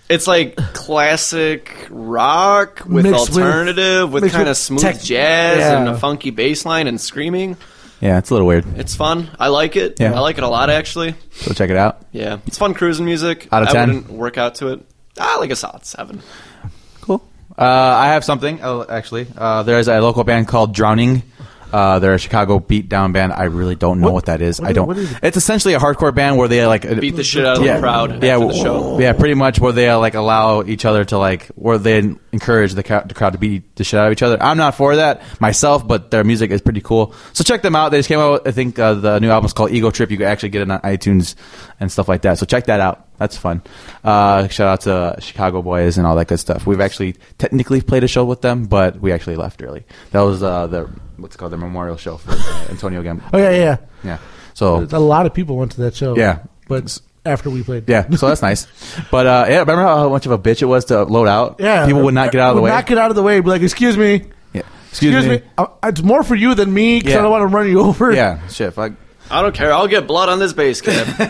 [SPEAKER 3] it's like classic rock with
[SPEAKER 1] Mixed with-
[SPEAKER 3] alternative with,
[SPEAKER 1] mixed
[SPEAKER 3] kind
[SPEAKER 1] with
[SPEAKER 3] of smooth
[SPEAKER 1] tech-
[SPEAKER 3] jazz
[SPEAKER 1] yeah.
[SPEAKER 3] and a funky bass line and screaming.
[SPEAKER 2] yeah, it's a little weird.
[SPEAKER 3] It's fun. I like it.
[SPEAKER 2] Yeah.
[SPEAKER 3] I like it a lot actually.
[SPEAKER 2] So check it out.
[SPEAKER 3] Yeah, it's fun cruising music.
[SPEAKER 2] Out of
[SPEAKER 3] I
[SPEAKER 2] 10?
[SPEAKER 3] wouldn't work out to it. Ah, like a solid seven.
[SPEAKER 2] Cool. Uh, I have something uh, actually. Uh, there is a local band called Drowning. Uh, they're a Chicago beatdown band. I really don't know what, that is.
[SPEAKER 1] what
[SPEAKER 2] I
[SPEAKER 1] is-
[SPEAKER 2] don't.
[SPEAKER 1] what is it?
[SPEAKER 2] It's essentially a hardcore band where they like
[SPEAKER 3] Beat the shit out of the crowd
[SPEAKER 2] Yeah,
[SPEAKER 3] after the
[SPEAKER 2] w-
[SPEAKER 3] show.
[SPEAKER 2] yeah, pretty much where they uh, like allow each other to like where they encourage the, cow- the crowd to beat the shit out of each other. I'm not for that myself, but their music is pretty cool. So check them out. They just came out. I think uh, the new album's called Ego Trip. You can actually get it on iTunes and stuff like that. So check that out. That's fun. Uh, shout out to Chicago Boys and all that good stuff. We've actually technically played a show with them, but we actually left early. That was uh, the what's it called the memorial show for uh, Antonio Gam.
[SPEAKER 1] Oh yeah, yeah.
[SPEAKER 2] Yeah. So
[SPEAKER 1] A lot of people went to that show.
[SPEAKER 2] Yeah.
[SPEAKER 1] but after we played.
[SPEAKER 2] yeah, so that's nice. But uh, yeah, remember how much of a bitch it was to load out?
[SPEAKER 1] yeah.
[SPEAKER 2] people would not get out of the
[SPEAKER 1] Would
[SPEAKER 2] way.
[SPEAKER 1] Not get out of the way. Be like, excuse me,
[SPEAKER 2] yeah.
[SPEAKER 1] excuse, me. I, it's more for you than me because
[SPEAKER 2] Yeah.
[SPEAKER 1] I don't want to run you over.
[SPEAKER 2] Yeah, shit. Fuck.
[SPEAKER 3] I don't care. I'll get blood on this base cap.
[SPEAKER 2] I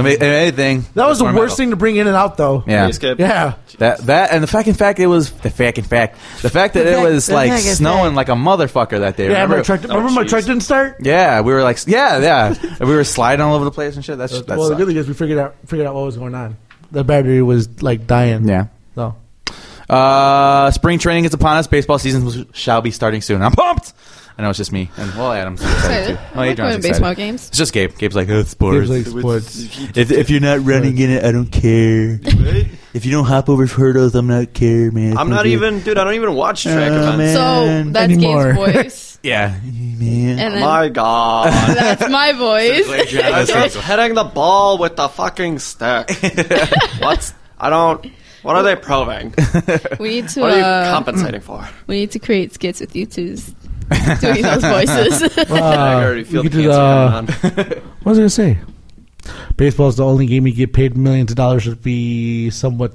[SPEAKER 2] mean, if anything.
[SPEAKER 1] that was the
[SPEAKER 2] that's where I'm
[SPEAKER 1] worst
[SPEAKER 2] at.
[SPEAKER 1] thing to bring in and out though.
[SPEAKER 2] Yeah.
[SPEAKER 3] Base cap.
[SPEAKER 1] yeah.
[SPEAKER 2] That that and the fact in fact it was the fact in fact the fact that
[SPEAKER 4] The
[SPEAKER 2] it
[SPEAKER 4] fact-
[SPEAKER 2] was
[SPEAKER 4] the
[SPEAKER 2] like
[SPEAKER 4] fact is
[SPEAKER 2] snowing like a motherfucker that day.
[SPEAKER 1] Yeah,
[SPEAKER 2] remember?
[SPEAKER 1] my truck.
[SPEAKER 3] oh,
[SPEAKER 1] remember my
[SPEAKER 3] jeez.
[SPEAKER 1] truck didn't start.
[SPEAKER 2] yeah, we were like yeah yeah and we were sliding all over the place and shit. That's that
[SPEAKER 1] well,
[SPEAKER 2] sucked.
[SPEAKER 1] really, is we figured out figured out what was going on. The battery was like dying.
[SPEAKER 2] yeah.
[SPEAKER 1] So
[SPEAKER 2] Uh, spring training is upon us. Baseball season shall be starting soon. I'm pumped. I know it's just me and well Adam's excited
[SPEAKER 4] Excited.
[SPEAKER 2] too.
[SPEAKER 4] I
[SPEAKER 3] Oh,
[SPEAKER 4] like
[SPEAKER 2] Adrian's
[SPEAKER 4] going to
[SPEAKER 2] excited.
[SPEAKER 4] baseball games.
[SPEAKER 2] It's just Gabe. Gabe's like oh, sports.
[SPEAKER 1] Gabe's like, Sports.
[SPEAKER 2] if if you're not running in it, I don't care. if you don't hop over hurdles, I'm not care, man.
[SPEAKER 3] I'm not even, dude. I don't even watch track
[SPEAKER 2] Oh,
[SPEAKER 3] events.
[SPEAKER 4] So
[SPEAKER 2] And
[SPEAKER 4] that's
[SPEAKER 1] anymore.
[SPEAKER 4] Gabe's voice,
[SPEAKER 2] Yeah, man.
[SPEAKER 4] and then
[SPEAKER 3] My God.
[SPEAKER 4] that's my voice.
[SPEAKER 3] I was hitting the ball with the fucking stick. What's I don't. What are they probing?
[SPEAKER 4] we need to
[SPEAKER 3] What are you
[SPEAKER 4] uh,
[SPEAKER 3] compensating for?
[SPEAKER 4] we need to create skits with you two s- doing those voices.
[SPEAKER 3] I
[SPEAKER 1] uh,
[SPEAKER 3] already feel
[SPEAKER 1] we
[SPEAKER 3] the
[SPEAKER 1] could do
[SPEAKER 3] cancer
[SPEAKER 1] the-
[SPEAKER 3] coming on.
[SPEAKER 1] what was I gonna say? Baseball's the only game you get paid millions of dollars to be somewhat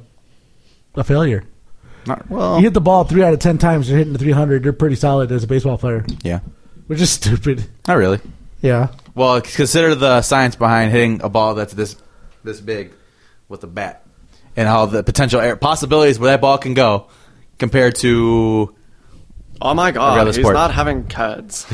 [SPEAKER 1] a failure.
[SPEAKER 2] Not- well,
[SPEAKER 1] You hit the ball three out of ten times. You're hitting the three hundred. You're pretty solid as a baseball player.
[SPEAKER 2] yeah,
[SPEAKER 1] Which is stupid.
[SPEAKER 2] not really.
[SPEAKER 1] Yeah.
[SPEAKER 2] Well, c- consider the science behind hitting a ball that's this this big with a bat, and how the potential air, possibilities where that ball can go compared to.
[SPEAKER 3] Oh my
[SPEAKER 2] I'd rather
[SPEAKER 3] God, he's
[SPEAKER 2] sport.
[SPEAKER 3] not having kids.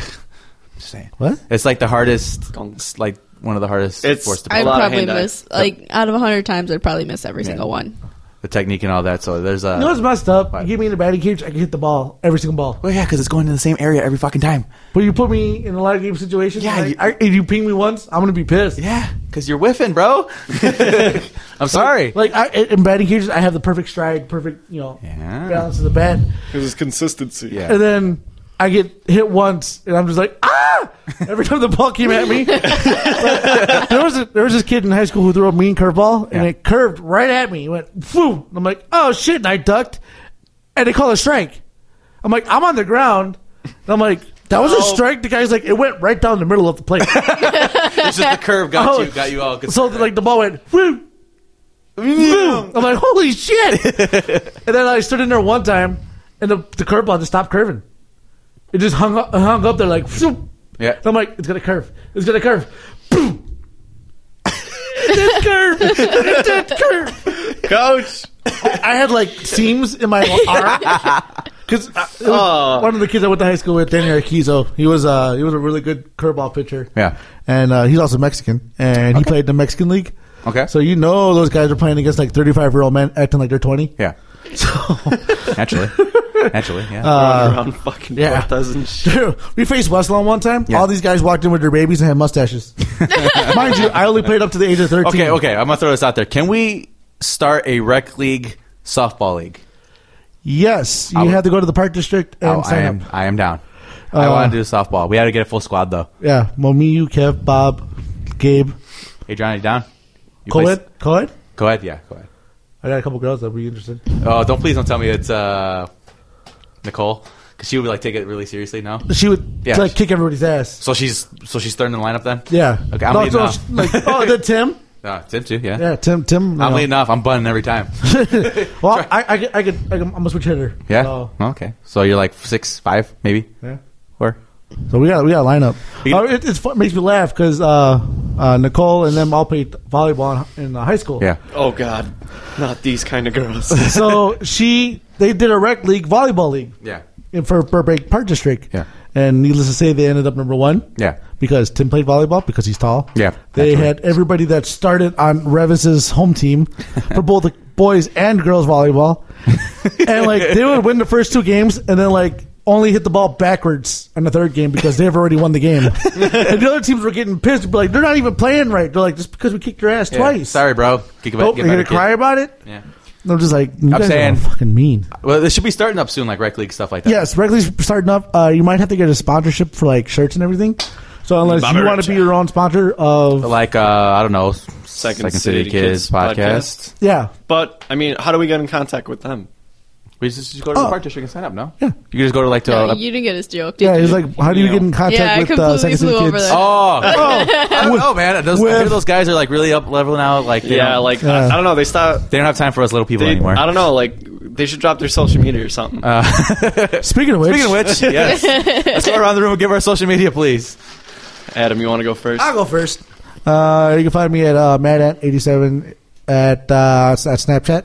[SPEAKER 2] Just saying,
[SPEAKER 1] What?
[SPEAKER 2] it's like the hardest,
[SPEAKER 3] Gong.
[SPEAKER 2] it's like one of the hardest
[SPEAKER 3] It's-
[SPEAKER 2] sports to play,
[SPEAKER 3] I-
[SPEAKER 4] I'd
[SPEAKER 3] lot of
[SPEAKER 4] probably
[SPEAKER 3] hand eye.
[SPEAKER 4] miss like out of hundred times, I'd probably miss every single one.
[SPEAKER 2] the technique and all that. So there's a.
[SPEAKER 1] You know what's messed up?
[SPEAKER 2] What?
[SPEAKER 1] You get me in the batting cage, I can hit the ball every single ball.
[SPEAKER 2] well, yeah, because it's going to the same area every fucking time.
[SPEAKER 1] But you put me in a lot of game situations.
[SPEAKER 2] Yeah,
[SPEAKER 1] like,
[SPEAKER 2] you-
[SPEAKER 1] I, if you ping me once, I'm gonna be pissed.
[SPEAKER 2] Yeah, because you're whiffing, bro. I'm sorry.
[SPEAKER 1] Like I, in batting cages, I have the perfect stride, perfect you know
[SPEAKER 2] Yeah.
[SPEAKER 1] balance of the bat,
[SPEAKER 3] It was consistency.
[SPEAKER 2] Yeah.
[SPEAKER 1] and then I get hit once, and I'm just like ah! Every time the ball came at me, Like, there was a, there was this kid in high school who threw a mean curveball, and
[SPEAKER 2] Yeah.
[SPEAKER 1] it curved right at me. It went boom. I'm like oh shit, and I ducked, and they call a strike. I'm like I'm on the ground, and I'm like. That was a
[SPEAKER 3] Oh.
[SPEAKER 1] strike. The guy's like, it went right down the middle of the plate.
[SPEAKER 2] It's just the curve got
[SPEAKER 1] Oh,
[SPEAKER 2] you, got you all.
[SPEAKER 1] so like the ball went, whoop, boom. I'm like, holy shit! and then I stood in there one time, and the, the curveball just stopped curving. It just hung up, hung up there like. phew.
[SPEAKER 2] yeah.
[SPEAKER 1] So I'm like, it's gonna curve. It's gonna curve. Boom. it did curve. It did curve.
[SPEAKER 3] Coach.
[SPEAKER 1] I had like seams in my arm. Because
[SPEAKER 3] Oh.
[SPEAKER 1] one of the kids I went to high school with, Danny Arquizo, he was uh, he was a really good curveball pitcher.
[SPEAKER 2] Yeah.
[SPEAKER 1] and uh, he's also Mexican, and he played in the Mexican league.
[SPEAKER 2] Okay.
[SPEAKER 1] So you know those guys are playing against like 35 year old men acting like they're 20.
[SPEAKER 2] Yeah. Naturally. Naturally. Yeah.
[SPEAKER 3] uh, around fucking
[SPEAKER 1] yeah.
[SPEAKER 3] Cortez and shit.
[SPEAKER 1] Dude, we faced Westlawn one time.
[SPEAKER 2] Yeah.
[SPEAKER 1] All these guys walked in with their babies and had mustaches. Mind you, I only played up to the age of 13.
[SPEAKER 2] okay. Okay. I'm gonna throw this out there. Can we start a rec league softball league?
[SPEAKER 1] Yes, you
[SPEAKER 2] I'll-
[SPEAKER 1] had to go to the park district and
[SPEAKER 2] Oh, I
[SPEAKER 1] sign
[SPEAKER 2] am.
[SPEAKER 1] up.
[SPEAKER 2] I am down. I
[SPEAKER 1] Uh,
[SPEAKER 2] want to do softball. We had to get a full squad though.
[SPEAKER 1] Yeah, Momiyu, Kev, Bob, Gabe,
[SPEAKER 2] Hey, John, you down? You play-
[SPEAKER 1] Coed. Coed?
[SPEAKER 2] Go ahead. Yeah. Go ahead.
[SPEAKER 1] I got a couple girls that would be interested.
[SPEAKER 2] Oh, don't please don't tell me it's uh, Nicole because she would like take it really seriously. No.
[SPEAKER 1] She would
[SPEAKER 2] Yeah.
[SPEAKER 1] like kick everybody's ass.
[SPEAKER 2] So she's so she's third in the lineup then.
[SPEAKER 1] Yeah.
[SPEAKER 2] Okay, I'm
[SPEAKER 1] No,
[SPEAKER 2] leading
[SPEAKER 1] so
[SPEAKER 2] off.
[SPEAKER 1] she- like, oh, then Tim.
[SPEAKER 2] No, it's him too. Yeah.
[SPEAKER 1] Yeah, Tim. Tim.
[SPEAKER 2] I'm
[SPEAKER 1] no.
[SPEAKER 2] leading off. I'm bunting every time.
[SPEAKER 1] Well, I, I, could- I could. I could. I'm a switch hitter.
[SPEAKER 2] Yeah.
[SPEAKER 1] So,
[SPEAKER 2] Okay. So you're like six, five, maybe,
[SPEAKER 1] yeah.
[SPEAKER 2] or
[SPEAKER 1] So we got we got a lineup.
[SPEAKER 2] You-
[SPEAKER 1] Uh, it it's fun, makes me laugh because uh, uh, Nicole and them all played volleyball in, in uh, high school.
[SPEAKER 2] yeah.
[SPEAKER 3] Oh God, not these kind of girls.
[SPEAKER 1] So she they did a rec league volleyball league
[SPEAKER 2] Yeah.
[SPEAKER 1] in, for Burbank Park District.
[SPEAKER 2] Yeah.
[SPEAKER 1] And needless to say, they ended up number one.
[SPEAKER 2] Yeah.
[SPEAKER 1] Because Tim played volleyball because he's tall.
[SPEAKER 2] Yeah,
[SPEAKER 1] They
[SPEAKER 2] naturally.
[SPEAKER 1] had everybody that started on Revis's home team for both the boys and girls volleyball, and like they would win the first two games and then like only hit the ball backwards in the third game because they've already won the game. and the other teams were getting pissed, but like they're not even playing right. They're like just because we kicked your ass
[SPEAKER 2] Yeah.
[SPEAKER 1] twice.
[SPEAKER 2] Sorry, bro. Get,
[SPEAKER 1] Oh,
[SPEAKER 2] get
[SPEAKER 1] you're gonna
[SPEAKER 2] better, kid.
[SPEAKER 1] cry about it?
[SPEAKER 2] Yeah.
[SPEAKER 1] And I'm just like, you guys
[SPEAKER 2] saying-
[SPEAKER 1] are fucking mean.
[SPEAKER 2] Well, they should be starting up soon, like rec league stuff like that.
[SPEAKER 1] Yes, regularly starting up. Uh, you might have to get a sponsorship for like shirts and everything. So unless
[SPEAKER 3] Bobby
[SPEAKER 1] you want to
[SPEAKER 3] Richard.
[SPEAKER 1] be your own sponsor of,
[SPEAKER 2] like uh, I don't know, Second,
[SPEAKER 3] City Kids podcast.
[SPEAKER 1] yeah,
[SPEAKER 3] But I mean, how do we get in contact with them?
[SPEAKER 2] We just, just go to the
[SPEAKER 1] Oh.
[SPEAKER 2] park district and sign up. No,
[SPEAKER 1] Yeah.
[SPEAKER 2] you can just go to like to.
[SPEAKER 4] No,
[SPEAKER 2] uh,
[SPEAKER 4] you didn't get his joke. Did
[SPEAKER 1] yeah.
[SPEAKER 4] you?
[SPEAKER 1] He's like, how do you
[SPEAKER 3] No.
[SPEAKER 1] get in contact
[SPEAKER 4] Yeah, I
[SPEAKER 1] with the
[SPEAKER 4] completely
[SPEAKER 1] Second City
[SPEAKER 4] flew over
[SPEAKER 1] Kids?
[SPEAKER 4] there.
[SPEAKER 2] oh, I don't know, man. Those, I hear
[SPEAKER 1] with-
[SPEAKER 2] those guys are like really up leveling out. Like, they
[SPEAKER 3] Yeah,
[SPEAKER 2] don't-
[SPEAKER 3] like
[SPEAKER 1] Yeah.
[SPEAKER 3] I, I don't know. They stop.
[SPEAKER 2] they don't have time for us little people
[SPEAKER 3] They,
[SPEAKER 2] anymore.
[SPEAKER 3] I don't know. Like they should drop their social media or something.
[SPEAKER 2] Uh,
[SPEAKER 1] Speaking of which,
[SPEAKER 2] Speaking of which, yes. Let's go around the room and give our social media, please.
[SPEAKER 3] Adam, you want to go first?
[SPEAKER 1] I'll go first. Uh, you can find me at uh, madant87 at, uh, s- at Snapchat.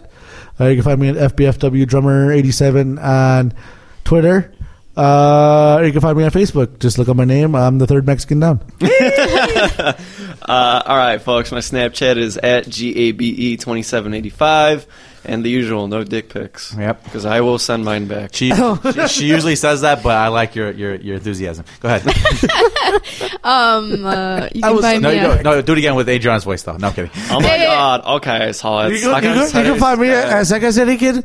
[SPEAKER 1] Uh, you can find me at fbfwdrummer87 on Twitter. Uh, you can find me on Facebook. Just look up my name. I'm the third Mexican down.
[SPEAKER 3] Uh, all right, folks. My Snapchat is at E gabe2785, and the usual, no dick pics.
[SPEAKER 2] Yep.
[SPEAKER 3] Because I will send mine back.
[SPEAKER 2] She, she she usually says that, but I like your your, your enthusiasm. Go ahead.
[SPEAKER 4] Um, uh, you
[SPEAKER 1] I
[SPEAKER 4] can
[SPEAKER 1] was-
[SPEAKER 4] find
[SPEAKER 2] No,
[SPEAKER 4] me.
[SPEAKER 2] you don't.
[SPEAKER 4] at-
[SPEAKER 2] no, do it again with Adrian's voice though. No I'm kidding.
[SPEAKER 3] Oh my
[SPEAKER 4] Yeah, yeah, yeah.
[SPEAKER 3] god. Okay, so it's
[SPEAKER 1] You can, you can- you can find me at, at Second City Kid.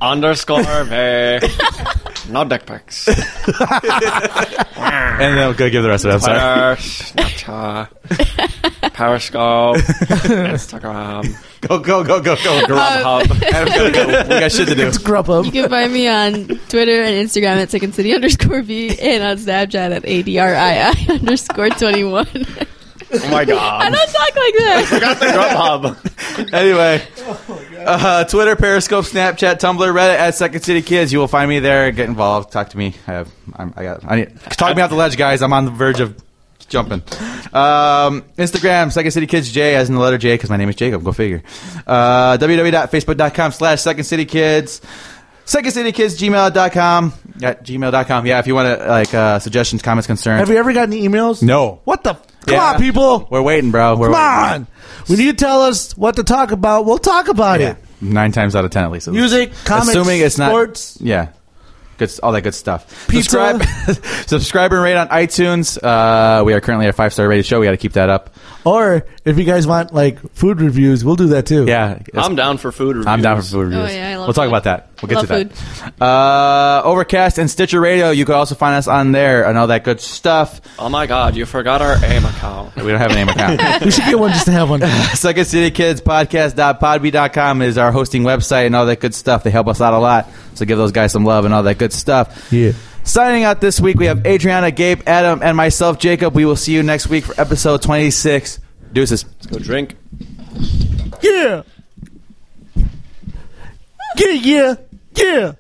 [SPEAKER 3] underscore ver. no dick pics.
[SPEAKER 2] And then we'll go give the rest of it. I'm sorry.
[SPEAKER 3] Twitter, Snapchat, Periscope, Instagram,
[SPEAKER 2] Go go go go go. go.
[SPEAKER 3] uh, Grubhub.
[SPEAKER 2] Adam, go, go. We got shit to do.
[SPEAKER 1] It's Grubhub.
[SPEAKER 4] You can find me on Twitter and Instagram at Second City underscore V and on Snapchat at ADRII underscore 21.
[SPEAKER 3] oh my
[SPEAKER 4] I
[SPEAKER 3] god.
[SPEAKER 4] don't talk like that.
[SPEAKER 3] Got the Grubhub.
[SPEAKER 2] Anyway, uh, Twitter, Periscope, Snapchat, Tumblr, Reddit at Second City Kids. You will find me there. Get involved. Talk to me. I have. I'm, I got. I need, talk me off the ledge, guys. I'm on the verge of jumping. Um, Instagram, Second City Kids J, as in the letter J, because my name is Jacob. Go figure. Uh, www.facebook.com slash Second City Kids. Second City Kids, gmail.com. At gmail.com. Yeah, if you want to, like, uh, suggestions, comments, concerns.
[SPEAKER 1] Have you ever gotten emails?
[SPEAKER 2] no.
[SPEAKER 1] What the? Come
[SPEAKER 2] Yeah.
[SPEAKER 1] on, people.
[SPEAKER 2] We're waiting, bro. We're
[SPEAKER 1] Come
[SPEAKER 2] waiting.
[SPEAKER 1] on. When you tell us what to talk about, we'll talk about
[SPEAKER 2] Yeah.
[SPEAKER 1] it.
[SPEAKER 2] Nine times out of ten, at least.
[SPEAKER 1] Music, comics,
[SPEAKER 2] assuming it's not
[SPEAKER 1] sports.
[SPEAKER 2] Yeah, good, all that good stuff.
[SPEAKER 1] Pizza.
[SPEAKER 2] Subscribe, subscribe and rate on iTunes. Uh, we are currently a five star rated show. We got to keep that up.
[SPEAKER 1] Or if you guys want like food reviews, we'll do that too.
[SPEAKER 2] Yeah, it's-
[SPEAKER 3] I'm down for food reviews.
[SPEAKER 2] I'm down for food reviews.
[SPEAKER 4] Oh, yeah, I love
[SPEAKER 2] we'll talk
[SPEAKER 4] food.
[SPEAKER 2] about that. We'll get
[SPEAKER 4] Love
[SPEAKER 2] to that. Uh, Overcast and Stitcher Radio. You can also find us on there and all that good stuff.
[SPEAKER 3] Oh my god, you forgot our aim account.
[SPEAKER 2] We don't have a name account.
[SPEAKER 1] We should get one just to have one.
[SPEAKER 2] Second City Kids Podcast.podbe.com is our hosting website and all that good stuff. They help us out a lot. So give those guys some love and all that good stuff.
[SPEAKER 1] Yeah.
[SPEAKER 2] Signing out this week, we have Adriana, Gabe, Adam, and myself, Jacob. We will see you next week for episode 26. Deuces.
[SPEAKER 3] Go drink.
[SPEAKER 1] Yeah. Yeah, yeah, yeah.